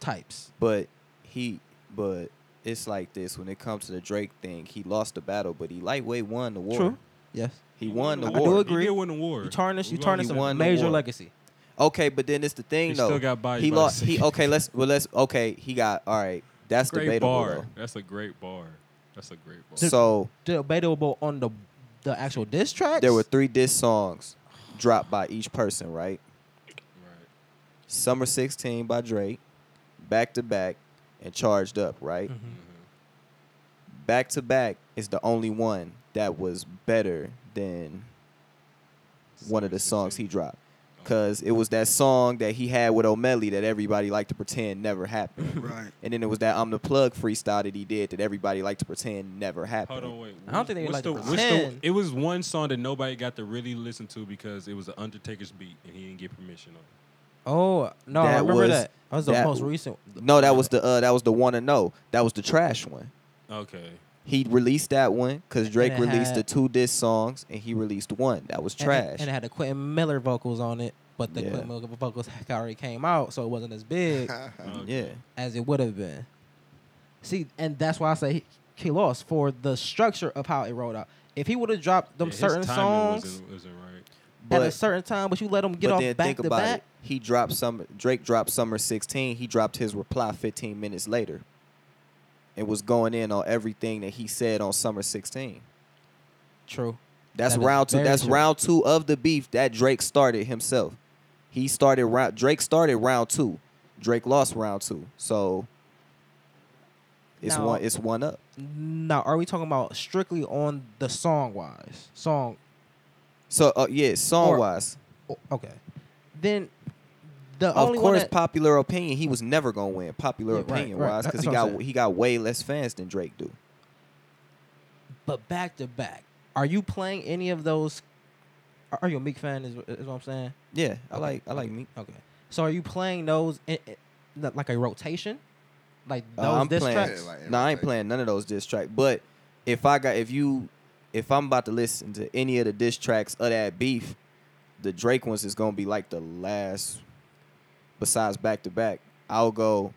Speaker 1: types.
Speaker 5: but he, but it's like this when it comes to the Drake thing. He lost the battle, but he lightweight won the war.
Speaker 1: True. Yes.
Speaker 5: He won the
Speaker 1: I do
Speaker 5: war.
Speaker 1: agree.
Speaker 2: He did win the war.
Speaker 1: You tarnish you
Speaker 2: We
Speaker 1: tarnish
Speaker 5: only
Speaker 1: a
Speaker 5: won the
Speaker 1: major
Speaker 5: war.
Speaker 1: legacy.
Speaker 5: Okay, but then it's the thing
Speaker 2: He
Speaker 5: though.
Speaker 2: still got bodied
Speaker 5: He
Speaker 2: by
Speaker 5: lost.
Speaker 2: the
Speaker 5: He
Speaker 2: second.
Speaker 5: okay. Let's well. Let's okay. He got all right. That's
Speaker 2: Great
Speaker 5: debatable.
Speaker 2: bar.
Speaker 5: though.
Speaker 2: That's a great bar. That's a great bar.
Speaker 5: So
Speaker 1: Debatable on the the actual diss tracks.
Speaker 5: there were three diss songs dropped by each person, right?
Speaker 2: right.
Speaker 5: Summer 16 by Drake, Back to Back, and Charged Up, right?
Speaker 1: Mm-hmm.
Speaker 5: Back to Back is the only one that was better than one of the songs he dropped. Because it was that song that he had with O'Malley that everybody liked to pretend never happened.
Speaker 4: Right.
Speaker 5: And then it was that I'm the Plug freestyle that he did that everybody liked to pretend never happened.
Speaker 2: Hold on, wait.
Speaker 1: I don't think they
Speaker 2: What's
Speaker 1: like to
Speaker 2: the- what's the-
Speaker 1: pretend.
Speaker 2: It was one song that nobody got to really listen to because it was the Undertaker's beat, and he didn't get permission on. it.
Speaker 1: Oh no, I
Speaker 5: That
Speaker 1: remember
Speaker 5: was-
Speaker 1: that. That was the
Speaker 5: that-
Speaker 1: most recent.
Speaker 5: No, that was the uh, that was the one to know. That was the trash one.
Speaker 2: Okay.
Speaker 5: He released that one because Drake
Speaker 1: it
Speaker 5: released the
Speaker 1: had-
Speaker 5: two diss songs and he released one that was
Speaker 1: and it-
Speaker 5: trash.
Speaker 1: And it, had the Quentin Miller vocals on it, but the
Speaker 5: Yeah.
Speaker 1: Quentin Miller vocals already came out, so it wasn't as big
Speaker 2: Oh, Okay.
Speaker 5: yeah,
Speaker 1: as it would have been. See, and that's why I say he, he lost for the structure of how it rolled out. If he would have dropped them
Speaker 2: Yeah, his
Speaker 1: certain
Speaker 2: timing
Speaker 1: songs
Speaker 2: wasn't, wasn't right.
Speaker 1: at a
Speaker 5: but
Speaker 1: certain time, but you let them get
Speaker 5: but
Speaker 1: off
Speaker 5: then
Speaker 1: back
Speaker 5: think
Speaker 1: to
Speaker 5: about
Speaker 1: back.
Speaker 5: it. He dropped some. Drake dropped Summer 16. He dropped his reply 15 minutes later. and was going in on everything that he said on Summer 16.
Speaker 1: True.
Speaker 5: That's
Speaker 1: That is
Speaker 5: round two.
Speaker 1: very
Speaker 5: That's
Speaker 1: true.
Speaker 5: round two of the beef that Drake started himself. He started round. Drake started round two. Drake lost round two. So It's
Speaker 1: Now-
Speaker 5: one. It's one up.
Speaker 1: Now, are we talking about strictly on the song wise? Song,
Speaker 5: So uh, yeah, song wise,
Speaker 1: o- okay. Then the
Speaker 5: of
Speaker 1: only one
Speaker 5: course,
Speaker 1: that-
Speaker 5: popular opinion. He was never gonna win popular
Speaker 1: Yeah, right,
Speaker 5: opinion
Speaker 1: right.
Speaker 5: wise because
Speaker 1: That's
Speaker 5: he
Speaker 1: what I'm
Speaker 5: got
Speaker 1: saying.
Speaker 5: he got way less fans than Drake do.
Speaker 1: but back to back, are you playing any of those? Are- Are you a Meek fan? Is, is what I'm saying.
Speaker 5: Yeah, I
Speaker 1: Okay,
Speaker 5: like I
Speaker 1: okay,
Speaker 5: like me.
Speaker 1: Okay. So are you playing those in, in- like a rotation, like those
Speaker 5: Uh, I'm
Speaker 1: diss
Speaker 5: playing.
Speaker 1: tracks?
Speaker 3: Yeah, like-
Speaker 5: no, I ain't
Speaker 3: everything.
Speaker 5: playing none of those diss tracks. But if I got if you if I'm about to listen to any of the diss tracks of that beef, the Drake ones is gonna be like the last. Besides back to back, I'll go.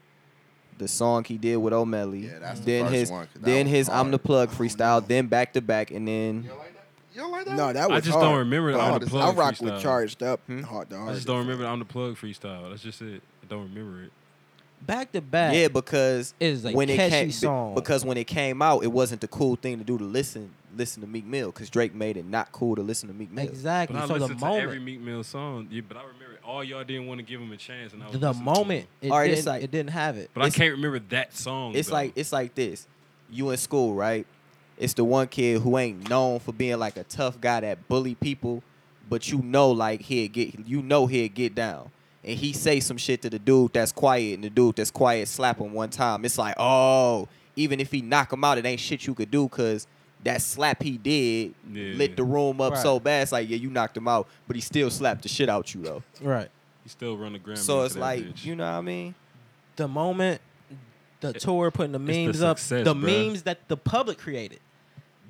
Speaker 5: The song he did with O'Malley,
Speaker 3: Yeah, that's the
Speaker 5: then
Speaker 3: first
Speaker 5: his,
Speaker 3: one, 'cause that
Speaker 5: then
Speaker 3: was
Speaker 5: his
Speaker 3: hard.
Speaker 5: I'm the plug freestyle, then back to back, and then
Speaker 3: You don't like that? You don't like that?
Speaker 4: No,
Speaker 3: one?
Speaker 4: that was
Speaker 2: I just
Speaker 4: hard.
Speaker 2: don't remember the
Speaker 3: Oh,
Speaker 2: on the
Speaker 3: this-
Speaker 4: I
Speaker 2: plug.
Speaker 4: rock
Speaker 2: freestyle.
Speaker 4: with charged up.
Speaker 5: Hmm?
Speaker 4: Hard, the
Speaker 2: I just
Speaker 4: hardest.
Speaker 2: don't remember the on the plug freestyle. That's just it. I don't remember it.
Speaker 1: Back to back.
Speaker 5: Yeah, because
Speaker 1: is a
Speaker 5: when it
Speaker 1: catchy
Speaker 5: came, be-
Speaker 1: song.
Speaker 5: Because when it came out, it wasn't the cool thing to do to listen listen to Meek Mill because Drake made it not cool to listen to Meek Mill.
Speaker 2: But
Speaker 1: exactly.
Speaker 2: I
Speaker 1: So the
Speaker 2: listened to every
Speaker 1: moment,
Speaker 2: Meek Mill song. Yeah, but I remember all y'all didn't want to give him a chance, and I was
Speaker 1: the
Speaker 2: listening to him.
Speaker 1: moment it,
Speaker 5: Alright, it's
Speaker 1: didn't,
Speaker 5: like-
Speaker 1: it didn't have it.
Speaker 2: But I
Speaker 5: It's-
Speaker 2: can't remember that song.
Speaker 5: It's
Speaker 2: though.
Speaker 5: like it's like this. You in school, right? It's the one kid who ain't known for being like a tough guy that bully people, but you know like he'll get you know he'll get down. And he say some shit to the dude that's quiet and the dude that's quiet slap him one time. It's like, oh, even if he knock him out, it ain't shit you could do cause that slap he did
Speaker 2: Yeah.
Speaker 5: lit the room up so
Speaker 1: Right.
Speaker 5: bad. It's like, yeah, you knocked him out, but he still slapped the shit out you though.
Speaker 1: Right.
Speaker 2: he still run the gram.
Speaker 5: so it's like, you know what I mean?
Speaker 1: The moment, the tour putting the
Speaker 2: it's the
Speaker 1: memes up,
Speaker 2: success,
Speaker 1: the
Speaker 2: bruh.
Speaker 1: memes that the public created.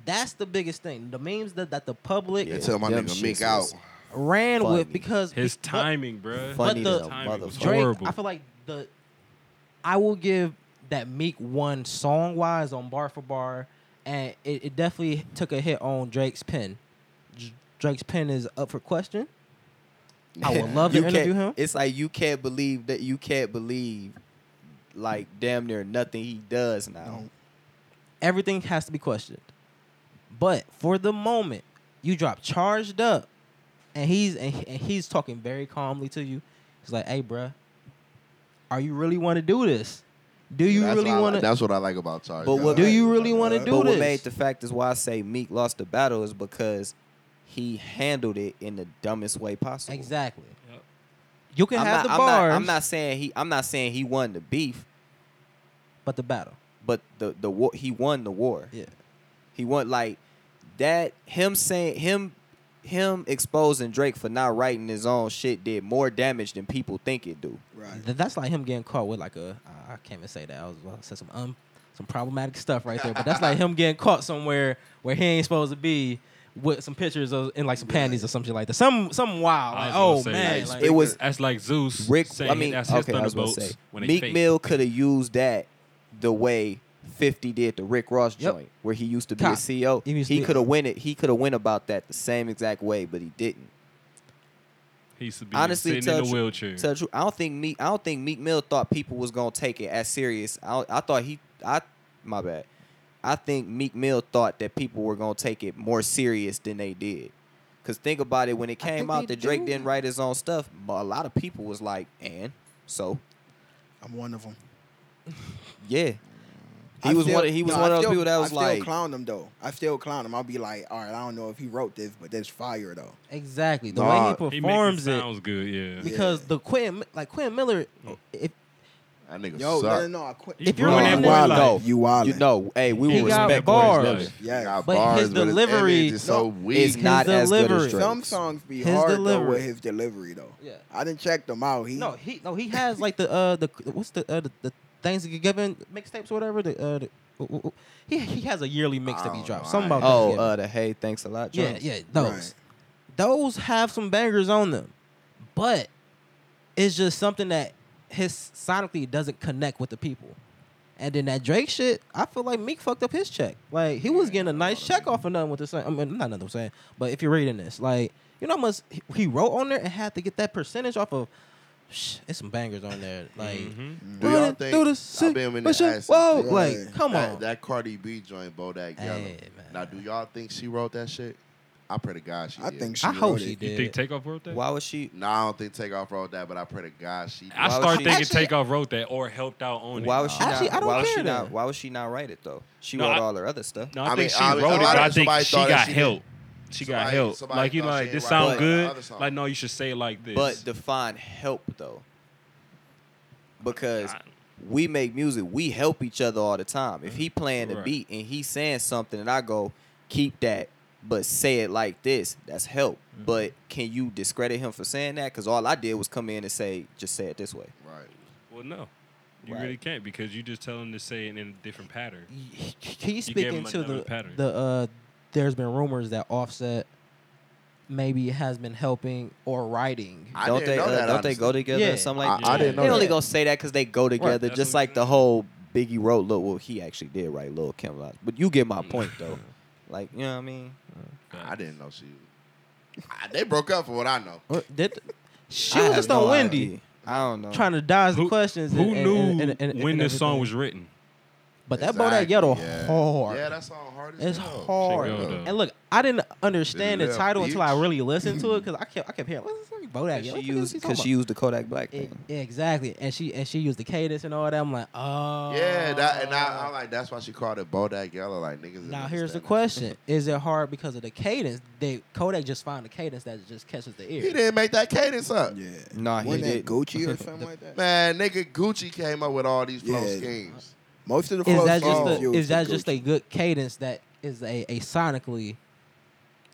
Speaker 1: That's the biggest thing. The memes that, that the public
Speaker 5: Yeah.
Speaker 3: Until my
Speaker 5: Them
Speaker 3: nigga
Speaker 5: shits
Speaker 3: Meek
Speaker 5: is-
Speaker 3: out.
Speaker 1: ran
Speaker 5: Funny.
Speaker 1: with because
Speaker 2: his
Speaker 1: be- but
Speaker 2: timing, bruh.
Speaker 5: Funny
Speaker 1: the-
Speaker 5: than a
Speaker 2: timing was
Speaker 5: motherfucker.
Speaker 1: Drake,
Speaker 2: horrible.
Speaker 1: I feel like the I will give that Meek won song wise on bar for bar, and it, it definitely took a hit on Drake's pen. J- Drake's pen is up for question. I would love to
Speaker 5: You can't-
Speaker 1: interview him.
Speaker 5: It's like you can't believe that you can't believe like damn near nothing he does now.
Speaker 1: everything has to be questioned. But for the moment, you drop charged up, and he's and, he- and he's talking very calmly to you. He's like, "Hey, bruh, are you really want to do this? Do you
Speaker 3: That's
Speaker 1: really
Speaker 3: what I-
Speaker 1: want to?
Speaker 3: That's what I like about Charlie.
Speaker 5: But what-
Speaker 1: Do you really want to
Speaker 4: But
Speaker 1: do
Speaker 5: but
Speaker 1: this?"
Speaker 5: what made the fact is why I say Meek lost the battle is because he handled it in the dumbest way possible.
Speaker 1: exactly.
Speaker 2: Yep.
Speaker 1: You can
Speaker 5: I'm
Speaker 1: have
Speaker 5: not,
Speaker 1: the
Speaker 5: I'm not-
Speaker 1: bars,
Speaker 5: I'm not saying he. I'm not saying he won the beef,
Speaker 1: but the battle.
Speaker 5: but the the war. He won the war.
Speaker 1: Yeah,
Speaker 5: He won like that. Him saying him him exposing Drake for not writing his own shit did more damage than people think it do.
Speaker 4: Right.
Speaker 1: Th- that's like him getting caught with like a. I- I can't even say that. I was about to say some um some problematic stuff right there, but that's like him getting caught somewhere where he ain't supposed to be. With some pictures of, in like some panties or something like that, some some wild.
Speaker 2: I
Speaker 1: Like,
Speaker 2: was
Speaker 1: oh
Speaker 2: gonna say,
Speaker 1: man,
Speaker 2: like,
Speaker 1: like-
Speaker 5: It was
Speaker 2: that's like Zeus.
Speaker 5: Rick.
Speaker 2: saying
Speaker 5: I mean,
Speaker 2: that's his
Speaker 5: okay, I was gonna
Speaker 2: thunderbolts
Speaker 5: say
Speaker 2: when they
Speaker 5: Meek
Speaker 2: fake.
Speaker 5: Mill could have used that the way Fifty did the Rick Ross
Speaker 1: Yep.
Speaker 5: joint, where he used to be a
Speaker 1: Cop.
Speaker 5: CEO.
Speaker 1: He
Speaker 5: He,
Speaker 1: used to be-
Speaker 5: could have win it. He could have went about that the same exact way, but he didn't.
Speaker 2: He should be
Speaker 5: Honestly,
Speaker 2: sitting
Speaker 5: tell
Speaker 2: in a
Speaker 5: tru-
Speaker 2: wheelchair.
Speaker 5: tell tru- I don't think Meek. I don't think Meek Mill thought people was gonna take it as serious. I, don't- I thought he. I my bad. I think Meek Mill thought that people were gonna take it more serious than they did. Cause think about it, when it came
Speaker 1: think
Speaker 5: out
Speaker 1: they
Speaker 5: that Drake
Speaker 1: do.
Speaker 5: didn't write his own stuff, a lot of people was like, "And so."
Speaker 4: I'm one of them.
Speaker 5: Yeah. He
Speaker 4: I
Speaker 5: was
Speaker 4: still-
Speaker 5: one. Of, he was
Speaker 4: no, I
Speaker 5: one of those
Speaker 4: still-
Speaker 5: people that was
Speaker 4: I
Speaker 5: like,
Speaker 4: still clown him though. I still clown him. I'll be like, all right, I don't know if he wrote this, but that's fire though.
Speaker 1: Exactly. The
Speaker 3: Nah,
Speaker 1: way
Speaker 2: he
Speaker 1: he
Speaker 2: make it
Speaker 1: performs it,
Speaker 2: sounds good. Yeah, Mm.
Speaker 1: because the Quinn like Quinn Miller if
Speaker 3: That nigga
Speaker 4: Yo,
Speaker 3: suck.
Speaker 4: no, no, no, I quit.
Speaker 2: He
Speaker 1: if you're
Speaker 2: ruined
Speaker 1: on that
Speaker 2: that boy's
Speaker 5: wild
Speaker 2: life.
Speaker 5: though.
Speaker 4: You wildin'.
Speaker 5: You know, hey, we
Speaker 1: He
Speaker 5: will
Speaker 1: got
Speaker 5: respect
Speaker 1: bars.
Speaker 5: Chris Miller.
Speaker 3: He
Speaker 4: Yeah.
Speaker 3: got
Speaker 1: But
Speaker 3: bars,
Speaker 1: his
Speaker 3: but
Speaker 1: delivery-
Speaker 3: image is so
Speaker 4: No,
Speaker 3: weak.
Speaker 5: It's not as good
Speaker 1: delivery.
Speaker 5: as Drake.
Speaker 4: Some songs be
Speaker 1: His
Speaker 4: hard though
Speaker 1: delivery.
Speaker 4: with his delivery though.
Speaker 1: Yeah.
Speaker 4: I didn't check them out. He
Speaker 1: no he no he has like the uh the what's the uh, the, the things that get given mixtapes or whatever the uh the, ooh, ooh, ooh. he he has a yearly mixtape
Speaker 3: don't
Speaker 1: he drops
Speaker 3: know,
Speaker 1: something
Speaker 3: I-
Speaker 1: about
Speaker 5: Oh,
Speaker 1: Thanksgiving.
Speaker 5: uh, the hey, thanks a lot.
Speaker 1: yeah
Speaker 5: Drake.
Speaker 1: yeah those
Speaker 4: Right.
Speaker 1: those have some bangers on them but it's just something that his sonically doesn't connect with the people and then that Drake shit, I feel like Meek fucked up his check. Like he was getting a nice check off of nothing with the same. I mean, not nothing saying, but if you're reading this, like you know how much he- he wrote on there and had to get that percentage off of. Shh, it's some bangers on there. Like
Speaker 3: Mm-hmm. Do y'all
Speaker 1: running
Speaker 3: think-
Speaker 1: through the
Speaker 3: I've
Speaker 1: city,
Speaker 3: been meaning to
Speaker 1: but you-
Speaker 3: ask you
Speaker 1: whoa,
Speaker 3: this.
Speaker 1: like
Speaker 4: Right.
Speaker 1: come
Speaker 3: that,
Speaker 1: on.
Speaker 3: That Cardi B joint, Bodak Yellow.
Speaker 1: Hey, man.
Speaker 3: Now, do y'all think she wrote that shit? I pray to God she
Speaker 4: I
Speaker 3: did.
Speaker 4: think she
Speaker 5: I hope
Speaker 4: wrote
Speaker 5: she
Speaker 4: it.
Speaker 2: You
Speaker 5: did.
Speaker 2: think Takeoff wrote that?
Speaker 5: Why was she?
Speaker 3: No, I don't think Takeoff wrote that, but I pray to God she did.
Speaker 2: I
Speaker 5: Why would
Speaker 2: start
Speaker 5: she-
Speaker 2: thinking
Speaker 4: Actually-
Speaker 2: Takeoff wrote that or helped out on it.
Speaker 5: Why was she
Speaker 1: Actually, I
Speaker 5: not?
Speaker 1: don't
Speaker 5: Why was
Speaker 1: care
Speaker 5: she not?
Speaker 1: though.
Speaker 5: Why was she not write it though? She
Speaker 2: No,
Speaker 5: wrote
Speaker 2: I-
Speaker 5: all her other stuff.
Speaker 2: No,
Speaker 3: I
Speaker 2: I,
Speaker 3: mean,
Speaker 2: think she
Speaker 3: I- a
Speaker 2: wrote it,
Speaker 3: lot
Speaker 2: but
Speaker 3: of
Speaker 2: I think
Speaker 3: somebody
Speaker 2: she
Speaker 3: thought that
Speaker 2: got
Speaker 3: she did.
Speaker 2: help. She got
Speaker 3: Somebody-
Speaker 2: help.
Speaker 3: somebody
Speaker 2: Like you
Speaker 3: thought she
Speaker 2: like
Speaker 3: ain't
Speaker 2: this
Speaker 3: right.
Speaker 2: sound
Speaker 5: But-
Speaker 2: good.
Speaker 3: other song.
Speaker 2: Like no, you should say it like this.
Speaker 5: But define help though, because
Speaker 2: I-
Speaker 5: we make music. We help each other all the time. If he playing the
Speaker 2: Right.
Speaker 5: beat and he saying something, and I go keep that, but say it like this. That's help.
Speaker 1: Mm-hmm.
Speaker 5: But can you discredit him for saying that? Because all I did was come in and say, just say it this way.
Speaker 3: Right.
Speaker 2: well, no, you
Speaker 5: Right.
Speaker 2: really can't because you just tell them to say it in a different pattern.
Speaker 1: Can you speak
Speaker 2: gave him
Speaker 1: into
Speaker 2: another
Speaker 1: the
Speaker 2: pattern.
Speaker 1: the uh there's been rumors that Offset maybe has been helping or writing.
Speaker 3: I
Speaker 5: don't
Speaker 3: didn't
Speaker 5: they?
Speaker 3: know
Speaker 5: uh,
Speaker 3: that,
Speaker 5: don't they
Speaker 3: honestly.
Speaker 5: go together?
Speaker 1: Yeah.
Speaker 5: or Something like
Speaker 3: I- I
Speaker 5: that?
Speaker 3: didn't know
Speaker 5: They only
Speaker 1: that.
Speaker 5: gonna say that because they go together,
Speaker 2: that's
Speaker 5: just
Speaker 2: what I'm
Speaker 5: like the
Speaker 2: saying.
Speaker 5: whole Biggie wrote. Look, well, he actually did write Lil Kim a lot, but you get my point though. Like you know what I mean?
Speaker 3: I didn't know she. I, they broke up for what I know.
Speaker 1: Or did she
Speaker 5: I
Speaker 1: was
Speaker 5: have
Speaker 1: just
Speaker 5: no
Speaker 1: on Wendy
Speaker 5: idea. I don't know.
Speaker 1: trying to dodge the
Speaker 2: Who-
Speaker 1: questions.
Speaker 2: Who
Speaker 1: and- and-
Speaker 2: knew
Speaker 1: and- and- and-
Speaker 2: when
Speaker 1: and
Speaker 2: this song
Speaker 1: everything.
Speaker 2: was written?
Speaker 1: But that boy that
Speaker 3: Exactly,
Speaker 1: ghetto
Speaker 3: yeah.
Speaker 1: hard.
Speaker 3: Yeah, that song hard. As
Speaker 1: It's
Speaker 3: hell.
Speaker 1: hard.
Speaker 2: Check it out, though.
Speaker 1: And look, I didn't understand the
Speaker 3: Yeah,
Speaker 1: title until I
Speaker 3: bitch.
Speaker 1: really listened to it because I kept I kept hearing "What's this Bodak?
Speaker 5: She
Speaker 1: Yellow? What the fuck is
Speaker 5: used
Speaker 1: he
Speaker 5: because
Speaker 1: talking
Speaker 5: she used the Kodak Black
Speaker 1: about?" E-
Speaker 5: thing.
Speaker 1: Exactly, and she and she used the cadence and all that. I'm like, oh,
Speaker 3: Yeah, that, and I, I'm like, that's why she called it Bodak Yellow. Like niggas. didn't
Speaker 1: Now here's the
Speaker 3: understand that.
Speaker 1: question: Is it hard because of the cadence? They Kodak just found the cadence that just catches the ear.
Speaker 3: He didn't make that cadence up.
Speaker 4: Yeah.
Speaker 5: Nah, he
Speaker 4: Wasn't that
Speaker 5: didn't.
Speaker 4: Gucci or something like that.
Speaker 3: Man, nigga, Gucci came up with all these flow
Speaker 4: Yeah.
Speaker 3: schemes.
Speaker 4: Most of the
Speaker 1: Is
Speaker 4: flow
Speaker 1: that just
Speaker 4: songs
Speaker 1: a,
Speaker 4: used
Speaker 1: is that
Speaker 4: Gucci.
Speaker 1: just a good cadence that is a, a sonically?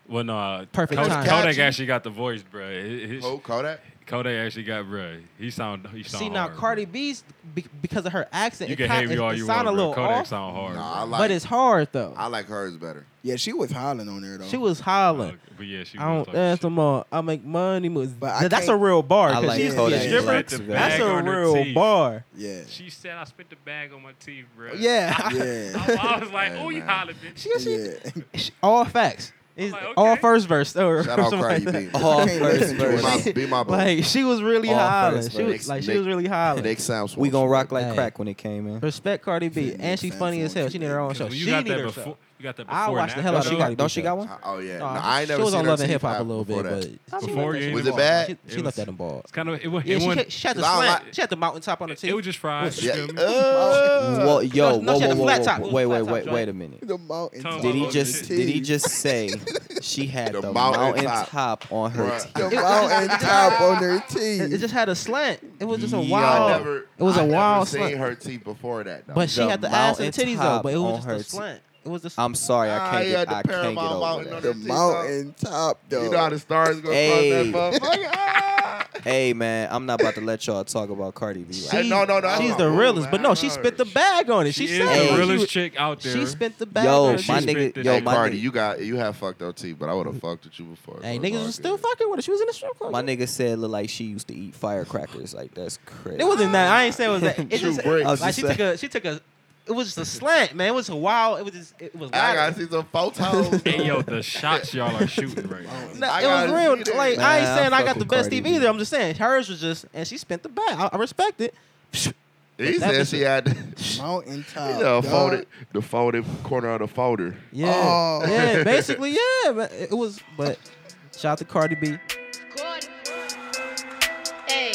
Speaker 2: Well, no, uh,
Speaker 1: Perfect
Speaker 2: Kodak,
Speaker 1: time.
Speaker 2: Kodak
Speaker 3: Gotcha.
Speaker 2: actually got the voice, bro. His, his-
Speaker 3: Who Kodak?
Speaker 2: Kodak actually got, bro. He sound, he sound
Speaker 1: See now
Speaker 2: hard,
Speaker 1: Cardi
Speaker 2: bruh.
Speaker 1: B's be, because of her accent,
Speaker 2: You
Speaker 1: it,
Speaker 2: can
Speaker 1: kind-
Speaker 2: hate me
Speaker 1: it-
Speaker 2: all
Speaker 1: it
Speaker 2: you
Speaker 1: sound
Speaker 2: want,
Speaker 1: a little
Speaker 2: bro. Kodak
Speaker 1: off,
Speaker 2: sound hard.
Speaker 3: Nah, I
Speaker 2: bruh.
Speaker 3: like.
Speaker 1: but it's hard though.
Speaker 3: I like hers better.
Speaker 4: Yeah, she was hollering on there though.
Speaker 1: she was hollering.
Speaker 2: Uh, but yeah, she
Speaker 1: I
Speaker 2: was
Speaker 1: don't ask them all. I make money moves.
Speaker 4: But I
Speaker 1: Th- that's a
Speaker 4: can't-
Speaker 1: real bar.
Speaker 5: I
Speaker 1: 'cause
Speaker 5: like
Speaker 1: she used to be a
Speaker 5: Kodak
Speaker 1: stripper.
Speaker 5: Black.
Speaker 1: That's
Speaker 2: Bag
Speaker 1: a
Speaker 2: on her
Speaker 1: real
Speaker 2: teeth.
Speaker 1: bar.
Speaker 4: Yeah.
Speaker 2: She said, "I spit the bag on my teeth, bro."
Speaker 1: Yeah.
Speaker 4: Yeah.
Speaker 2: I was like,
Speaker 3: Hey,
Speaker 2: "Oh, you
Speaker 3: man.
Speaker 2: hollering, bitch."
Speaker 1: she, she,
Speaker 4: yeah.
Speaker 1: she- all facts. It's
Speaker 2: like,
Speaker 1: All
Speaker 2: okay.
Speaker 1: first verse. Or,
Speaker 3: Shout
Speaker 1: or
Speaker 3: out
Speaker 1: something
Speaker 3: Cardi
Speaker 1: like
Speaker 3: B.
Speaker 1: that.
Speaker 5: All
Speaker 4: Can't
Speaker 5: first
Speaker 4: listen to it.
Speaker 3: Be
Speaker 5: verse.
Speaker 3: my, be my boo.
Speaker 1: Like she was really
Speaker 5: All
Speaker 1: hollering.
Speaker 5: first
Speaker 1: She was
Speaker 3: verse.
Speaker 1: like she
Speaker 3: Nick-
Speaker 1: was really hollering.
Speaker 3: Next time
Speaker 5: We gonna rock
Speaker 1: Hey.
Speaker 5: like crack when it came in.
Speaker 1: Respect Cardi B,
Speaker 4: Yeah,
Speaker 1: and she's
Speaker 4: fans
Speaker 1: funny as
Speaker 4: want
Speaker 1: hell.
Speaker 4: you
Speaker 1: She need
Speaker 4: to-
Speaker 1: her own
Speaker 2: Because
Speaker 1: show.
Speaker 2: when you
Speaker 1: She
Speaker 2: got
Speaker 1: need
Speaker 2: that
Speaker 1: her
Speaker 2: before.
Speaker 1: show.
Speaker 2: You got that before.
Speaker 1: I watched
Speaker 2: and
Speaker 1: the hell
Speaker 5: Don't
Speaker 1: out of
Speaker 2: after,
Speaker 5: she
Speaker 1: Cardi
Speaker 5: got?
Speaker 1: B
Speaker 5: Don't she
Speaker 1: show.
Speaker 5: got one?
Speaker 3: Oh yeah,
Speaker 1: Nah,
Speaker 3: no, I ain't never
Speaker 1: she was
Speaker 3: seen
Speaker 1: on
Speaker 3: her
Speaker 1: Love and
Speaker 3: teeth
Speaker 1: Hip Hop a
Speaker 3: out
Speaker 1: little bit,
Speaker 3: before that.
Speaker 1: but
Speaker 2: though. Before you
Speaker 1: she,
Speaker 2: ain't
Speaker 3: Was it
Speaker 2: even-
Speaker 3: bad?
Speaker 1: she, she
Speaker 2: It
Speaker 1: left
Speaker 2: was-
Speaker 1: that in ball.
Speaker 2: It's kind of it, wa- it
Speaker 1: Yeah, she,
Speaker 2: wasn't.
Speaker 1: had- she had the
Speaker 3: Cause I don't
Speaker 1: slant.
Speaker 3: like-
Speaker 1: she had the mountaintop on her teeth.
Speaker 2: It was just fries.
Speaker 3: Yeah.
Speaker 2: you feel me?
Speaker 3: Uh,
Speaker 5: Whoa, yo, whoa,
Speaker 1: no, she had
Speaker 5: whoa,
Speaker 1: a
Speaker 5: whoa,
Speaker 1: flat
Speaker 5: whoa,
Speaker 1: top.
Speaker 5: whoa,
Speaker 1: It was
Speaker 5: wait,
Speaker 1: a
Speaker 5: wait,
Speaker 1: flat
Speaker 5: wait,
Speaker 1: top
Speaker 5: wait a minute.
Speaker 4: The mountain.
Speaker 2: Tell 'em
Speaker 5: Did he
Speaker 2: Motherfucker.
Speaker 5: just? Did he just say she had
Speaker 3: The
Speaker 5: the,
Speaker 3: mountain
Speaker 5: mountain
Speaker 3: top.
Speaker 5: top. on her?
Speaker 3: Bruh.
Speaker 5: teeth?
Speaker 4: The mountain top on their
Speaker 1: It,
Speaker 4: teeth.
Speaker 1: it just had a slant. It was just a
Speaker 5: Yo.
Speaker 1: wild.
Speaker 3: I never,
Speaker 1: it was
Speaker 3: a
Speaker 1: a wild
Speaker 3: never seen
Speaker 1: slant.
Speaker 3: her teeth before that. Though.
Speaker 1: but she
Speaker 5: The
Speaker 1: had the ass and
Speaker 5: mountain
Speaker 1: titties though.
Speaker 5: top
Speaker 1: But it
Speaker 5: on
Speaker 1: was just
Speaker 5: her
Speaker 1: a
Speaker 5: teeth.
Speaker 1: slant. It was just.
Speaker 5: I'm sorry, I
Speaker 3: Ah,
Speaker 5: can't
Speaker 3: he had
Speaker 5: get.
Speaker 3: the
Speaker 5: I can't get
Speaker 3: Paramount
Speaker 5: over
Speaker 3: mountain on
Speaker 5: that.
Speaker 4: the
Speaker 3: teeth,
Speaker 4: mountain top though.
Speaker 3: you know how the stars go
Speaker 5: Hey.
Speaker 3: across that motherfucker. Ah!
Speaker 5: Hey man, I'm not about to let y'all talk about Cardi B. Like,
Speaker 3: Hey, no, no, no, that's
Speaker 1: She's
Speaker 3: my
Speaker 1: the
Speaker 3: boo,
Speaker 1: realest,
Speaker 3: man.
Speaker 1: but
Speaker 3: I
Speaker 1: no, she
Speaker 3: love
Speaker 1: spit
Speaker 3: her.
Speaker 1: the bag on it. She,
Speaker 2: She is
Speaker 1: said
Speaker 5: Hey.
Speaker 2: the
Speaker 1: it.
Speaker 2: realest
Speaker 1: She-
Speaker 2: chick out there.
Speaker 1: She spent the bag.
Speaker 5: Yo,
Speaker 1: on it.
Speaker 5: my
Speaker 1: She-
Speaker 5: nigga-
Speaker 2: spent
Speaker 5: yo,
Speaker 3: Hey
Speaker 2: this-
Speaker 5: my
Speaker 3: Cardi,
Speaker 5: nigga-
Speaker 3: you got you have fucked up teeth, but I would have fucked with you before.
Speaker 1: Hey,
Speaker 3: Fuck
Speaker 1: niggas
Speaker 3: all
Speaker 1: was still
Speaker 3: good.
Speaker 1: fucking with her. She was in the strip club.
Speaker 5: my nigga said look like she used to eat firecrackers. Like that's crazy.
Speaker 1: It wasn't that. I ain't saying it was that. It
Speaker 3: True
Speaker 1: just,
Speaker 3: bricks.
Speaker 5: I was just
Speaker 1: like she took a, she took a. It was just a slant, man. It was a wild. It was just, it was.
Speaker 3: I gotta
Speaker 1: wild.
Speaker 3: see some photos.
Speaker 2: Hey yo, the shots y'all are shooting right now.
Speaker 1: No,
Speaker 3: I
Speaker 1: it was
Speaker 3: gotta see
Speaker 1: real.
Speaker 3: that.
Speaker 1: Like
Speaker 5: Nah,
Speaker 1: I ain't
Speaker 5: I
Speaker 1: saying I
Speaker 5: fuck
Speaker 1: got the
Speaker 5: with
Speaker 1: best
Speaker 5: Cardi
Speaker 1: team
Speaker 5: B.
Speaker 1: either. I'm just saying hers was just, and she spent the bag. I, I respect it.
Speaker 3: he
Speaker 1: that
Speaker 3: said
Speaker 1: bitch-
Speaker 3: she had the,
Speaker 4: mountain top.
Speaker 3: the
Speaker 4: dog.
Speaker 3: folded, the folded corner of the folder.
Speaker 1: Yeah,
Speaker 4: Oh.
Speaker 1: yeah. Basically, yeah. But it was. But shout out to Cardi B.
Speaker 10: Cardi. Hey.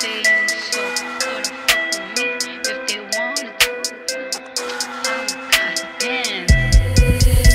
Speaker 10: They ain't so good fuck with me if they wanted to. Oh, goddamn.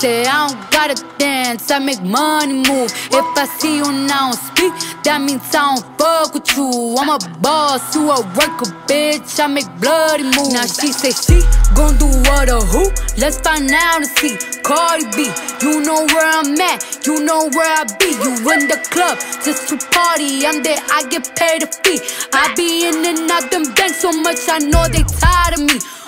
Speaker 11: Say, I don't gotta dance, I make money move. If I see you now speak, that means I don't fuck with you. I'm a boss, you a worker, bitch. I make bloody moves. Now she say she gon' do what or who? Let's find out and see. Cardi B, you know where I'm at, you know where I be. You in the club just to party. I'm there, I get paid a fee. I be in and out them banks so much, I know they tired of me.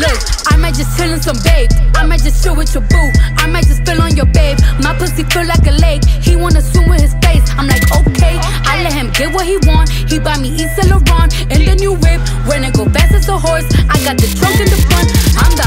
Speaker 11: Look, I might just chill in some babe. I might just chill with your boo. I might just spill on your babe. My pussy feel like a lake. He wanna swim with his face. I'm like, okay. I let him get what he want. He buy me East Saint Laurent and the new whip. When it go fast as a horse, I got the trunk in the front. I'm the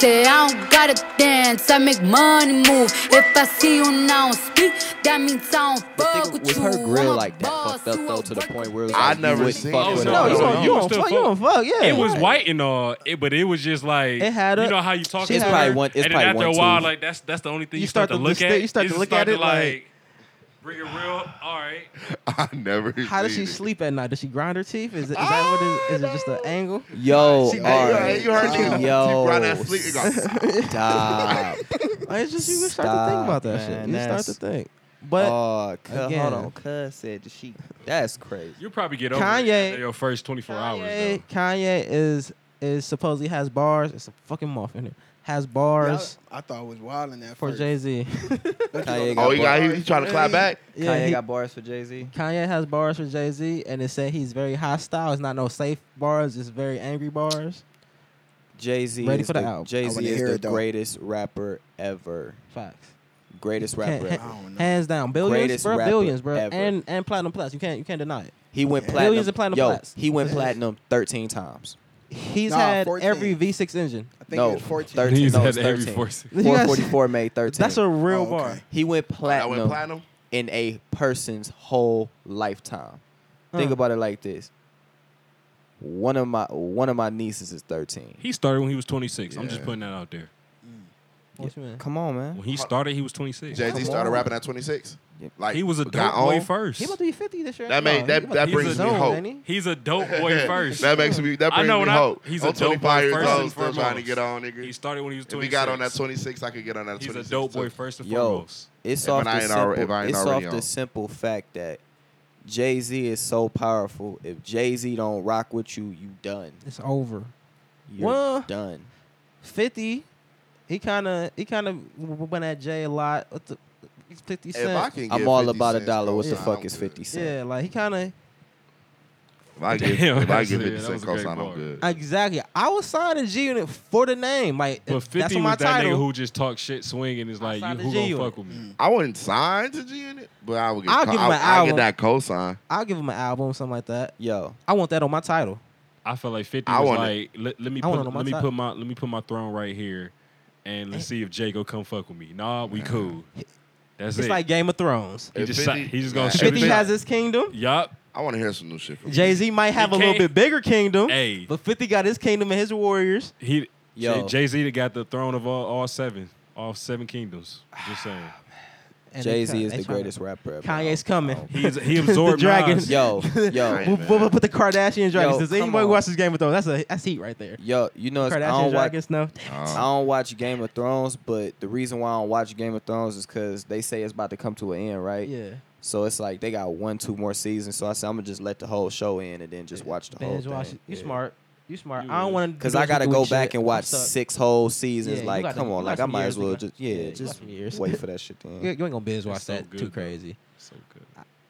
Speaker 11: Say I don't gotta dance, I make money move. If I see you now and speak, that means I don't fuck with
Speaker 5: Was
Speaker 11: you.
Speaker 5: her grill like that fucked up though to the point where it was
Speaker 3: I
Speaker 5: like, you
Speaker 3: never
Speaker 5: wouldn't
Speaker 3: seen
Speaker 5: fuck
Speaker 3: it.
Speaker 5: with
Speaker 3: No,
Speaker 5: her?
Speaker 3: you
Speaker 5: No,
Speaker 3: don't-
Speaker 5: no,
Speaker 1: you
Speaker 5: no.
Speaker 1: don't fuck, you don't fuck, yeah.
Speaker 2: It was white and all, it, but it was just like
Speaker 1: It had
Speaker 2: you
Speaker 1: a-
Speaker 2: know how you talk.
Speaker 5: It's
Speaker 2: to
Speaker 5: probably
Speaker 2: her,
Speaker 5: one- it's
Speaker 2: and
Speaker 5: probably
Speaker 2: then after
Speaker 5: one
Speaker 2: a while,
Speaker 5: tooth.
Speaker 2: like that's that's the only thing
Speaker 1: You
Speaker 2: you,
Speaker 1: start
Speaker 2: start,
Speaker 1: to
Speaker 2: to look
Speaker 1: just-
Speaker 2: at.
Speaker 1: you start to
Speaker 2: just
Speaker 1: look at
Speaker 2: to,
Speaker 1: it, like-
Speaker 2: bring it real. oh, All right,
Speaker 3: I never.
Speaker 1: How does
Speaker 3: seen
Speaker 1: she
Speaker 3: it.
Speaker 1: sleep at night? Does she grind her teeth? Is, it, is that what it is? Is it just an angle?
Speaker 5: Yo,
Speaker 1: She-
Speaker 5: all
Speaker 3: Hey,
Speaker 5: right.
Speaker 3: you heard niggas. She grind that
Speaker 5: yo,
Speaker 3: sleep. It go,
Speaker 5: stop.
Speaker 1: Like, it's just you just start to think
Speaker 5: Uh, Stop,
Speaker 1: about that
Speaker 5: man,
Speaker 1: shit. You start
Speaker 5: that's-
Speaker 1: to think. But
Speaker 5: oh, cu-
Speaker 1: again.
Speaker 5: hold on, cuz said she. That's crazy.
Speaker 2: you probably get over it
Speaker 1: Kanye-
Speaker 2: after your first twenty four hours.
Speaker 1: Kanye,
Speaker 2: Though.
Speaker 1: Kanye is is supposedly has bars. It's a fucking moth in here. Has bars
Speaker 4: I, I thought it was wild in that
Speaker 1: for Jay Z.
Speaker 5: Kanye
Speaker 3: oh, he got. He,
Speaker 4: bars.
Speaker 3: he trying to clap back.
Speaker 1: yeah,
Speaker 5: Kanye
Speaker 1: he-
Speaker 5: got bars for Jay Z.
Speaker 1: Kanye has bars for Jay Z, and it said he's very hostile. It's not no safe bars. It's very angry bars.
Speaker 5: Jay Z
Speaker 1: Ready
Speaker 5: is
Speaker 1: for the
Speaker 5: the
Speaker 1: album.
Speaker 5: Jay
Speaker 4: I wanna
Speaker 5: Z
Speaker 4: hear
Speaker 5: is
Speaker 4: it,
Speaker 5: the
Speaker 4: though.
Speaker 5: greatest rapper ever.
Speaker 1: Facts.
Speaker 5: Greatest
Speaker 1: Can't-
Speaker 5: rapper. ever.
Speaker 1: ha-
Speaker 4: don't know.
Speaker 1: hands down, billions,
Speaker 5: Greatest
Speaker 1: bro,
Speaker 5: rapper
Speaker 1: billions, bro,
Speaker 5: ever.
Speaker 1: and and platinum plus. You can't you can't deny it.
Speaker 5: He went
Speaker 4: Yeah.
Speaker 5: platinum.
Speaker 1: Millions of platinum
Speaker 5: Yo,
Speaker 1: plats.
Speaker 5: he went platinum thirteen times.
Speaker 1: He's
Speaker 4: Nah,
Speaker 1: had
Speaker 4: 14.
Speaker 1: every V6 engine.
Speaker 4: I think it
Speaker 5: No,
Speaker 4: was 14.
Speaker 5: 13.
Speaker 2: He's
Speaker 5: no,
Speaker 2: had
Speaker 5: it's
Speaker 2: every
Speaker 5: 13.
Speaker 2: force.
Speaker 1: You guys-
Speaker 5: 444 made 13.
Speaker 1: That's a real
Speaker 4: Oh, okay.
Speaker 1: bar.
Speaker 5: he went
Speaker 3: That
Speaker 5: platinum,
Speaker 3: went platinum.
Speaker 5: in a person's whole lifetime. Think
Speaker 1: Huh.
Speaker 5: about it like this. One of my one of my nieces is 13.
Speaker 2: He started when he was twenty six. I'm just putting that out there.
Speaker 1: What you mean?
Speaker 5: Come on, man.
Speaker 2: When he started, he was twenty six.
Speaker 3: Jay Z
Speaker 5: Come
Speaker 3: started
Speaker 5: on.
Speaker 3: rapping at 26.
Speaker 5: Yeah.
Speaker 3: Like
Speaker 2: He was a
Speaker 3: got
Speaker 2: dope boy
Speaker 3: on.
Speaker 2: first.
Speaker 1: He about to be 50 this year.
Speaker 3: That made-
Speaker 1: he
Speaker 3: that-
Speaker 1: about
Speaker 3: that
Speaker 1: to be
Speaker 2: brings
Speaker 1: his
Speaker 2: me
Speaker 1: own,
Speaker 3: hope.
Speaker 1: ain't he?
Speaker 2: He's a dope boy first.
Speaker 3: that makes me. That
Speaker 2: I
Speaker 3: brings
Speaker 2: know
Speaker 3: me
Speaker 2: when I-
Speaker 3: hope.
Speaker 2: he's a
Speaker 3: I'm
Speaker 2: dope
Speaker 3: 25
Speaker 2: boy
Speaker 3: years
Speaker 2: first
Speaker 3: old,
Speaker 2: and
Speaker 3: still trying to
Speaker 2: foremost.
Speaker 3: get on, nigga.
Speaker 2: He started when he was
Speaker 3: if
Speaker 2: twenty
Speaker 3: he
Speaker 2: six.
Speaker 3: got on that 26, I could get on that
Speaker 2: He's
Speaker 3: 26.
Speaker 2: a dope boy
Speaker 3: too.
Speaker 2: first and
Speaker 5: Yo,
Speaker 2: foremost.
Speaker 5: it's
Speaker 3: If
Speaker 5: off
Speaker 3: I
Speaker 5: the
Speaker 3: ain't alre- if
Speaker 5: simple,
Speaker 3: I ain't
Speaker 5: it's off
Speaker 3: already
Speaker 5: the
Speaker 3: on.
Speaker 5: simple fact that Jay Z is so powerful. If Jay Z don't rock with you, you done.
Speaker 1: It's over.
Speaker 5: You're
Speaker 1: Well-
Speaker 5: done.
Speaker 1: 50, he kind of he kind of went at Jay a lot. What the, he's 50
Speaker 3: If
Speaker 1: Cent.
Speaker 3: I can get
Speaker 5: I'm all
Speaker 3: 50
Speaker 5: about a
Speaker 3: cents,
Speaker 5: dollar.
Speaker 3: bro,
Speaker 5: What the
Speaker 3: I
Speaker 5: fuck
Speaker 3: don't
Speaker 5: is
Speaker 3: care.
Speaker 5: 50 cent?
Speaker 1: yeah, like he kind of
Speaker 3: If I get,
Speaker 2: Damn,
Speaker 3: if I
Speaker 2: that's
Speaker 3: get
Speaker 2: it.
Speaker 3: 50
Speaker 2: That
Speaker 3: cent
Speaker 2: was a
Speaker 3: cosign,
Speaker 2: great
Speaker 3: I'm
Speaker 2: bar.
Speaker 3: good.
Speaker 1: exactly. I was signing G Unit for the name, like
Speaker 2: But
Speaker 1: if that's
Speaker 2: fifty
Speaker 1: on my
Speaker 2: was that
Speaker 1: title.
Speaker 2: nigga who just talk shit swing and is like,
Speaker 1: signed the
Speaker 2: you who
Speaker 1: G
Speaker 2: gonna
Speaker 1: unit.
Speaker 2: fuck with me?
Speaker 3: I wouldn't sign to G in it, but I would get.
Speaker 1: I'll
Speaker 3: co-
Speaker 1: give him
Speaker 3: I-
Speaker 1: an
Speaker 3: I'll get
Speaker 1: album.
Speaker 3: that cosign.
Speaker 1: I'll give him an album, something like that.
Speaker 5: Yo,
Speaker 1: I want that on my title.
Speaker 2: I felt like fifty
Speaker 3: I
Speaker 2: was
Speaker 3: want
Speaker 2: like, let, let me
Speaker 1: I
Speaker 2: put,
Speaker 1: want it on
Speaker 2: let
Speaker 1: my
Speaker 2: me
Speaker 1: side.
Speaker 2: put my let me put my throne right here, and let's see if Jay go come fuck with me. Nah, we cool. That's
Speaker 1: it's
Speaker 2: it.
Speaker 1: like Game of Thrones.
Speaker 2: He just si- he just gonna shoot.
Speaker 1: 50
Speaker 2: it.
Speaker 1: has his kingdom.
Speaker 2: Yup.
Speaker 3: I want to hear some new shit from
Speaker 1: Jay Z might have a little bit bigger kingdom.
Speaker 2: Hey.
Speaker 1: But 50 got his kingdom and his warriors.
Speaker 2: He
Speaker 1: Yo.
Speaker 2: Jay Z got the throne of all, all seven, all seven kingdoms. Just saying.
Speaker 1: Ah, And they Jay-Z cut- is they the tryna- greatest
Speaker 5: rapper ever.
Speaker 1: Kanye's coming.
Speaker 2: He's, he
Speaker 1: The
Speaker 2: absorbed
Speaker 1: dragons.
Speaker 2: Nas.
Speaker 1: we'll, we'll- we'll put the Kardashian dragons.
Speaker 5: Yo,
Speaker 1: Does
Speaker 5: come
Speaker 1: anybody
Speaker 5: on.
Speaker 1: who watches Game of Thrones? That's a that's heat right there.
Speaker 5: Yo, you know, it's, I
Speaker 1: Kardashian
Speaker 5: don't watch.
Speaker 1: dragons. No,
Speaker 5: I don't watch Game of Thrones, but the reason why I don't watch Game of Thrones is because they say it's about to come to an end, right?
Speaker 1: Yeah.
Speaker 5: So it's like they got one, two more seasons. So I said I'm gonna just let the whole show in and then just watch the whole
Speaker 1: binge
Speaker 5: thing.
Speaker 1: watch it. You smart. You smart. I don't want to
Speaker 5: Cause I gotta go back and watch
Speaker 1: six.
Speaker 5: six whole seasons.
Speaker 1: Yeah, you
Speaker 5: like,
Speaker 1: got
Speaker 5: come
Speaker 1: the-
Speaker 5: on,
Speaker 1: you
Speaker 5: like I
Speaker 1: got some
Speaker 5: might
Speaker 1: years
Speaker 5: as well
Speaker 1: to go.
Speaker 5: just
Speaker 1: Yeah,
Speaker 5: yeah,
Speaker 1: you got
Speaker 5: just
Speaker 1: some years.
Speaker 5: wait for that shit. Then
Speaker 1: You, you ain't gonna binge watch
Speaker 5: It's so
Speaker 1: that
Speaker 5: good,
Speaker 1: too
Speaker 5: bro.
Speaker 1: crazy.
Speaker 2: So good.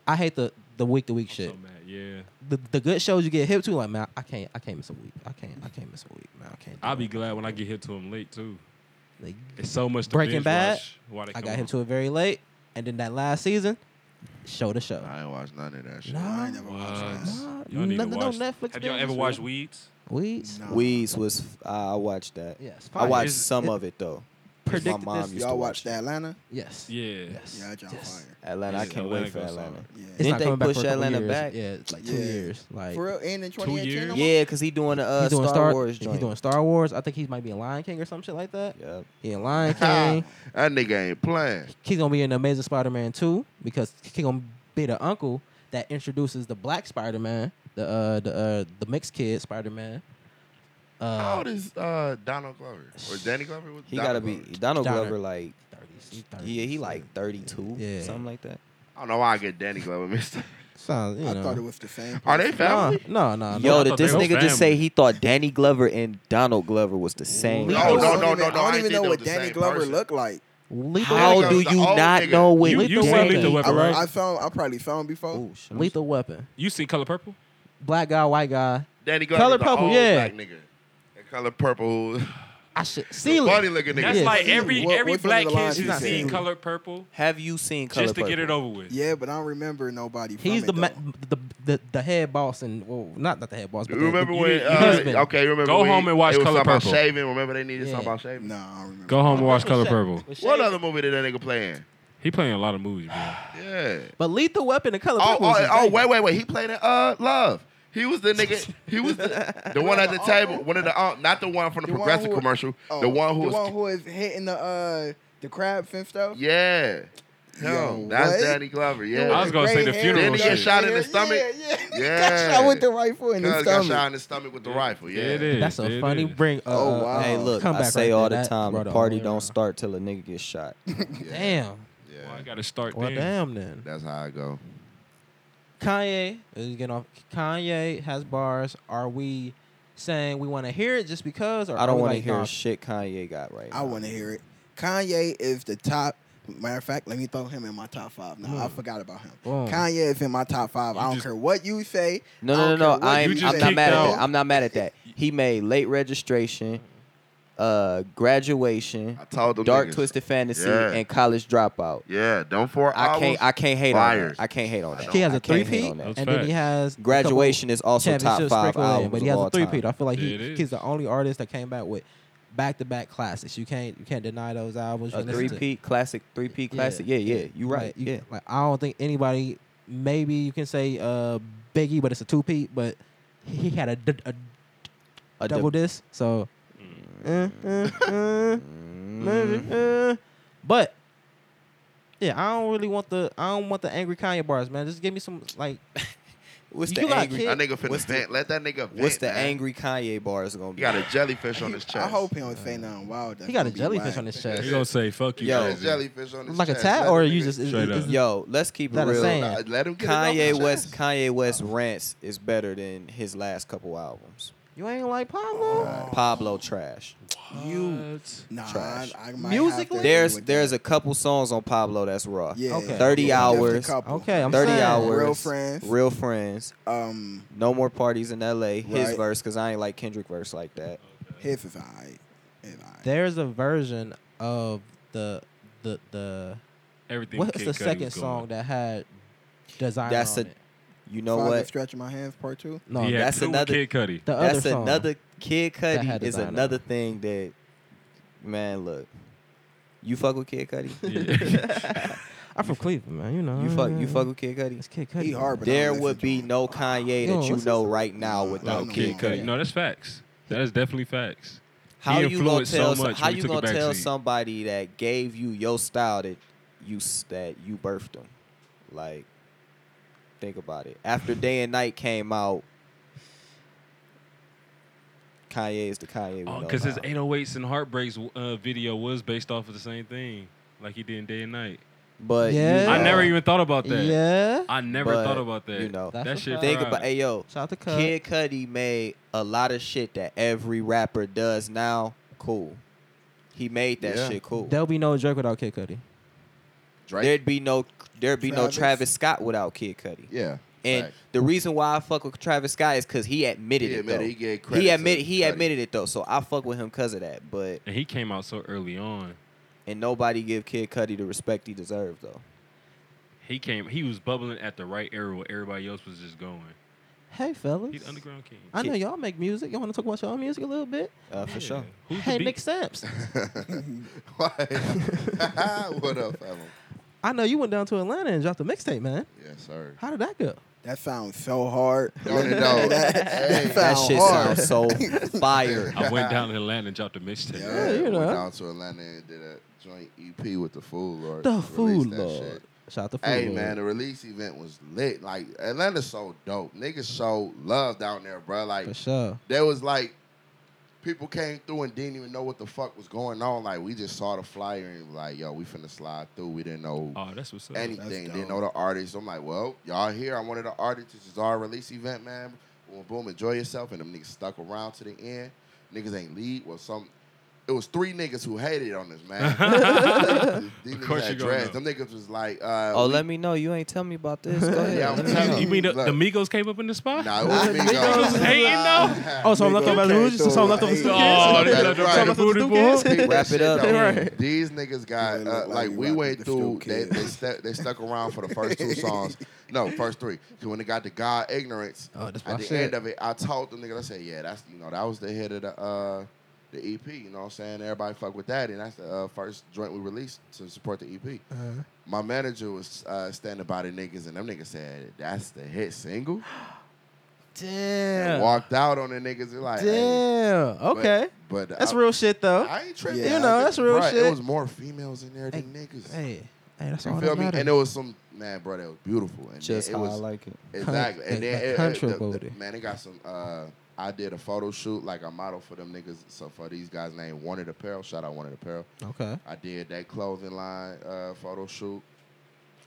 Speaker 1: I hate the the week to week shit.
Speaker 2: yeah.
Speaker 1: The, the good shows you get hip to, like man, I can't, I can't miss a week. I can't, I can't miss a week, man. I can't. do
Speaker 2: I'll
Speaker 1: it.
Speaker 2: be glad when I get hit to him late too.
Speaker 1: Like,
Speaker 2: it's so much to
Speaker 1: Breaking
Speaker 2: binge
Speaker 1: Bad.
Speaker 2: watch while they
Speaker 1: I
Speaker 2: come
Speaker 1: got
Speaker 2: on.
Speaker 1: him to it very late, and then that last season, show to show.
Speaker 3: I ain't watched none of that shit.
Speaker 1: Nah,
Speaker 2: What?
Speaker 1: Nah,
Speaker 2: Y'all need to
Speaker 1: nothing on
Speaker 2: watch-
Speaker 1: Netflix
Speaker 2: Have y'all
Speaker 1: binge
Speaker 2: ever
Speaker 1: watch.
Speaker 2: watched Weeds?
Speaker 1: Weeds.
Speaker 5: Weeds was I watched that.
Speaker 1: Yes,
Speaker 5: I
Speaker 1: fire.
Speaker 5: watched
Speaker 1: It's-
Speaker 5: some
Speaker 1: it-
Speaker 5: of it though. 'Cause
Speaker 1: Predicted
Speaker 5: my mom
Speaker 1: this-
Speaker 5: used to
Speaker 4: Y'all
Speaker 5: watch
Speaker 4: watched
Speaker 5: it.
Speaker 4: Atlanta?
Speaker 1: Yes.
Speaker 2: Yeah.
Speaker 4: Yeah, that y'all fire.
Speaker 5: Atlanta. I
Speaker 2: Yes,
Speaker 5: can't
Speaker 2: Atlanta
Speaker 5: wait for
Speaker 2: goes
Speaker 5: Atlanta.
Speaker 2: hard.
Speaker 4: It's
Speaker 5: Didn't
Speaker 1: not
Speaker 5: they
Speaker 1: coming back
Speaker 5: push
Speaker 1: for a couple
Speaker 5: Atlanta
Speaker 1: years.
Speaker 5: back?
Speaker 1: Yeah, it's like two
Speaker 4: Yeah.
Speaker 1: years. Like
Speaker 4: For real, and in
Speaker 2: years?
Speaker 4: 2018, I'm
Speaker 5: Yeah, cause he doing the uh,
Speaker 1: he's doing
Speaker 5: Star,
Speaker 1: Star
Speaker 5: Wars joint.
Speaker 1: He's doing Star Wars. I think he might be in Lion King or some shit like that.
Speaker 5: Yep.
Speaker 1: He in Lion
Speaker 3: Ha,
Speaker 1: King.
Speaker 3: that nigga ain't playing.
Speaker 1: he's gonna be in Amazing Spider-Man 2 because he's gonna be the uncle that introduces the black Spider-Man, the uh, the uh, the mixed kid Spider-Man.
Speaker 3: How
Speaker 1: Uh,
Speaker 3: old is uh, Donald Glover or Danny Glover? What's
Speaker 5: He gotta
Speaker 3: Donald
Speaker 5: be
Speaker 3: Glover?
Speaker 5: Donald
Speaker 1: Donner.
Speaker 5: Glover like
Speaker 1: 30s, he's 30s.
Speaker 5: yeah he like thirty two
Speaker 1: Yeah.
Speaker 5: something like that.
Speaker 3: I don't know why I get Danny Glover mixed. up.
Speaker 1: Sounds, you
Speaker 4: I
Speaker 1: know.
Speaker 4: thought it was the same.
Speaker 3: Are they family?
Speaker 1: No, no, no.
Speaker 5: Yo,
Speaker 2: I
Speaker 5: did
Speaker 2: thought they
Speaker 5: this
Speaker 2: were
Speaker 5: nigga just
Speaker 2: family.
Speaker 5: say he thought Danny Glover and Donald Glover was the same?
Speaker 1: No,
Speaker 4: I
Speaker 1: no,
Speaker 4: don't
Speaker 3: no, no,
Speaker 4: even-
Speaker 3: no, I
Speaker 4: I don't
Speaker 3: ain't
Speaker 4: even
Speaker 3: think
Speaker 4: know
Speaker 3: they was
Speaker 4: what
Speaker 3: the
Speaker 4: Danny
Speaker 3: same
Speaker 4: Glover
Speaker 3: person.
Speaker 4: looked like.
Speaker 1: Lethal
Speaker 5: How
Speaker 1: Weapon.
Speaker 5: do
Speaker 3: Glover's the
Speaker 5: you
Speaker 3: old
Speaker 5: not
Speaker 3: nigga.
Speaker 5: know what
Speaker 2: You- you
Speaker 5: Lethal
Speaker 2: seen
Speaker 5: Weapon
Speaker 2: Lethal
Speaker 5: is?
Speaker 4: I,
Speaker 2: Weapon, right?
Speaker 4: I found. I probably found before.
Speaker 5: Oh, shit.
Speaker 1: Lethal Weapon.
Speaker 2: You seen Color Purple?
Speaker 1: Black guy, white guy.
Speaker 3: Danny Glover,
Speaker 1: Color
Speaker 3: the
Speaker 1: purple,
Speaker 3: old
Speaker 1: yeah.
Speaker 3: black nigga. That color purple,
Speaker 1: I should see
Speaker 3: funny looking nigga.
Speaker 2: That's
Speaker 1: Yeah.
Speaker 2: like every
Speaker 4: What-
Speaker 2: every
Speaker 4: what's
Speaker 2: black
Speaker 4: under the
Speaker 2: kid
Speaker 4: lines
Speaker 2: should
Speaker 4: he
Speaker 2: have seen
Speaker 4: said?
Speaker 2: Color Purple
Speaker 5: Have you seen Color
Speaker 2: just to get
Speaker 5: Purple?
Speaker 2: it over with.
Speaker 4: Yeah, but I don't remember nobody. From
Speaker 1: He's
Speaker 4: it,
Speaker 1: the, ma-
Speaker 4: though.
Speaker 1: the the the head boss and well, not not the head boss. But
Speaker 3: You
Speaker 1: the-
Speaker 3: remember
Speaker 1: the,
Speaker 3: when?
Speaker 1: the husband.
Speaker 3: Uh, okay, remember
Speaker 2: Go
Speaker 3: when
Speaker 2: home and watch
Speaker 3: it was
Speaker 2: Color
Speaker 3: something about
Speaker 2: Purple.
Speaker 3: Shaving. Remember they needed something
Speaker 1: Yeah.
Speaker 3: about shaving.
Speaker 4: No, I don't remember.
Speaker 2: Go home and watch Color Purple.
Speaker 3: What other movie did that nigga play in?
Speaker 2: He playing a lot of movies, bro.
Speaker 3: Yeah.
Speaker 1: But Lethal Weapon and Color
Speaker 3: Oh,
Speaker 1: Purple. was
Speaker 3: oh,
Speaker 1: his
Speaker 3: oh,
Speaker 1: baby.
Speaker 3: wait, wait, wait. He played in uh Love. He was the nigga. He was the, the one at the table. One of the uh, not the one from the,
Speaker 4: The one
Speaker 3: progressive
Speaker 4: who-
Speaker 3: commercial.
Speaker 4: Oh,
Speaker 3: the one who was
Speaker 4: is hitting the uh the crab fin stuff.
Speaker 3: yeah. Hell,
Speaker 4: Yo,
Speaker 3: that's
Speaker 4: what?
Speaker 3: Danny Glover. Yeah.
Speaker 2: I was gonna say the
Speaker 4: Gray hair,
Speaker 2: funeral
Speaker 4: black
Speaker 2: shit. Then
Speaker 3: got
Speaker 2: he
Speaker 3: shot in
Speaker 4: hair.
Speaker 3: the stomach.
Speaker 4: Yeah, yeah.
Speaker 3: Yeah.
Speaker 4: got shot with the rifle in the
Speaker 3: Cuz got shot
Speaker 4: stomach.
Speaker 3: in the stomach with the rifle. Yeah.
Speaker 2: it is.
Speaker 1: That's a
Speaker 2: It
Speaker 1: funny
Speaker 2: is.
Speaker 1: bring. Uh,
Speaker 4: Oh,
Speaker 1: uh,
Speaker 4: wow.
Speaker 5: Hey, look, I
Speaker 1: comeback
Speaker 5: say
Speaker 1: right
Speaker 5: all
Speaker 1: there.
Speaker 5: the
Speaker 1: That
Speaker 5: time,
Speaker 1: brought
Speaker 5: the
Speaker 1: a
Speaker 5: party
Speaker 1: whole-
Speaker 5: don't start till a nigga gets shot.
Speaker 3: Yeah.
Speaker 1: Damn.
Speaker 2: Well, I
Speaker 3: Yeah.
Speaker 2: gotta start
Speaker 1: Well,
Speaker 2: there.
Speaker 1: damn then.
Speaker 3: That's how I go.
Speaker 1: Kanye is getting off. Kanye has bars. Are we saying we want to hear it just because? Or
Speaker 5: I don't want
Speaker 1: want
Speaker 5: to
Speaker 1: like,
Speaker 5: hear
Speaker 1: nah,
Speaker 5: shit Kanye got right
Speaker 4: I
Speaker 5: now.
Speaker 4: want to hear it. Kanye is the top. Matter of fact, let me throw him in my top five. Now I forgot about him.
Speaker 1: Boom.
Speaker 4: Kanye is in my top five. I don't
Speaker 2: Hmm. just-
Speaker 4: care what you say.
Speaker 5: No, no, no, no. I
Speaker 2: you
Speaker 5: am,
Speaker 2: just
Speaker 5: I'm not
Speaker 2: kicked
Speaker 5: mad
Speaker 2: out-
Speaker 5: at that. I'm not mad at that. He made late registration, uh, graduation,
Speaker 3: I told them
Speaker 5: dark
Speaker 3: niggas.
Speaker 5: twisted fantasy,
Speaker 3: Yeah.
Speaker 5: and college dropout.
Speaker 3: Yeah, don't for
Speaker 5: I can't. I can't hate on
Speaker 3: Liars.
Speaker 5: that. I can't hate on that.
Speaker 1: He has
Speaker 5: I
Speaker 1: a
Speaker 5: can't
Speaker 1: three
Speaker 5: hate
Speaker 1: peat,
Speaker 5: on
Speaker 1: and
Speaker 5: that.
Speaker 2: That's
Speaker 1: then he
Speaker 2: fact.
Speaker 1: has a couple
Speaker 5: Graduation is also top
Speaker 1: championships
Speaker 5: five
Speaker 1: sprinkled in,
Speaker 5: albums
Speaker 1: but he
Speaker 5: of
Speaker 1: has a
Speaker 5: all
Speaker 1: three
Speaker 5: time.
Speaker 1: peat. I feel like
Speaker 2: It
Speaker 1: he,
Speaker 2: is.
Speaker 1: he's the only artist that came back with back to back classics. You can't you can't deny those albums. You
Speaker 5: A
Speaker 1: can listen
Speaker 5: three
Speaker 1: to-
Speaker 5: peat classic, three peat classic. Yeah, yeah. You right.
Speaker 1: Like, you-
Speaker 5: yeah.
Speaker 1: Like I don't think anybody. Maybe you can say uh, Biggie, but it's a two peat. But he had a, d- a
Speaker 5: A
Speaker 1: double
Speaker 5: dip-
Speaker 1: disc. So, eh, eh, eh, maybe, eh. but yeah, I don't really want the I don't want the angry Kanye bars, man. Just give me some like
Speaker 5: What's
Speaker 1: You
Speaker 5: the
Speaker 1: got
Speaker 5: angry?
Speaker 1: kids?
Speaker 3: That nigga finna
Speaker 5: What's the-
Speaker 3: vent. Let that nigga vent.
Speaker 5: What's the
Speaker 3: man.
Speaker 5: angry Kanye bars gonna
Speaker 3: He
Speaker 5: be?
Speaker 3: got a jellyfish on
Speaker 4: He-
Speaker 3: his chest.
Speaker 4: I hope he don't say nothing wild.
Speaker 1: he got a jellyfish on his chest,
Speaker 2: He gonna say fuck you.
Speaker 5: Yo.
Speaker 3: Got a
Speaker 2: Jay-Z.
Speaker 3: jellyfish on his
Speaker 1: like a
Speaker 3: chest.
Speaker 1: tat,
Speaker 3: Let
Speaker 1: or
Speaker 3: that
Speaker 1: you
Speaker 3: nigga-
Speaker 1: just is,
Speaker 2: Straight
Speaker 1: is-
Speaker 2: up.
Speaker 5: Yo, let's keep it
Speaker 1: That a
Speaker 5: real.
Speaker 1: saying.
Speaker 3: Nah, Let him get it off
Speaker 5: Kanye
Speaker 3: his
Speaker 5: West,
Speaker 3: chest.
Speaker 5: Kanye West rants is better than his last couple albums.
Speaker 1: you ain't like Pablo.
Speaker 5: Pablo trash.
Speaker 4: You nah,
Speaker 5: Trash.
Speaker 4: I, I might have to
Speaker 1: Musically?
Speaker 4: agree
Speaker 5: There's
Speaker 4: with
Speaker 5: there's
Speaker 4: that.
Speaker 5: a couple songs on Pablo that's raw.
Speaker 4: yeah,
Speaker 1: Okay.
Speaker 5: 30
Speaker 4: Just a
Speaker 5: hours.
Speaker 4: couple.
Speaker 1: Okay, I'm
Speaker 5: Thirty
Speaker 1: saying.
Speaker 5: hours.
Speaker 4: Real Friends.
Speaker 5: Real friends.
Speaker 4: Um,
Speaker 5: No more parties in L.A. His
Speaker 4: Right.
Speaker 5: verse, cause I ain't like Kendrick verse like that.
Speaker 4: his is alright. His alright.
Speaker 1: There's a version of the the the
Speaker 2: Everything.
Speaker 1: what's
Speaker 2: Kid
Speaker 1: the
Speaker 2: Cudi
Speaker 1: second
Speaker 2: was going.
Speaker 1: song that had design
Speaker 5: That's
Speaker 1: on
Speaker 5: a-
Speaker 1: it?
Speaker 5: You know
Speaker 4: Father
Speaker 5: what?
Speaker 4: Stretching my hands, part two.
Speaker 1: No,
Speaker 2: He had
Speaker 5: that's
Speaker 2: two with
Speaker 5: another-
Speaker 2: Kid Cudi.
Speaker 1: the other
Speaker 5: That's
Speaker 1: song.
Speaker 5: another Kid Cudi
Speaker 1: had
Speaker 5: is
Speaker 1: design on
Speaker 5: another
Speaker 1: it.
Speaker 5: thing that man, look, you fuck with Kid Cudi.
Speaker 2: Yeah.
Speaker 12: I'm from Cleveland, man. You know.
Speaker 5: You
Speaker 12: I-
Speaker 5: fuck, you fuck with Kid Cudi. It's
Speaker 12: Kid Cudi. He hard, but I don't
Speaker 5: there
Speaker 12: listen
Speaker 5: would be no Kanye
Speaker 12: No,
Speaker 5: that you
Speaker 12: listen
Speaker 5: know
Speaker 12: to-
Speaker 5: right now without
Speaker 2: No,
Speaker 5: Kid Cudi.
Speaker 2: No, that's facts. That is definitely facts.
Speaker 5: How
Speaker 2: he
Speaker 5: you gonna
Speaker 2: influenced
Speaker 5: tell?
Speaker 2: so
Speaker 5: some-
Speaker 2: much
Speaker 5: how
Speaker 2: we
Speaker 5: you
Speaker 2: took a
Speaker 5: gonna
Speaker 2: back
Speaker 5: tell
Speaker 2: seat.
Speaker 5: somebody that gave you your style that you s- that you birthed them? Like, think about it. After Day and Night came out, Kanye is the Kanye. we know
Speaker 2: Because Oh, his
Speaker 5: now.
Speaker 2: 808s and Heartbreaks uh, video was based off of the same thing, like he did in Day and Night.
Speaker 5: But you Yeah.
Speaker 2: I
Speaker 5: know-
Speaker 2: never even thought about that.
Speaker 5: Yeah.
Speaker 2: I never
Speaker 5: But,
Speaker 2: thought about that.
Speaker 5: You know,
Speaker 2: that shit.
Speaker 5: Think
Speaker 2: fried.
Speaker 5: about, hey yo,
Speaker 1: Shout out to Cud.
Speaker 5: Kid Cudi made a lot of shit that every rapper does now. Cool. He made that shit cool.
Speaker 12: There'll be no Drake without Kid Cudi.
Speaker 5: There'd be no, there'd be
Speaker 12: Travis.
Speaker 5: no Travis Scott without Kid Cudi.
Speaker 3: Yeah.
Speaker 5: And the reason why I fuck with Travis Scott is because he admitted
Speaker 3: He
Speaker 5: it.
Speaker 3: admitted-
Speaker 5: though.
Speaker 3: he gave credit to
Speaker 5: admitted. He
Speaker 3: Cudi.
Speaker 5: admitted it though. So I fuck with him because of that. But
Speaker 2: and he came out so early on.
Speaker 5: And nobody give Kid Cudi the respect he deserved though.
Speaker 2: He came. He was bubbling at the right era where everybody else was just going.
Speaker 12: Hey fellas.
Speaker 2: He's underground king.
Speaker 12: I know y'all make music. Y'all want to talk about y'all music a little bit?
Speaker 5: Uh, for sure.
Speaker 12: hey, Nick Saps.
Speaker 3: what up, fam?
Speaker 12: I know you went down to Atlanta and dropped a mixtape, man.
Speaker 3: Yes, sir.
Speaker 12: How did that go?
Speaker 4: That sounds so hard.
Speaker 3: Don't it though.
Speaker 4: that,
Speaker 3: Hey.
Speaker 4: that
Speaker 3: That
Speaker 4: sound
Speaker 3: shit
Speaker 4: hard.
Speaker 3: sounds so fire.
Speaker 2: I went down to Atlanta and dropped a mixtape.
Speaker 3: Yeah, went down to Atlanta and did a joint EP with the Food Lord.
Speaker 2: The
Speaker 3: Released
Speaker 2: Food
Speaker 3: that
Speaker 2: Lord.
Speaker 3: shit.
Speaker 12: Shout out to Food
Speaker 3: Hey
Speaker 12: Lord.
Speaker 3: man, the release event was lit. Like Atlanta's so dope. Niggas show love down there, bro. Like
Speaker 12: For sure.
Speaker 3: there was like people came through and didn't even know what the fuck was going on. Like we just saw the flyer and was like, yo, we finna slide through. We didn't know
Speaker 2: Oh, that's what's up.
Speaker 3: anything.
Speaker 2: That's
Speaker 3: didn't
Speaker 2: dope.
Speaker 3: know the artists. I'm like, well, y'all here. I wanted the artists. This is our release event, man. Boom, boom, enjoy yourself. And them niggas stuck around to the end. Niggas ain't lead. Well, some it was three niggas who hated on us, man. These
Speaker 5: Of
Speaker 3: niggas
Speaker 5: course
Speaker 3: had
Speaker 5: you gonna
Speaker 3: dreads.
Speaker 5: know.
Speaker 3: Them niggas was like, uh,
Speaker 5: oh,
Speaker 3: we-
Speaker 5: let me know. You ain't tell me about this. Go ahead.
Speaker 3: Yeah, I'm
Speaker 5: Let me
Speaker 3: telling
Speaker 5: know.
Speaker 3: you,
Speaker 2: mean the, the Migos came up in the spot?
Speaker 3: Nah, it was Migos.
Speaker 2: was hating though.
Speaker 12: Oh, so I'm left on Baton Rouge? So I'm left on the Stu
Speaker 2: Oh, they left
Speaker 3: Right.
Speaker 2: on the booty boy.
Speaker 3: Wrap it up.
Speaker 2: Right.
Speaker 3: These niggas got uh, like we went through. They they, stuck they stuck around for the first two songs. No, first three. 'Cause when it got to God ignorance,
Speaker 12: Oh, that's what
Speaker 3: at
Speaker 12: I
Speaker 3: the
Speaker 12: said.
Speaker 3: end of it, I told the niggas. I said, yeah, that's you know that was the hit of the uh, the EP. You know what I'm saying? Everybody fuck with that, and that's the uh, first joint we released to support the E EP.
Speaker 12: Uh-huh.
Speaker 3: My manager was uh, standing by the niggas, and them niggas said, "That's the hit single."
Speaker 12: Damn.
Speaker 3: And walked out on the niggas. They're like,
Speaker 12: Damn.
Speaker 3: "Hey." but-
Speaker 12: okay.
Speaker 3: but
Speaker 12: that's
Speaker 3: I-
Speaker 12: real shit though.
Speaker 3: I ain't tripping.
Speaker 12: You know, that's real
Speaker 3: Bruh,
Speaker 12: shit.
Speaker 3: It was more females in there than niggas.
Speaker 12: Hey, hey, that's
Speaker 3: you
Speaker 12: all
Speaker 3: feel
Speaker 12: that
Speaker 3: me?
Speaker 12: matters.
Speaker 3: And it was some man, bro, that was beautiful. And
Speaker 5: Just
Speaker 3: then it
Speaker 5: how I
Speaker 3: was,
Speaker 5: like it.
Speaker 3: Exactly.
Speaker 5: Like-
Speaker 3: and then
Speaker 5: like
Speaker 3: it- it-
Speaker 5: country
Speaker 3: the- the-
Speaker 5: booty.
Speaker 3: man, it got some. Uh, I did a photo shoot, like a model for them niggas. So for these guys named Wanted Apparel, shout out Wanted Apparel.
Speaker 12: Okay.
Speaker 3: I did that clothing line uh, photo shoot.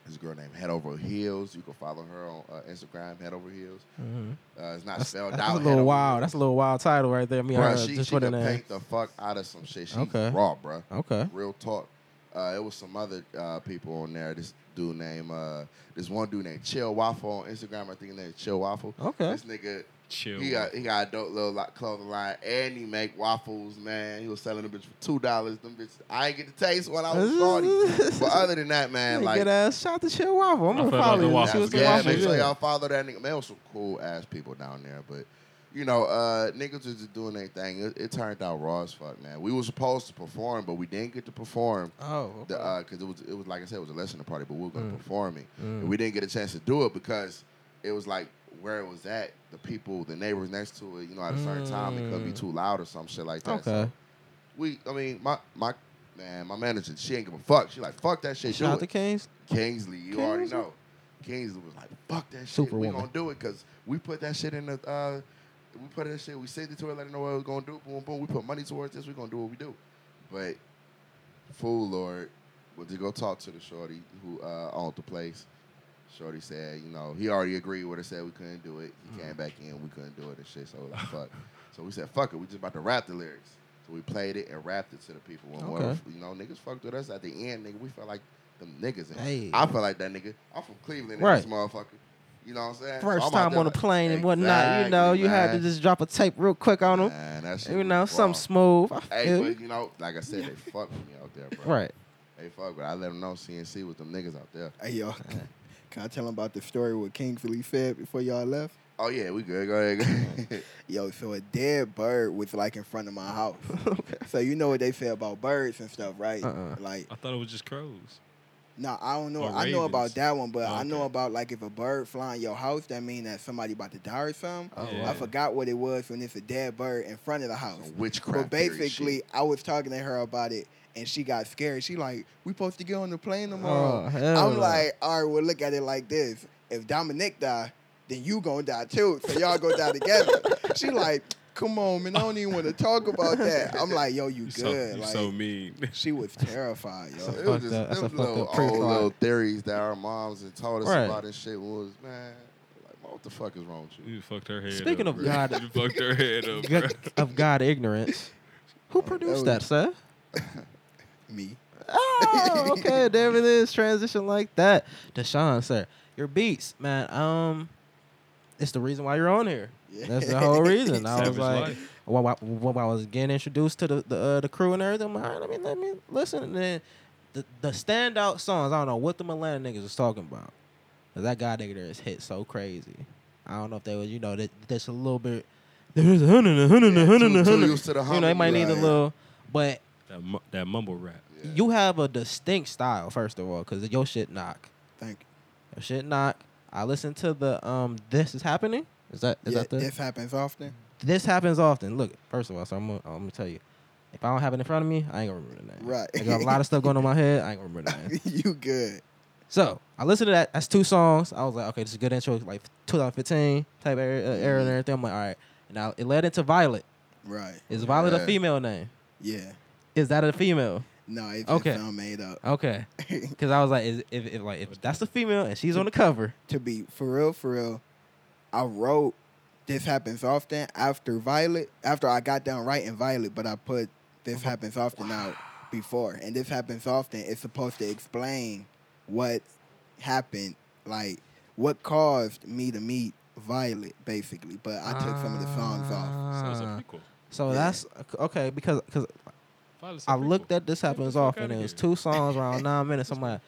Speaker 3: This girl named Head Over Heels. You can follow her on uh, Instagram, Head Over Heels.
Speaker 12: Mhm.
Speaker 3: Uh, it's not
Speaker 12: That's,
Speaker 3: spelled
Speaker 12: that's
Speaker 3: out.
Speaker 12: a
Speaker 3: Head Over
Speaker 12: little wild. That's a little wild title right there. Me, I
Speaker 3: Bruh,
Speaker 12: heard
Speaker 3: she,
Speaker 12: just
Speaker 3: she
Speaker 12: put
Speaker 3: could
Speaker 12: in there.
Speaker 3: paint the fuck out of some shit. She's
Speaker 12: Okay.
Speaker 3: raw, bro.
Speaker 12: Okay.
Speaker 3: Real talk. Uh, it was some other uh, people on there. This dude named uh, this one dude named Chill Waffle on Instagram. I think his name is Chill Waffle.
Speaker 12: Okay.
Speaker 3: This nigga.
Speaker 2: Chill.
Speaker 3: He got he got a dope little like, clothing line and he make waffles, man. He was selling them bitch for two dollars. Them bitch I ain't get to taste when I was forty. but other than that, man,
Speaker 12: Hey,
Speaker 3: like
Speaker 12: good ass. Shout to Chill Waffle. I'm
Speaker 3: I
Speaker 12: gonna
Speaker 3: feel
Speaker 12: follow you. and See
Speaker 3: waffles.
Speaker 12: what's the
Speaker 3: Yeah,
Speaker 12: waffle.
Speaker 3: make sure
Speaker 12: is.
Speaker 3: y'all follow that nigga. Man, was some cool ass people down there, but you know, uh, niggas was just doing their thing. It, it turned out raw as fuck, man. We were supposed to perform, but we didn't get to perform.
Speaker 12: Oh,
Speaker 3: the, uh, cause it was it was like I said, it was a lesson party, but we were gonna
Speaker 12: Mm.
Speaker 3: perform it,
Speaker 12: Mm.
Speaker 3: and we didn't get a chance to do it because it was like where it was at, the people, the neighbors next to it. You know, at a certain time, it could be
Speaker 12: Mm.
Speaker 3: too loud or some shit like that.
Speaker 12: Okay.
Speaker 3: So we, I mean, my my man, my manager, she ain't give a fuck. She like fuck that shit.
Speaker 12: Shout
Speaker 3: do
Speaker 12: out to
Speaker 3: it.
Speaker 12: Kings.
Speaker 3: Kingsley, you already
Speaker 12: Kingsley?
Speaker 3: know. Kingsley was like, "Fuck that shit.
Speaker 12: Superwoman.
Speaker 3: We gonna do it because we put that shit in the. Uh, we put that shit. We saved it to her, let her know what we was gonna do. Boom, boom. We put money towards this. We gonna do what we do. But fool lord, went to go talk to the shorty who uh, owned the place. Shorty said, you know, he already agreed with her. Said we couldn't do it.
Speaker 12: Hmm.
Speaker 3: He came back in. We couldn't do it and shit. So we're like, fuck. So we said, fuck it. We just about to rap the lyrics. So we played it and rapped it to the people. And whoever-
Speaker 12: Okay.
Speaker 3: you know, niggas fucked with us at the end. Nigga, we felt like them niggas. And
Speaker 12: Hey.
Speaker 3: I felt like that nigga. I'm from Cleveland,
Speaker 12: Right.
Speaker 3: and this motherfucker. You know what I'm saying? So
Speaker 12: First
Speaker 3: I'm out
Speaker 12: time
Speaker 3: there
Speaker 12: on a
Speaker 3: like,
Speaker 12: plane and whatnot, you know,
Speaker 3: exactly,
Speaker 12: you had to
Speaker 3: man.
Speaker 12: just drop a tape real quick on them.
Speaker 3: Man, that shit
Speaker 12: you
Speaker 3: was
Speaker 12: know,
Speaker 3: raw.
Speaker 12: something smooth. I
Speaker 3: Hey,
Speaker 12: feel you.
Speaker 3: but you know, like I said, they fuck with me out there, bro.
Speaker 12: Right.
Speaker 3: They fuck with. I let them know CNC with them niggas out there.
Speaker 4: Hey, y'all. Can I tell them about the story with King Philly said before y'all left?
Speaker 3: Oh yeah, we good. Go ahead. Go ahead.
Speaker 4: Yo, so a dead bird was like in front of my house. so you know what they say about birds and stuff, right?
Speaker 2: Uh-uh.
Speaker 4: Like
Speaker 2: I thought it was just crows.
Speaker 4: No, I don't know.
Speaker 12: Or
Speaker 4: I know about
Speaker 12: ravens.
Speaker 4: that one, but
Speaker 12: Oh,
Speaker 4: I know about like if a bird flying your house, that mean that somebody about to die or something.
Speaker 12: Oh,
Speaker 4: I
Speaker 12: wow.
Speaker 4: forgot what it was when it's a dead bird in front of the house.
Speaker 3: witchcraft
Speaker 4: But
Speaker 3: theory shit.
Speaker 4: basically, I was talking to her about it, and she got scared. She like, "We supposed to get on the plane tomorrow."
Speaker 12: Oh, hell
Speaker 4: I'm
Speaker 12: no.
Speaker 4: like, "All right, well, look at it like this: if Dominic die, then you gonna die too. So y'all go die together." she like. Come on, man! I don't even want to talk about that. I'm like, yo, you
Speaker 2: So,
Speaker 4: good?
Speaker 2: you
Speaker 4: like,
Speaker 2: so mean.
Speaker 4: she was terrified, yo.
Speaker 3: It was just it was little old little theories that our moms had taught us
Speaker 4: Right.
Speaker 3: about and shit was man. Like, what the fuck is wrong with you? Oh,
Speaker 2: You fucked her head.
Speaker 1: Speaking of
Speaker 2: up, bro.
Speaker 1: God,
Speaker 2: you fucked her head up.
Speaker 1: God- of God ignorance, who produced that, sir?
Speaker 4: Me.
Speaker 1: Oh, okay. There it is. Transition like that. Deshaun, sir, your beats, man. Um, it's the reason why you're on here. That's the whole reason. I was
Speaker 12: Savage
Speaker 1: like,
Speaker 12: life.
Speaker 1: while, while, while I was getting introduced to the the, uh, the crew and everything, I'm like, all right, let me let me listen. And then the the standout songs. I don't know what the Atlanta niggas was talking about. 'Cause that guy nigga there is hit so crazy. I don't know if they was, you know, that that's a little bit. There's a hundred, a hundred, a
Speaker 2: Yeah,
Speaker 1: hundred,
Speaker 2: too-
Speaker 1: a
Speaker 2: too
Speaker 1: hundred.
Speaker 2: used to the
Speaker 1: You know, they
Speaker 2: humble,
Speaker 1: might need a
Speaker 2: right.
Speaker 1: little, but
Speaker 2: That, mu- that mumble rap.
Speaker 1: you have a distinct style, first of all, because your shit knock.
Speaker 4: Thank
Speaker 1: you. Your shit knock. I listen to the um This Is Happening. Is that is
Speaker 4: Yeah,
Speaker 1: that the
Speaker 4: this happens often.
Speaker 1: This happens often. Look, first of all, so I'm gonna, I'm gonna tell you. If I don't have it in front of me, I ain't gonna remember the name.
Speaker 4: Right.
Speaker 1: I got a lot of stuff going on in my head, I ain't gonna remember the name.
Speaker 4: you good.
Speaker 1: So I listened to that. That's two songs. I was like, okay, this is a good intro, like 2015 type era, uh, era and everything. I'm like, all right. Now it led into Violet.
Speaker 4: Mm-hmm. Right.
Speaker 1: Is Violet
Speaker 4: Yeah.
Speaker 1: a female name?
Speaker 4: Yeah.
Speaker 1: Is that a female?
Speaker 4: No, it's
Speaker 1: okay.
Speaker 4: okay. just sound made up.
Speaker 1: Okay. Because I was like, is, if, if like if that's the female and she's on the cover,
Speaker 4: To be for real, for real, I wrote this happens often after Violet. After I got down right in Violet, but I put this happens often out before. And this happens often. It's supposed to explain what happened, like what caused me to meet Violet, basically. But I took some of the songs off.
Speaker 2: So it's a
Speaker 1: Ah.
Speaker 2: prequel.
Speaker 1: so that's okay because because
Speaker 2: Violet's a
Speaker 1: I looked at this happens off and
Speaker 2: outta
Speaker 1: it was two songs around nine minutes. I'm like,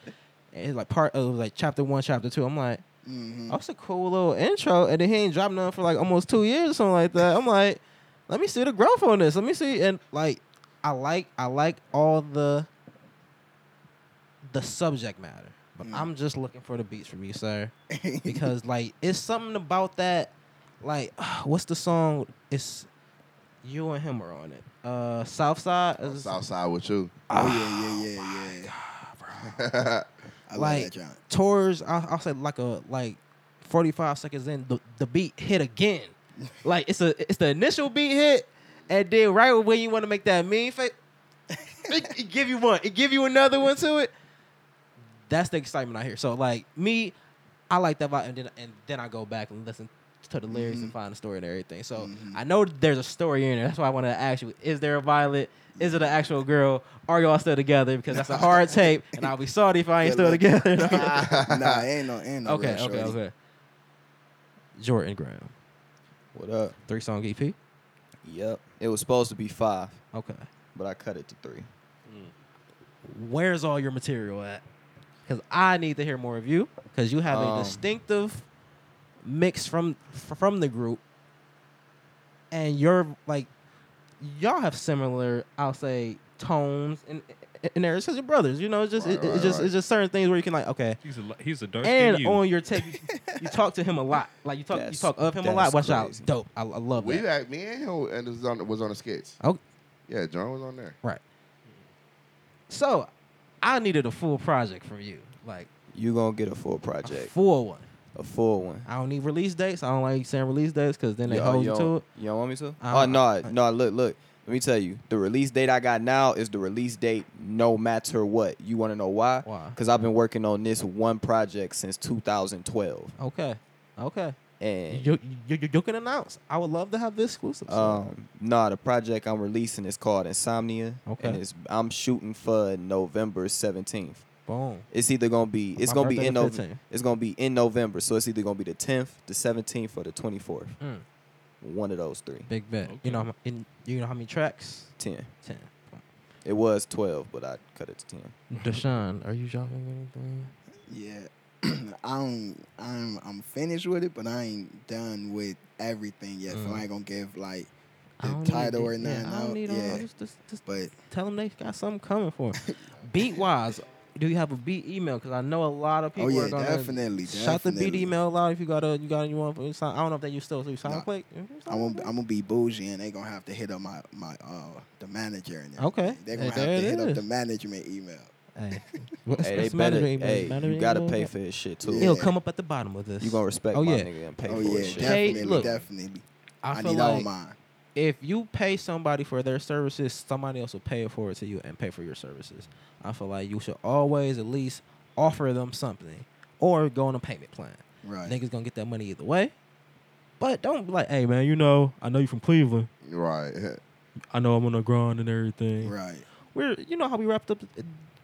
Speaker 1: it's like part of like chapter one, chapter two. I'm like,
Speaker 3: Mm-hmm.
Speaker 1: oh, that's a cool little intro, and then he ain't dropped nothing for like almost two years or something like that. I'm like, let me see the growth on this. Let me see and like I like I like all the the subject matter, but
Speaker 3: Mm.
Speaker 1: I'm just looking for the beats from you, sir, because like it's something about that. Like, what's the song? It's you and him are on it. Uh, Southside. is-
Speaker 3: Oh, Southside with you.
Speaker 1: Oh,
Speaker 4: yeah, yeah, yeah, yeah. I love
Speaker 1: like
Speaker 4: that genre.
Speaker 1: towards I'll, I'll say like a like 45 seconds in the, the beat hit again like it's a it's the initial beat hit and then right when you want to make that mean face it, it give you one it give you another one to it that's the excitement I hear so like me I like that vibe and then and then I go back and listen to the lyrics
Speaker 4: Mm-hmm.
Speaker 1: and find the story and everything so I know there's a story in there that's why I wanted to ask you is there a Violet is it an actual girl are y'all still together because that's a hard tape and I'll be sorry if I ain't still together
Speaker 4: nah, ain't no, ain't no.
Speaker 1: okay,
Speaker 4: real
Speaker 1: okay,
Speaker 4: shorty.
Speaker 1: okay. Jordan Graham.
Speaker 5: What up?
Speaker 1: Three song EP.
Speaker 5: Yep. It was supposed to be five.
Speaker 1: Okay.
Speaker 5: But I cut it to three.
Speaker 1: Where's all your material at? Because I need to hear more of you. Because you have
Speaker 5: Um,
Speaker 1: a distinctive mix from f- from the group, and you're like, y'all have similar, I'll say, tones and and there. It's because you're brothers. You know, it's just it- it's just it's just certain things where you can like, okay,
Speaker 2: He's a, li- he's a dark
Speaker 1: and
Speaker 2: skin you.
Speaker 1: on your tape, you, you talk to him a lot. Like you talk you
Speaker 3: That's-
Speaker 1: talk of him a
Speaker 3: that's
Speaker 1: lot. Watch
Speaker 3: crazy.
Speaker 1: out, dope. I, I love
Speaker 3: We
Speaker 1: that.
Speaker 3: had me and him and it was on was on the skits.
Speaker 1: Oh.
Speaker 3: Yeah, John was on there.
Speaker 1: Right. So, I needed a full project from you, like
Speaker 5: You gonna get a full project.
Speaker 1: full one.
Speaker 5: A full one.
Speaker 1: I don't need release dates. I don't like saying release dates because then they
Speaker 5: Yo,
Speaker 1: hold you
Speaker 5: yo,
Speaker 1: to it.
Speaker 5: You don't want me to?
Speaker 1: I
Speaker 5: Oh
Speaker 1: don't-
Speaker 5: no, no. Look, look. Let me tell you. The release date I got now is the release date, no matter what. You want to know why?
Speaker 1: Why?
Speaker 5: Because I've been working on this one project since 2012,
Speaker 1: Okay, okay.
Speaker 5: and
Speaker 1: You, you, you, you can announce. I would love to have this exclusive.
Speaker 5: um, no, the project I'm releasing is called Insomnia,
Speaker 1: Okay.
Speaker 5: and it's I'm shooting for November 17th.
Speaker 1: Boom.
Speaker 5: It's either gonna be it's
Speaker 1: My
Speaker 5: gonna be
Speaker 1: birthday
Speaker 5: in
Speaker 1: the
Speaker 5: November.
Speaker 1: 15th.
Speaker 5: It's gonna be in November, so it's either gonna be the 10th, the 17th, or the 24th.
Speaker 1: Mm.
Speaker 5: One of those three.
Speaker 1: Big bet. You know, how mu- in, you know how many tracks?
Speaker 5: Ten.
Speaker 1: Ten.
Speaker 5: It was 12, but I cut it to 10.
Speaker 1: Deshaun, are you dropping anything?
Speaker 4: Yeah. I don't, I'm I'm finished with it, but I ain't done with everything yet. So
Speaker 1: Mm.
Speaker 4: I ain't gonna give like
Speaker 1: I
Speaker 4: the
Speaker 1: don't need
Speaker 4: title
Speaker 1: it.
Speaker 4: or
Speaker 1: Yeah,
Speaker 4: nothing
Speaker 1: I don't
Speaker 4: out.
Speaker 1: need all
Speaker 4: yeah.
Speaker 1: this- this- this-
Speaker 4: but
Speaker 1: Tell them they got something coming for 'em. Beat wise, do you have a beat email? Because I know a lot of
Speaker 4: Oh,
Speaker 1: people
Speaker 4: yeah,
Speaker 1: are gonna
Speaker 4: definitely,
Speaker 1: shout the beat
Speaker 4: definitely.
Speaker 1: email out if you got a you got you want. I don't know if they use still so you
Speaker 4: Nah.
Speaker 1: soundplate.
Speaker 4: I'm gonna, I'm gonna be bougie and they gonna have to hit up my my uh the manager and everything.
Speaker 1: Okay.
Speaker 4: They gonna
Speaker 1: Hey,
Speaker 4: have to
Speaker 1: there it
Speaker 4: hit up
Speaker 1: is.
Speaker 4: the management email.
Speaker 1: Hey,
Speaker 5: Hey, they better. Hey, you gotta pay for this shit too.
Speaker 1: It'll come up at the bottom of this.
Speaker 5: You gonna respect
Speaker 1: oh,
Speaker 5: my
Speaker 1: yeah.
Speaker 5: nigga and pay
Speaker 4: Oh,
Speaker 5: for
Speaker 4: yeah,
Speaker 5: this shit.
Speaker 1: Pay-
Speaker 4: Definitely,
Speaker 1: look,
Speaker 4: definitely.
Speaker 1: I,
Speaker 4: I
Speaker 1: feel
Speaker 4: need all
Speaker 1: like
Speaker 4: mine.
Speaker 1: if you pay somebody for their services, somebody else will pay it forward to you and pay for your services. I feel like you should always at least offer them something or go on a payment plan.
Speaker 4: Right.
Speaker 1: Niggas gonna get that money either way. But don't be like, hey man, you know, I know you from Cleveland.
Speaker 3: Right.
Speaker 1: I know I'm on the grind and everything.
Speaker 4: Right.
Speaker 1: We're you know how we wrapped up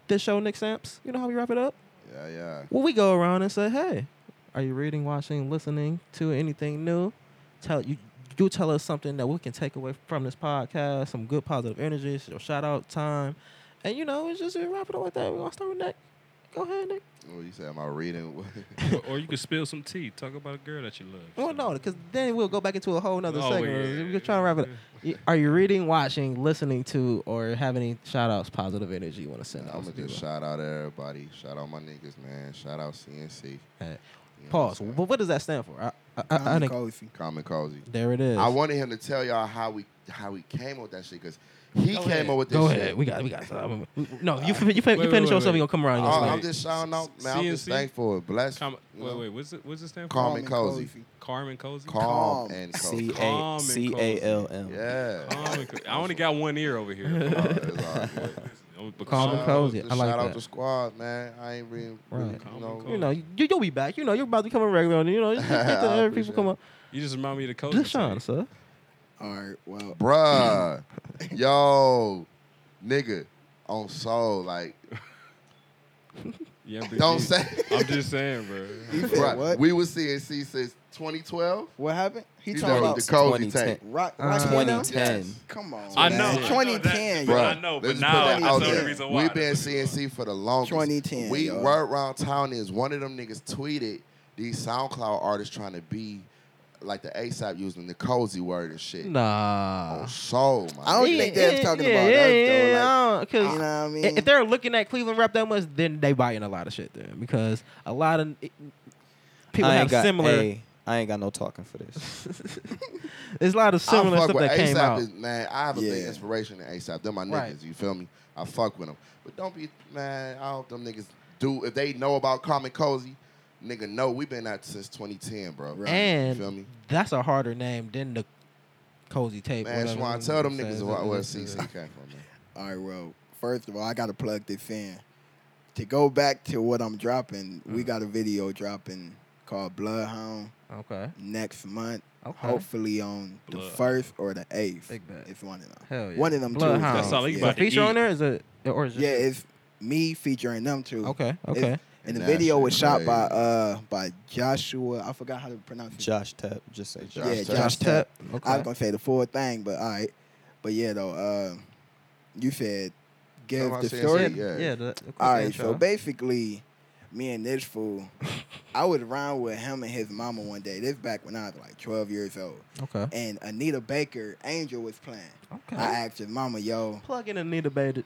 Speaker 1: this show, Nick Samps? You know how we wrap it up?
Speaker 3: Yeah, yeah.
Speaker 1: Well, we go around and say, "Hey, are you reading, watching, listening to anything new? Tell you do tell us something that we can take away from this podcast. Some good positive energy, or shout out time, and you know, it's just we wrap it up like that. We are gonna start with Nick. Go ahead, Nick.
Speaker 3: What you say? Am I reading?
Speaker 2: or, or you could spill some tea. Talk about a girl that you love.
Speaker 1: Well, Oh, no, because then we'll go back into a whole nother
Speaker 2: Oh,
Speaker 1: segment.
Speaker 2: yeah.
Speaker 1: We're trying to wrap it up. Y- Are you reading, watching, listening to, or have any shout outs, positive energy you want to send out?
Speaker 3: I'm
Speaker 1: to
Speaker 3: gonna just
Speaker 1: people?
Speaker 3: shout out everybody. Shout out my niggas, man. Shout out CNC.
Speaker 1: Hey,
Speaker 3: You know
Speaker 1: Pause.
Speaker 3: what I'm
Speaker 1: But what does that stand for? I, I, I, I
Speaker 4: Common
Speaker 1: think
Speaker 4: cozy.
Speaker 3: Common Cozy.
Speaker 1: there it is.
Speaker 3: I wanted him to tell y'all how we how we came up with that shit because he
Speaker 1: Go
Speaker 3: came
Speaker 1: ahead.
Speaker 3: up with this
Speaker 1: Go
Speaker 3: shit.
Speaker 1: ahead. We got. We got. time. We- we- no, you. fin- You, fin-
Speaker 2: Uh, Wait,
Speaker 1: you
Speaker 2: wait,
Speaker 1: finish
Speaker 2: wait,
Speaker 1: yourself. We
Speaker 2: wait.
Speaker 1: gonna come around. and
Speaker 3: Oh,
Speaker 1: explain.
Speaker 3: I'm just shouting out, man. I'm just
Speaker 2: CNC?
Speaker 3: thankful. Blessed.
Speaker 2: Com-
Speaker 3: you
Speaker 2: wait,
Speaker 3: know?
Speaker 2: wait. What's it? What's it stand for?
Speaker 3: Calm and cozy.
Speaker 2: Carmen Cozy.
Speaker 3: Calm
Speaker 4: Calm.
Speaker 3: and
Speaker 5: C
Speaker 3: cozy.
Speaker 5: A
Speaker 2: Calm and
Speaker 5: C A L M.
Speaker 3: Yeah.
Speaker 2: Calm and Co- I only got one ear over here. Come
Speaker 3: Oh,
Speaker 2: on.
Speaker 3: it's all good.
Speaker 2: Oh, but
Speaker 1: Calm and
Speaker 3: Shout out
Speaker 1: cozy.
Speaker 3: to-
Speaker 1: I like
Speaker 3: Shout
Speaker 1: that.
Speaker 3: out to squad, man. I ain't really, really,
Speaker 1: Right.
Speaker 3: you
Speaker 2: Calm
Speaker 4: Oh,
Speaker 3: know.
Speaker 2: and
Speaker 1: You know, you, you'll be back. You know, you're about to come a regular. on it, You know, just get the
Speaker 3: I
Speaker 1: other people
Speaker 3: appreciate
Speaker 1: come
Speaker 3: it.
Speaker 1: up.
Speaker 2: You just remind me of the cozy.
Speaker 1: Just shine,
Speaker 2: tape.
Speaker 1: sir.
Speaker 4: All right. Well,
Speaker 3: Bruh, yo, nigga, on soul, like,
Speaker 2: Yeah, but
Speaker 3: don't
Speaker 2: you-
Speaker 3: say.
Speaker 2: I'm just saying, bro.
Speaker 4: he said
Speaker 3: Bruh,
Speaker 4: what?
Speaker 3: We was CNC since 2012.
Speaker 4: What happened? He
Speaker 3: He's
Speaker 4: talking
Speaker 3: already
Speaker 4: about
Speaker 3: the cozy
Speaker 5: 2010.
Speaker 3: tank.
Speaker 4: Rock,
Speaker 1: Uh,
Speaker 4: Rock Nino?
Speaker 5: 2010.
Speaker 4: Come on.
Speaker 2: I
Speaker 4: man.
Speaker 2: know. I know that.
Speaker 4: 2010.
Speaker 2: Bruh.
Speaker 4: yo.
Speaker 2: I know, but
Speaker 3: let's just
Speaker 2: now
Speaker 3: put that
Speaker 2: that's
Speaker 3: out
Speaker 4: the only
Speaker 3: there.
Speaker 2: reason why.
Speaker 3: We've been
Speaker 2: That's the
Speaker 3: CNC for the longest.
Speaker 4: 2010,
Speaker 3: We
Speaker 4: yo.
Speaker 3: word around town is one of them niggas tweeted these SoundCloud artists trying to be like the ASAP using the cozy word and shit.
Speaker 1: Nah.
Speaker 2: Uh,
Speaker 3: On soul, my
Speaker 4: Oh, I don't
Speaker 3: nigga.
Speaker 4: think they was talking
Speaker 1: yeah,
Speaker 4: about
Speaker 1: yeah,
Speaker 4: us,
Speaker 1: yeah,
Speaker 4: though,
Speaker 1: yeah, I don't- 'cause
Speaker 4: You know what I mean?
Speaker 1: i- if they're looking at Cleveland rap that much, then they buying a lot of shit there because a lot of it- people
Speaker 5: I ain't
Speaker 1: have
Speaker 5: got,
Speaker 1: similar.
Speaker 5: hey, I ain't got no talking for this.
Speaker 1: There's a lot of similar
Speaker 3: I
Speaker 1: stuff
Speaker 3: fuck with
Speaker 1: that came
Speaker 3: ASAP
Speaker 1: out.
Speaker 3: Is, man, I have a big
Speaker 4: Yeah.
Speaker 3: inspiration in ASAP. They're my niggas.
Speaker 1: Right.
Speaker 3: You feel me? I fuck with them. But don't be, man, I hope them niggas do. If they know about Common Cozy, nigga, no, we been out since 2010, bro.
Speaker 4: Right.
Speaker 3: you feel me?
Speaker 1: and that's a harder name than the cozy tape.
Speaker 3: Man,
Speaker 1: whatever
Speaker 3: Swan,
Speaker 1: it
Speaker 3: tell them
Speaker 1: says.
Speaker 3: niggas where where CC came from, man.
Speaker 4: All right, well, first of all, I got to plug this in. To go back to what I'm dropping, we
Speaker 1: Mm.
Speaker 4: got a video dropping called Bloodhound
Speaker 1: Okay.
Speaker 4: next month.
Speaker 1: Okay.
Speaker 4: Hopefully on the
Speaker 2: Bloodhound.
Speaker 4: first or the eighth.
Speaker 1: Big bet.
Speaker 4: It's one of them.
Speaker 1: Hell yeah.
Speaker 4: One of them two.
Speaker 1: Bloodhound.
Speaker 2: That's all he
Speaker 4: yeah.
Speaker 1: Is there a
Speaker 2: about to
Speaker 1: feature
Speaker 2: eat.
Speaker 1: on there? Is it or is it
Speaker 4: Yeah, it's me featuring them two.
Speaker 1: okay?
Speaker 4: It's-
Speaker 1: Okay.
Speaker 4: And the
Speaker 3: Nah,
Speaker 4: video
Speaker 3: shit
Speaker 4: was shot by
Speaker 3: crazy.
Speaker 4: uh by Joshua. I forgot how to pronounce it.
Speaker 5: Josh Tap, just say Josh.
Speaker 4: yeah,
Speaker 3: Josh Tep.
Speaker 4: Josh Tep.
Speaker 1: Okay.
Speaker 4: I was gonna say the full thing, but all right. But yeah, though, uh, you said give
Speaker 3: about
Speaker 4: the
Speaker 3: CNC,
Speaker 4: story.
Speaker 3: yeah.
Speaker 1: Yeah. The, the quick
Speaker 4: All right,
Speaker 1: intro.
Speaker 4: so basically, me and this fool, I was around with him and his mama one day. This back when I was like 12 years old,
Speaker 1: okay.
Speaker 4: and Anita Baker Angel was playing.
Speaker 1: Okay.
Speaker 4: I asked his mama, "Yo,
Speaker 1: Plug in Anita Baker,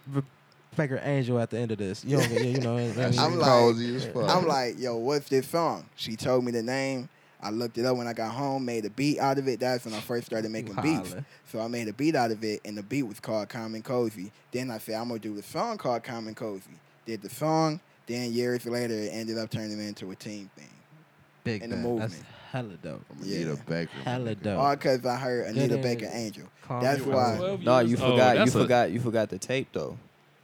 Speaker 1: Baker Angel at the end of this. You, don't, you know. I mean,
Speaker 4: I'm like-
Speaker 3: cozy as fuck.
Speaker 4: I'm like, yo, what's this song?" She told me the name. I looked it up when I got home, made a beat out of it. That's when I first started making beats.
Speaker 1: hollering.
Speaker 4: So I made a beat out of it, and the beat was called Common Cozy. Then I said, I'm going to do the song called Common Cozy. Did the song. Then years later, it ended up turning into a team thing.
Speaker 1: big
Speaker 4: in the
Speaker 1: man. That's
Speaker 4: movement.
Speaker 1: hella dope.
Speaker 3: Anita
Speaker 4: yeah.
Speaker 3: Baker. my
Speaker 1: Hella
Speaker 3: nigga.
Speaker 1: dope.
Speaker 4: All because I heard Anita
Speaker 1: Good
Speaker 4: Baker
Speaker 1: energy.
Speaker 4: Angel.
Speaker 1: Calm
Speaker 4: That's
Speaker 1: down.
Speaker 4: why.
Speaker 2: Twelve
Speaker 5: No,
Speaker 2: years
Speaker 5: you
Speaker 2: old.
Speaker 5: forgot.
Speaker 2: That's
Speaker 5: You
Speaker 2: a-
Speaker 5: forgot. You forgot the tape though.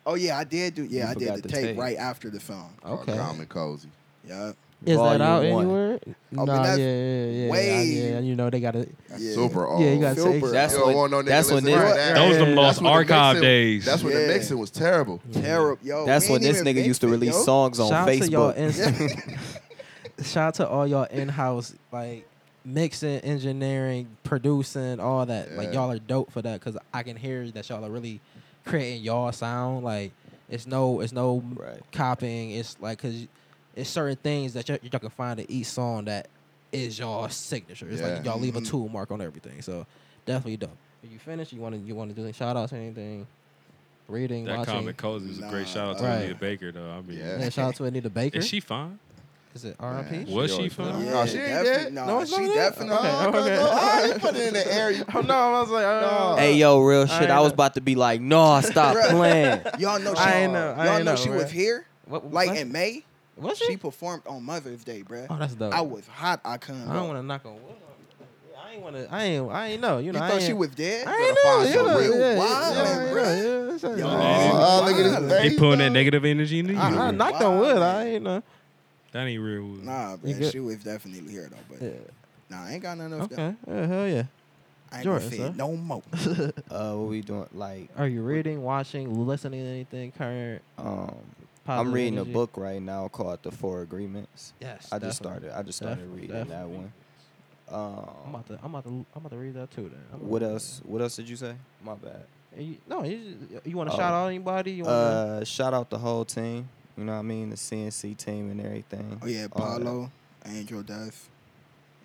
Speaker 4: Oh, yeah, I did do. Yeah,
Speaker 5: You
Speaker 4: I did
Speaker 5: forgot
Speaker 4: the
Speaker 5: the
Speaker 4: tape,
Speaker 5: tape.
Speaker 4: right after the song.
Speaker 3: Called
Speaker 1: Okay.
Speaker 3: Common Cozy.
Speaker 4: Yeah.
Speaker 1: Is that
Speaker 5: Volume
Speaker 1: out
Speaker 5: one.
Speaker 1: anywhere?
Speaker 4: Oh, but
Speaker 1: nah, yeah,
Speaker 4: that's
Speaker 1: yeah, yeah.
Speaker 4: way-
Speaker 1: I, yeah, you know they got to
Speaker 3: That's
Speaker 4: Yeah.
Speaker 3: super old.
Speaker 1: Yeah, you gotta
Speaker 4: Super.
Speaker 1: say
Speaker 5: That's
Speaker 3: You don't
Speaker 5: when-
Speaker 3: want no nigga
Speaker 5: that's when
Speaker 3: listening
Speaker 5: this-
Speaker 3: to that.
Speaker 2: Those them
Speaker 1: Yeah.
Speaker 2: lost
Speaker 3: That's when the
Speaker 2: archive
Speaker 3: mixing-
Speaker 2: days.
Speaker 3: That's when
Speaker 4: Yeah.
Speaker 3: the mixing was terrible.
Speaker 4: Terrible. Yo,
Speaker 5: That's
Speaker 4: we
Speaker 5: when
Speaker 4: ain't
Speaker 5: this
Speaker 4: even
Speaker 5: nigga used to
Speaker 4: mixed it,
Speaker 5: release
Speaker 4: yo.
Speaker 5: songs on
Speaker 1: shout out to y'all.
Speaker 5: Facebook.
Speaker 1: In- shout out to all y'all in-house like mixing, engineering, producing, all that. Like
Speaker 3: Yeah.
Speaker 1: y'all are dope for that because I can hear that y'all are really creating y'all sound. Like it's no, it's no
Speaker 5: Right.
Speaker 1: copying. It's like because it's certain things that y'all, y'all can find in each song that is y'all signature. It's
Speaker 3: Yeah. Mm-hmm.
Speaker 1: like y'all leave a
Speaker 4: Mhm.
Speaker 1: tool mark on everything. So definitely dope. Are you finished? You want to you want to do any shout outs or anything? reading,
Speaker 2: That
Speaker 1: watching.
Speaker 2: comic Cozy was a great shout out to
Speaker 1: Right.
Speaker 2: Anita Baker though. I mean,
Speaker 1: Yeah, shout out to Anita Baker.
Speaker 2: Is she fine?
Speaker 1: Is it R.I.P.?
Speaker 2: Was she fine?
Speaker 1: Yeah,
Speaker 3: no, she ain't dead.
Speaker 1: No,
Speaker 3: No,
Speaker 1: it's
Speaker 3: she
Speaker 1: not
Speaker 3: definitely.
Speaker 1: Okay,
Speaker 3: Oh, okay.
Speaker 1: okay.
Speaker 3: oh, you put it in the air. You
Speaker 13: Oh no, I was like, oh.
Speaker 5: Hey yo, real
Speaker 13: I
Speaker 5: shit.
Speaker 13: ain't
Speaker 5: I was about to be like, no, stop
Speaker 4: Bruh.
Speaker 5: playing.
Speaker 4: Y'all know she.
Speaker 13: I ain't know, I
Speaker 4: y'all
Speaker 13: ain't
Speaker 4: know,
Speaker 13: know,
Speaker 4: she
Speaker 13: bruh.
Speaker 4: was here.
Speaker 1: What-
Speaker 4: like
Speaker 1: what?
Speaker 4: in May.
Speaker 1: Was
Speaker 4: she? performed on Mother's Day, bruh.
Speaker 1: Oh, that's dope.
Speaker 4: I was hot. I couldn't.
Speaker 1: I don't want to knock on wood. on- I ain't want to. I ain't. I ain't know. You
Speaker 4: You
Speaker 1: know. I
Speaker 4: thought she
Speaker 1: ain't-
Speaker 4: was dead?
Speaker 1: I
Speaker 4: You
Speaker 1: ain't
Speaker 4: gotta
Speaker 1: know.
Speaker 4: find
Speaker 1: You
Speaker 4: some
Speaker 1: know.
Speaker 4: real
Speaker 1: Yeah,
Speaker 4: wild
Speaker 1: yeah,
Speaker 4: man,
Speaker 1: yeah,
Speaker 4: bruh.
Speaker 1: yeah, it's uh, a-
Speaker 4: Yo,
Speaker 2: Oh,
Speaker 4: look at his
Speaker 2: They
Speaker 4: face,
Speaker 2: pulling that negative energy into you.
Speaker 1: uh, I, I knocked on wood. I ain't know.
Speaker 2: That ain't real wood.
Speaker 4: Nah,
Speaker 1: You
Speaker 4: bruh.
Speaker 1: good?
Speaker 4: She was definitely here though, but
Speaker 1: Yeah.
Speaker 4: nah, I ain't got nothing else.
Speaker 1: Okay. Yeah, hell yeah.
Speaker 4: I ain't
Speaker 1: Jordan,
Speaker 4: gonna say
Speaker 1: sir.
Speaker 4: it no more.
Speaker 5: Uh, what we doing? Like,
Speaker 1: Are you reading, watching, listening to anything current?
Speaker 5: um, I'm
Speaker 1: Positive
Speaker 5: reading
Speaker 1: energy.
Speaker 5: a book right now called The Four Agreements.
Speaker 1: Yes,
Speaker 5: I just
Speaker 1: definitely.
Speaker 5: started. I just started
Speaker 1: Definitely,
Speaker 5: reading that
Speaker 1: definitely.
Speaker 5: one.
Speaker 1: I'm
Speaker 5: Um,
Speaker 1: about to. I'm about to. I'm about to read that too. Then. I'm gonna
Speaker 5: what
Speaker 1: read
Speaker 5: else? What else did you say? My bad.
Speaker 1: that. And You, no, you, you want to
Speaker 5: Oh.
Speaker 1: shout out anybody? You want to?
Speaker 5: Uh, shout out the whole team. You know what I mean? The CNC team and everything.
Speaker 4: Oh yeah,
Speaker 5: All that.
Speaker 4: Paulo, Angel Death,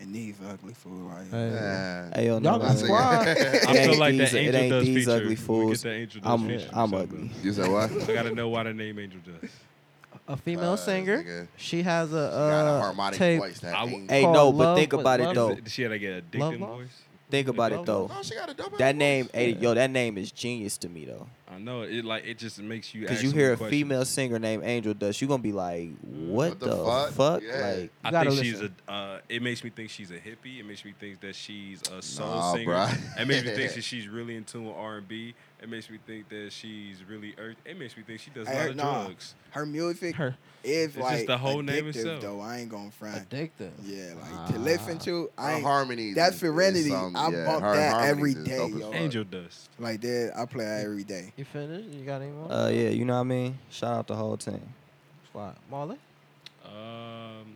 Speaker 4: and these ugly fool right here.
Speaker 1: Hey.
Speaker 3: Nah.
Speaker 5: Hey, yo,
Speaker 1: Y'all
Speaker 5: no,
Speaker 1: got
Speaker 5: man.
Speaker 1: squad. I
Speaker 5: It
Speaker 2: feel
Speaker 5: ain't
Speaker 2: like that
Speaker 5: these- it
Speaker 2: Angel
Speaker 5: ain't
Speaker 2: Dust
Speaker 5: these
Speaker 2: feature.
Speaker 5: ugly
Speaker 2: We get
Speaker 5: fools.
Speaker 2: that Angel Dust
Speaker 5: I'm,
Speaker 2: feature or
Speaker 5: I'm
Speaker 2: something.
Speaker 5: ugly.
Speaker 3: You said what?
Speaker 2: I gotta know why the name Angel Dust.
Speaker 1: a female
Speaker 3: Uh,
Speaker 1: singer.
Speaker 3: nigga.
Speaker 1: She has a,
Speaker 3: got a
Speaker 1: uh,
Speaker 3: harmonic
Speaker 1: tape.
Speaker 3: voice. That
Speaker 2: I-
Speaker 3: ain't-
Speaker 5: Hey,
Speaker 1: Called
Speaker 5: no, but
Speaker 1: Love
Speaker 5: think
Speaker 1: with
Speaker 5: about
Speaker 1: Love.
Speaker 5: it though.
Speaker 2: Did she had like an
Speaker 1: Love
Speaker 2: addicting
Speaker 1: Lost?
Speaker 2: voice?
Speaker 5: Think about it
Speaker 1: Love
Speaker 5: though.
Speaker 3: No, she got a double.
Speaker 5: That name, hey,
Speaker 1: Yeah.
Speaker 5: yo, that name is genius to me though.
Speaker 2: I know it like it just makes you.
Speaker 5: Cause
Speaker 2: ask
Speaker 5: you
Speaker 2: some
Speaker 5: hear a
Speaker 2: questions.
Speaker 5: female singer named Angel Dust, you gonna be like,
Speaker 1: Mm,
Speaker 5: what, the, fuck?
Speaker 3: Yeah.
Speaker 5: Like,
Speaker 1: You
Speaker 2: I
Speaker 1: gotta
Speaker 2: think she's
Speaker 1: listen.
Speaker 2: a. Uh, it makes me think she's a hippie. It makes me think that she's a soul
Speaker 3: Nah,
Speaker 2: singer.
Speaker 3: bruh.
Speaker 2: It makes me think that she's really in tune with R and B. It makes me think that she's really. Earth. It makes me think she does a
Speaker 4: Hey,
Speaker 2: lot of
Speaker 4: nah.
Speaker 2: drugs.
Speaker 4: Her music
Speaker 1: Her
Speaker 4: is
Speaker 2: It's just
Speaker 4: like
Speaker 2: the whole name
Speaker 4: addictive,
Speaker 2: itself.
Speaker 4: though. I ain't gonna front.
Speaker 1: addictive.
Speaker 4: Yeah, like to listen to. I
Speaker 3: Her
Speaker 4: ain't,
Speaker 3: harmonies.
Speaker 4: that
Speaker 3: is- is
Speaker 4: Serenity,
Speaker 3: something-
Speaker 4: I
Speaker 3: yeah,
Speaker 4: bump
Speaker 3: her
Speaker 4: that
Speaker 3: harmonies
Speaker 4: every
Speaker 3: is
Speaker 4: day,
Speaker 3: dope as
Speaker 4: yo.
Speaker 3: fuck.
Speaker 2: Angel Dust.
Speaker 4: like that. I play that every day.
Speaker 1: You finished? You got any more?
Speaker 5: uh, yeah, you know what I mean? Shout out the whole team.
Speaker 1: Squad. Marley.
Speaker 2: Um,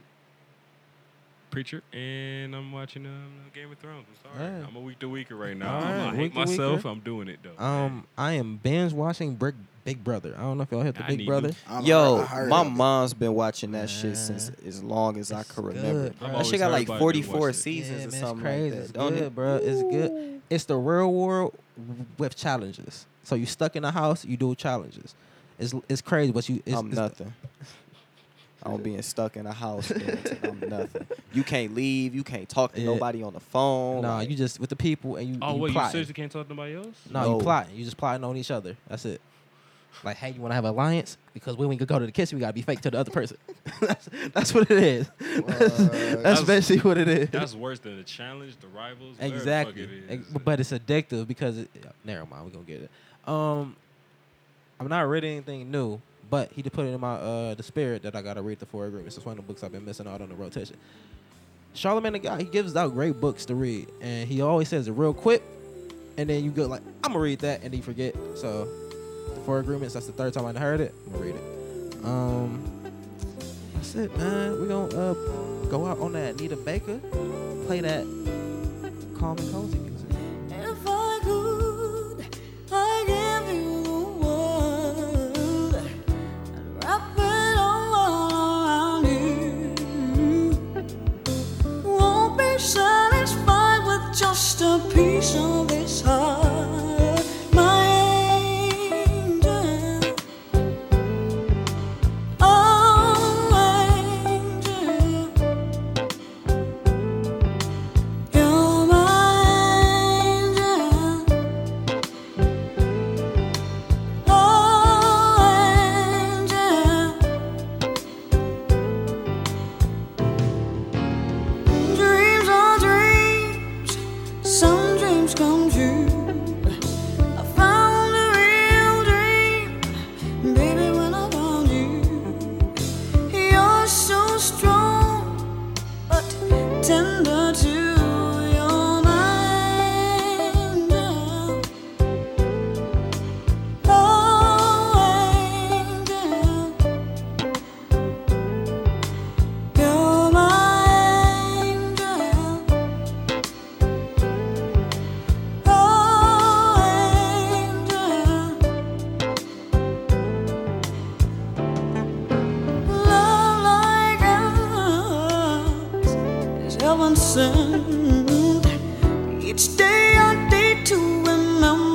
Speaker 2: Preacher, and I'm watching um, Game of Thrones. I'm sorry,
Speaker 1: Yeah.
Speaker 2: I'm a week to weeker right now.
Speaker 1: All
Speaker 2: I'm-
Speaker 1: right,
Speaker 2: I
Speaker 1: week
Speaker 2: hate
Speaker 1: to weeker.
Speaker 2: myself. I'm doing it though.
Speaker 1: Um, I am binge watching Big Big Brother. I don't know if y'all hit the
Speaker 2: I need
Speaker 1: Big Brother.
Speaker 2: to.
Speaker 4: I'm- I
Speaker 5: Yo,
Speaker 4: heard
Speaker 5: my
Speaker 4: of it.
Speaker 5: mom's been watching that shit since
Speaker 1: Man.
Speaker 5: as long as I
Speaker 1: It's
Speaker 5: can remember.
Speaker 1: good,
Speaker 2: I'm
Speaker 1: bruh.
Speaker 5: That
Speaker 2: always
Speaker 5: shit got
Speaker 2: heard
Speaker 5: like
Speaker 2: about it, didn't watch
Speaker 5: 44
Speaker 2: it.
Speaker 5: seasons
Speaker 1: yeah,
Speaker 5: or
Speaker 1: man,
Speaker 5: something
Speaker 1: it's crazy.
Speaker 5: like that.
Speaker 1: It's
Speaker 5: don't
Speaker 1: good,
Speaker 5: it?
Speaker 1: bro. It's good. It's the real world with challenges. So you stuck in a house, you do challenges. It's it's crazy, but you it's,
Speaker 5: I'm
Speaker 1: it's-
Speaker 5: nothing. I'm being stuck in a house. Dancing. I'm nothing. You can't leave. You can't talk to
Speaker 1: Yeah.
Speaker 5: nobody on the phone.
Speaker 1: Nah,
Speaker 5: like-
Speaker 1: you just with the people and you.
Speaker 2: Oh
Speaker 1: and you
Speaker 2: wait, you
Speaker 1: plotting.
Speaker 2: seriously can't talk to nobody else?
Speaker 1: No,
Speaker 5: No.
Speaker 1: you plotting. You just plotting on each other. That's it. Like, hey, you want to have an alliance? Because when we go to the kitchen, we gotta be fake to the other person. that's, that's what it is. That's, that's
Speaker 2: That's-
Speaker 1: basically what it is.
Speaker 2: That's worse than the challenge, the rivals. whatever the fuck
Speaker 1: exactly.
Speaker 2: it
Speaker 1: Ex-
Speaker 2: is.
Speaker 1: But it's addictive because it, uh, never mind, we're gonna get it. Um I'm not reading anything new, but he did put it in my uh the spirit that I gotta read the four agreements. It's one of the books I've been missing out on the rotation. Charlemagne the guy, he gives out great books to read and he always says it real quick and then you go like, I'm gonna read that and then you forget. So the four agreements, that's the third time I done heard it. I'm gonna read it. Um That's it, man. We're gonna uh go out on that Anita Baker, play that calm and cozy music.
Speaker 10: If I could, I'd give you the world. I'd wrap it all around you. Won't be satisfied with just a piece of this heart, my angel. Oh, angel. You're my angel, oh angel. Dreams are dreams, some dreams come true. I found a real dream, baby, when I found you. You're so strong, but tender too. You're my angel, oh angel. You're my angel, oh angel. Love like ours is heaven sent. Each day a day to remember Oh, Oh,